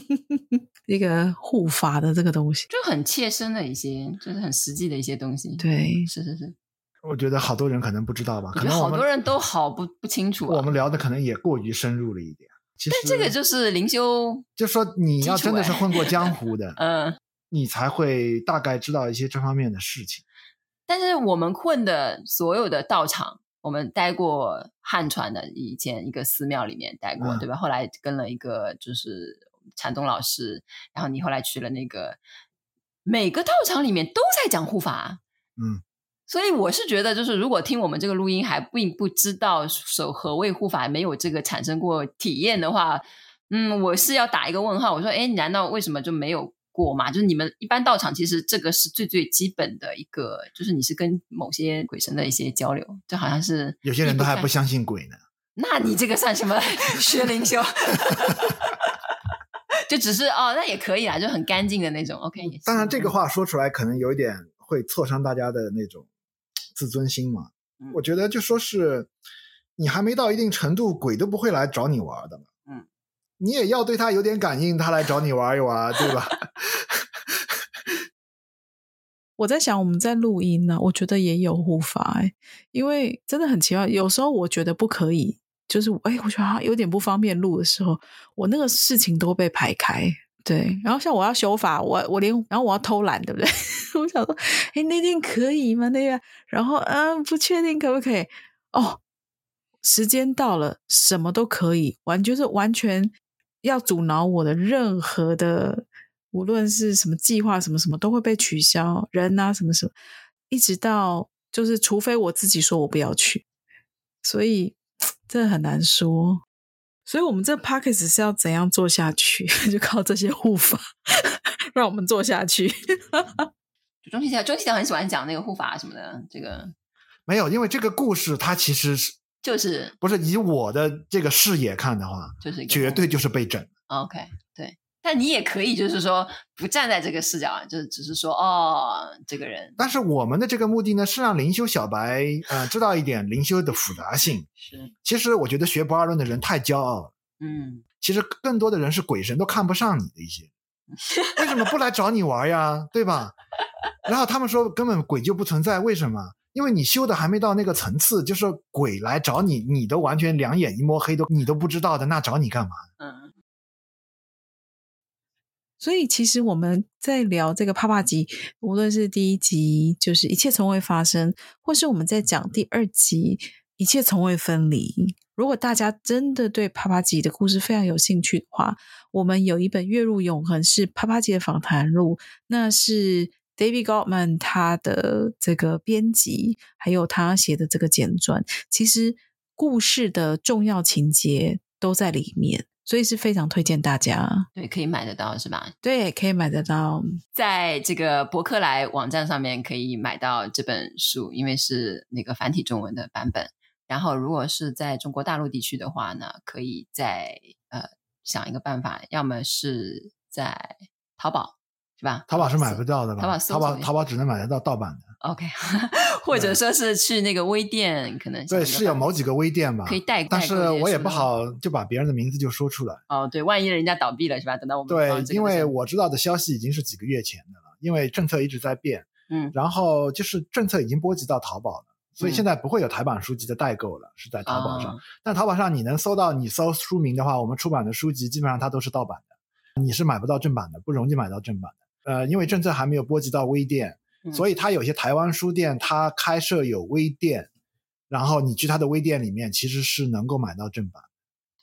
[SPEAKER 2] 一个护法的这个东西？
[SPEAKER 3] 就很切身的一些，就是很实际的一些东西。，
[SPEAKER 2] 对，
[SPEAKER 3] 是是是，
[SPEAKER 1] 我觉得好多人可能不知道吧，
[SPEAKER 3] 我
[SPEAKER 1] 啊可
[SPEAKER 3] 觉得
[SPEAKER 1] 能我
[SPEAKER 3] 好
[SPEAKER 1] 们
[SPEAKER 3] 多人都好不不清楚
[SPEAKER 1] 我
[SPEAKER 3] 啊。
[SPEAKER 1] 们聊的可能也过于深入了一点。其实
[SPEAKER 3] 但这个就是灵修，
[SPEAKER 1] 就说你要
[SPEAKER 3] 基础
[SPEAKER 1] 真的是
[SPEAKER 3] 哎
[SPEAKER 1] 混过江湖的，
[SPEAKER 3] 嗯，
[SPEAKER 1] 你才会大概知道一些这方面的事情。
[SPEAKER 3] 但是我们混的所有的道场，我们待过汉传的以前一个寺庙里面待过，
[SPEAKER 1] 嗯
[SPEAKER 3] 对吧？后来跟了一个就是禅宗老师，然后你后来去了那个，每个道场里面都在讲护法，
[SPEAKER 1] 嗯，
[SPEAKER 3] 所以我是觉得，就是如果听我们这个录音还并不知道所何谓护法，没有这个产生过体验的话，嗯，我是要打一个问号。我说，哎，难道为什么就没有过嘛？就是你们一般到场，其实这个是最最基本的一个，就是你是跟某些鬼神的一些交流，就好像是
[SPEAKER 1] 有些人都还不
[SPEAKER 3] 避开。
[SPEAKER 1] 相信鬼呢。
[SPEAKER 3] 那你这个算什么
[SPEAKER 1] 嗯
[SPEAKER 3] 学灵修？就只是哦，那也可以啊，就很干净的那种。OK，也行
[SPEAKER 1] 当然，这个话说出来可能有一点会挫伤大家的那种自尊心嘛
[SPEAKER 3] 嗯。
[SPEAKER 1] 我觉得就说是你还没到一定程度，鬼都不会来找你玩的嘛。
[SPEAKER 3] 嗯，
[SPEAKER 1] 你也要对他有点感应，他来找你玩一玩，对吧？
[SPEAKER 2] 我在想，我们在录音呢、我觉得也有护法、欸，因为真的很奇怪，有时候我觉得不可以，就是哎、我觉得好像有点不方便录的时候，我那个事情都被排开。对，然后像我要修法，我我连然后我要偷懒，对不 对？我想说，哎，那天可以吗？那个，然后嗯，不确定可不可以？哦，时间到了，什么都可以，完就是完全要阻挠我的任何的，无论是什么计划什么什么都会被取消，人啊什么什么，一直到就是除非我自己说我不要去，所以这很难说。所以我们这 p a c k a g e 是要怎样做下去？ 就靠这些护法 让我们做下去。
[SPEAKER 3] 就钟西条，钟西条很喜欢讲那个护法什么的，这个
[SPEAKER 1] 没有，因为这个故事它其实是
[SPEAKER 3] 就是
[SPEAKER 1] 不是以我的这个视野看的话，
[SPEAKER 3] 就是一个哦
[SPEAKER 1] 绝对就是被整。
[SPEAKER 3] OK，对。但你也可以，就是说不站在这个视角，啊就是只是说哦，这个人
[SPEAKER 1] 但是我们的这个目的呢，是让灵修小白呃知道一点灵修的复杂性。
[SPEAKER 3] 是
[SPEAKER 1] 其实我觉得学不二论的人太骄傲了。
[SPEAKER 3] 嗯，
[SPEAKER 1] 其实更多的人是鬼神都看不上你的一些，为什么不来找你玩呀？对吧？然后他们说根本鬼就不存在，为什么？因为你修的还没到那个层次，就是鬼来找你，你都完全两眼一摸黑都你都不知道的，那找你干嘛？
[SPEAKER 3] 嗯，
[SPEAKER 2] 所以其实我们在聊这个帕帕集，无论是第一集就是一切从未发生，或是我们在讲第二集一切从未分离。如果大家真的对帕帕集的故事非常有兴趣的话，我们有一本《月入永恒》是帕帕集的访谈录，那是 David Goldman 他的这个编辑，还有他写的这个简传，其实故事的重要情节都在里面，所以是非常推荐大家。
[SPEAKER 3] 对，可以买得到是吧？
[SPEAKER 2] 对，可以买得到。
[SPEAKER 3] 在这个博客来网站上面可以买到这本书，因为是那个繁体中文的版本。然后，如果是在中国大陆地区的话呢，可以在呃想一个办法，要么是在淘宝是吧？
[SPEAKER 1] 淘宝是买
[SPEAKER 3] 搜
[SPEAKER 1] 不到的吧？
[SPEAKER 3] 淘宝搜
[SPEAKER 1] 淘宝
[SPEAKER 3] 索一下
[SPEAKER 1] 淘宝只能买得到盗版的。
[SPEAKER 3] OK，或者
[SPEAKER 1] 对
[SPEAKER 3] 说是去那个微店，可能
[SPEAKER 1] 对，
[SPEAKER 3] 想一个
[SPEAKER 1] 是有
[SPEAKER 3] 办
[SPEAKER 1] 某几个微店吧，
[SPEAKER 3] 可以代
[SPEAKER 1] 但
[SPEAKER 3] 代
[SPEAKER 1] 是
[SPEAKER 3] 购一些
[SPEAKER 1] 我也
[SPEAKER 3] 什么
[SPEAKER 1] 不好就把别人的名字就说出来。
[SPEAKER 3] 哦，对，万一人家倒闭了是吧？等到我们
[SPEAKER 1] 对
[SPEAKER 3] 放，这个
[SPEAKER 1] 因
[SPEAKER 3] 的时
[SPEAKER 1] 为
[SPEAKER 3] 候
[SPEAKER 1] 我知道的消息已经是几个月前的了，因为政策一直在变。
[SPEAKER 3] 嗯
[SPEAKER 1] 然后就是政策已经波及到淘宝了，所以
[SPEAKER 3] 嗯
[SPEAKER 1] 现在不会有台版书籍的代购了，是在淘宝上。
[SPEAKER 3] 啊
[SPEAKER 1] 但淘宝上你能搜到，你搜书名的话，我们出版的书籍基本上它都是盗版的，你是买不到正版的，不容易买到正版的。呃，因为政策还没有波及到微店，
[SPEAKER 3] 嗯
[SPEAKER 1] 所以它有些台湾书店它开设有微店，然后你去它的微店里面其实是能够买到正版。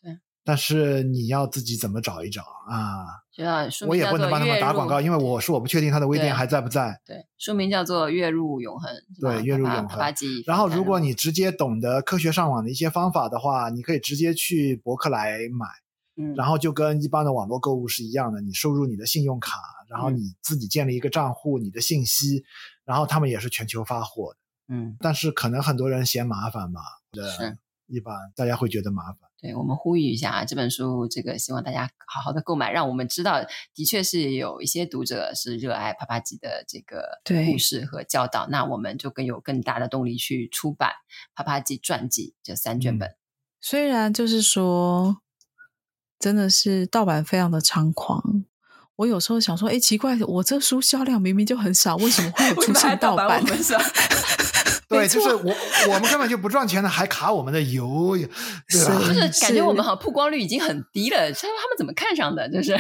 [SPEAKER 3] 对，
[SPEAKER 1] 但是你要自己怎么找一找啊？
[SPEAKER 3] 就要书
[SPEAKER 1] 我
[SPEAKER 3] 名
[SPEAKER 1] 也
[SPEAKER 3] 叫
[SPEAKER 1] 不能
[SPEAKER 3] 做
[SPEAKER 1] 帮他们
[SPEAKER 3] 月
[SPEAKER 1] 打
[SPEAKER 3] 入
[SPEAKER 1] 广告，因为我说我不确定它的微
[SPEAKER 3] 对
[SPEAKER 1] 店还在不在。
[SPEAKER 3] 对书名叫做《月入永恒》是吧，
[SPEAKER 1] 对月入
[SPEAKER 3] 啪啪
[SPEAKER 1] 永
[SPEAKER 3] 啪
[SPEAKER 1] 恒
[SPEAKER 3] 啪叽
[SPEAKER 1] 然后，如果
[SPEAKER 3] 反正
[SPEAKER 1] 你直接懂得科学上网的一些方法的话，你可以直接去博客来买，
[SPEAKER 3] 嗯
[SPEAKER 1] 然后就跟一般的网络购物是一样的，你输入你的信用卡，然后
[SPEAKER 3] 嗯
[SPEAKER 1] 你自己建立一个账户，你的信息，然后他们也是全球发货的。
[SPEAKER 3] 嗯，
[SPEAKER 1] 但是可能很多人嫌麻烦吧，
[SPEAKER 3] 是
[SPEAKER 1] 对，一般大家会觉得麻烦。
[SPEAKER 3] 对我们呼吁一下啊，这本书这个希望大家好好的购买，让我们知道的确是有一些读者是热爱啪啪鸡的这个
[SPEAKER 2] 对
[SPEAKER 3] 故事和教导，那我们就更有更大的动力去出版啪啪鸡传记这三卷
[SPEAKER 1] 嗯
[SPEAKER 3] 本。
[SPEAKER 2] 虽然就是说，真的是盗版非常的猖狂。我有时候想说，哎，奇怪，我这书销量明明就很少，为什么会有
[SPEAKER 3] 为
[SPEAKER 2] 出
[SPEAKER 3] 什么还
[SPEAKER 2] 现盗
[SPEAKER 3] 版我们是吧？
[SPEAKER 1] 对，就是我我们根本就不赚钱的，还卡我们的油，对吧？
[SPEAKER 2] 是
[SPEAKER 3] 啊就是感觉
[SPEAKER 2] 是
[SPEAKER 3] 我们好像曝光率已经很低了，所以他们怎么看上的？就是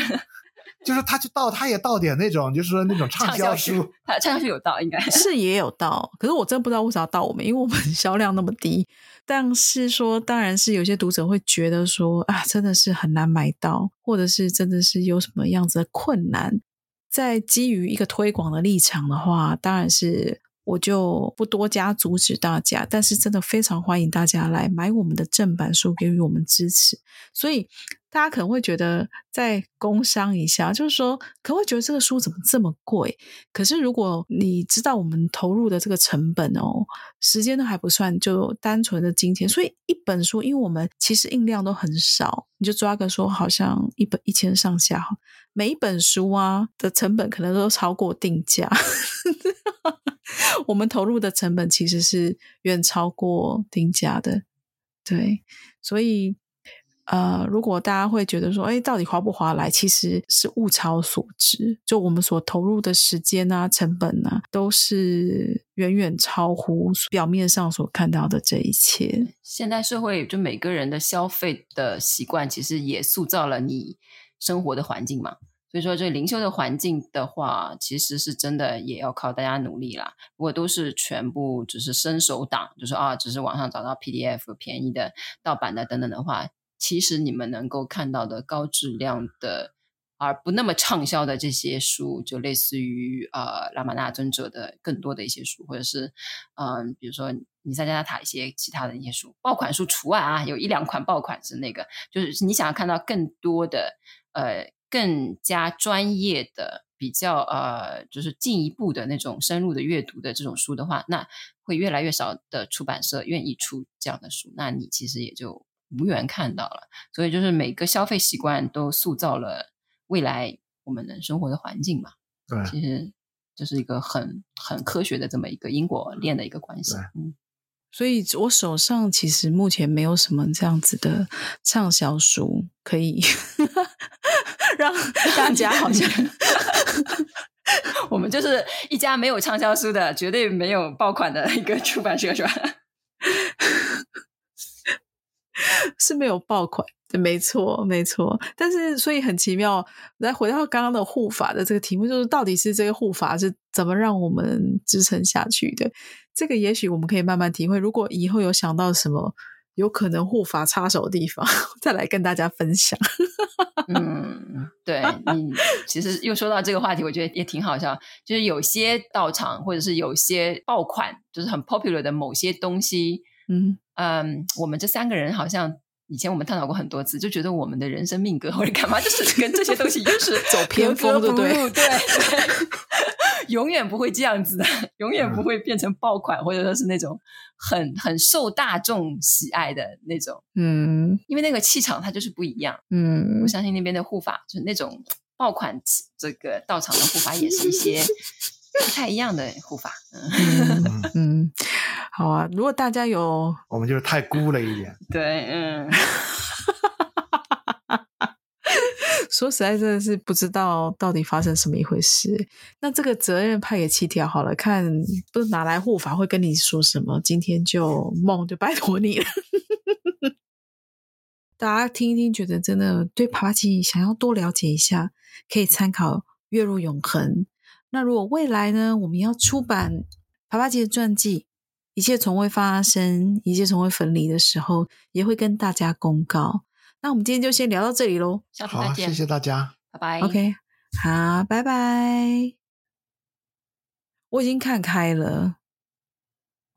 [SPEAKER 1] 就是他去盗，他也盗点那种，就是说那种畅
[SPEAKER 3] 畅
[SPEAKER 1] 销
[SPEAKER 3] 销
[SPEAKER 1] 书
[SPEAKER 3] 书，，他畅销书有道应该。
[SPEAKER 2] 是也有到，可是我真不知道为啥要到我们，因为我们 销量那么低。但是说，当然是有些读者会觉得说啊，真的是很难买到，或者是真的是有什么样子的困难。在基于一个推广的立场的话，当然是我就不多加阻止大家，但是真的非常欢迎大家来买我们的正版书，给予我们支持。所以大家可能会觉得再工商一下，就是说，可能会觉得这个书怎么这么贵？可是如果你知道我们投入的这个成本哦，时间都还不算，就单纯的金钱，所以一本书，因为我们其实印量都很少，你就抓个说好像一本一千上下哈，每一本书啊的成本可能都超过定价， 我们投入的成本其实是远超过定价的，对，所以。呃，如果大家会觉得说，哎，到底划不划来，其实是物超所值。就我们所投入的时间啊、成本啊，都是远远超乎表面上所看到的这一切。
[SPEAKER 3] 现代社会就每个人的消费的习惯，其实也塑造了你生活的环境嘛。所以说，这灵修的环境的话，其实是真的也要靠大家努力啦。如果都是全部只是伸手党，就是啊，只是网上找到 PDF 便宜的、盗版的等等的话，其实你们能够看到的高质量的，而不那么畅销的这些书，就类似于呃拉玛纳尊者的更多的一些书，或者是嗯、呃比如说尼萨加拉塔一些其他的一些书，爆款书除外啊，有一两款爆款是那个，就是你想要看到更多的呃更加专业的。比较呃，就是进一步的那种深入的阅读的这种书的话，那会越来越少的出版社愿意出这样的书，那你其实也就无缘看到了。所以就是每个消费习惯都塑造了未来我们能生活的环境嘛。
[SPEAKER 1] 对，
[SPEAKER 3] 其实这是一个很很科学的这么一个因果链的一个关系
[SPEAKER 1] 对。
[SPEAKER 3] 嗯，
[SPEAKER 2] 所以我手上其实目前没有什么这样子的畅销书可以 让大家好像
[SPEAKER 3] 我们就是一家没有畅销书的，绝对没有爆款的一个出版社，是吧？
[SPEAKER 2] 是没有爆款，对，没错，没错。但是，所以很奇妙。来回到刚刚的护法的这个题目，就是到底是这个护法是怎么让我们支撑下去的？这个也许我们可以慢慢体会。如果以后有想到什么有可能护法插手的地方， 再来跟大家分享。
[SPEAKER 3] 嗯， 对你其实又说到这个话题，我觉得也挺好笑。就是有些道场或者是有些爆款，就是很 popular 的某些东西，
[SPEAKER 2] 嗯，
[SPEAKER 3] 嗯，我们这三个人好像以前我们探讨过很多次，就觉得我们的人生命格或者干嘛，就是 跟这些东西又是
[SPEAKER 2] 走偏
[SPEAKER 3] 格格
[SPEAKER 2] 锋就
[SPEAKER 3] 不
[SPEAKER 2] 对
[SPEAKER 3] 入对对，永远不会这样子的，永远
[SPEAKER 2] 嗯
[SPEAKER 3] 不会变成爆款，或者说是那种很很受大众喜爱的那种，
[SPEAKER 2] 嗯
[SPEAKER 3] 因为那个气场它就是不一样。
[SPEAKER 2] 嗯
[SPEAKER 3] 我，相信那边的护法就是那种爆款这个道场的护法，也是一些不太一样的护法。嗯，
[SPEAKER 2] 嗯
[SPEAKER 1] 嗯，
[SPEAKER 2] 嗯，好啊。如果大家有
[SPEAKER 1] 我们就是太孤了一点，
[SPEAKER 3] 对， 嗯。
[SPEAKER 2] 说实在，真的是不知道到底发生什么一回事。欸那这个责任派给七条好了，看不是拿来护法会跟你说什么。今天就梦就拜托你了。 大家听一听，觉得真的对帕帕奇想要多了解一下，可以参考《月入永恒》。那如果未来呢，我们要出版帕帕奇的传记，一切从未发生，一切从未分离的时候，也会跟大家公告。那我们今天就先聊到这里喽。
[SPEAKER 3] 下次
[SPEAKER 1] 好
[SPEAKER 3] 再
[SPEAKER 1] 啊，
[SPEAKER 3] 见，
[SPEAKER 1] 谢谢大家。
[SPEAKER 3] 拜拜。
[SPEAKER 2] OK，好，拜拜。我已经看开了，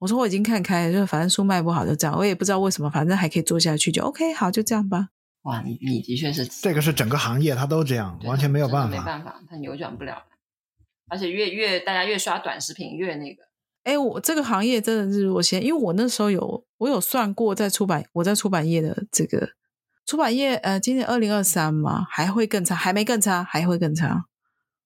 [SPEAKER 2] 我说我已经看开了，就是反正书卖不好就这样，我也不知道为什么，反正还可以做下去就 OK，好，就这样吧。
[SPEAKER 3] 哇，你你的确是
[SPEAKER 1] 这个是整个行业它都这样，完全没有办
[SPEAKER 3] 真的没
[SPEAKER 1] 法。
[SPEAKER 3] 办法，它扭转不了了。而且越越大家越刷短视频越那个，
[SPEAKER 2] 哎，我这个行业真的是我先，因为我那时候有我有算过，在出版我在出版业的这个出版业，呃，今年二零二三嘛，还会更差，还没更差，还会更差。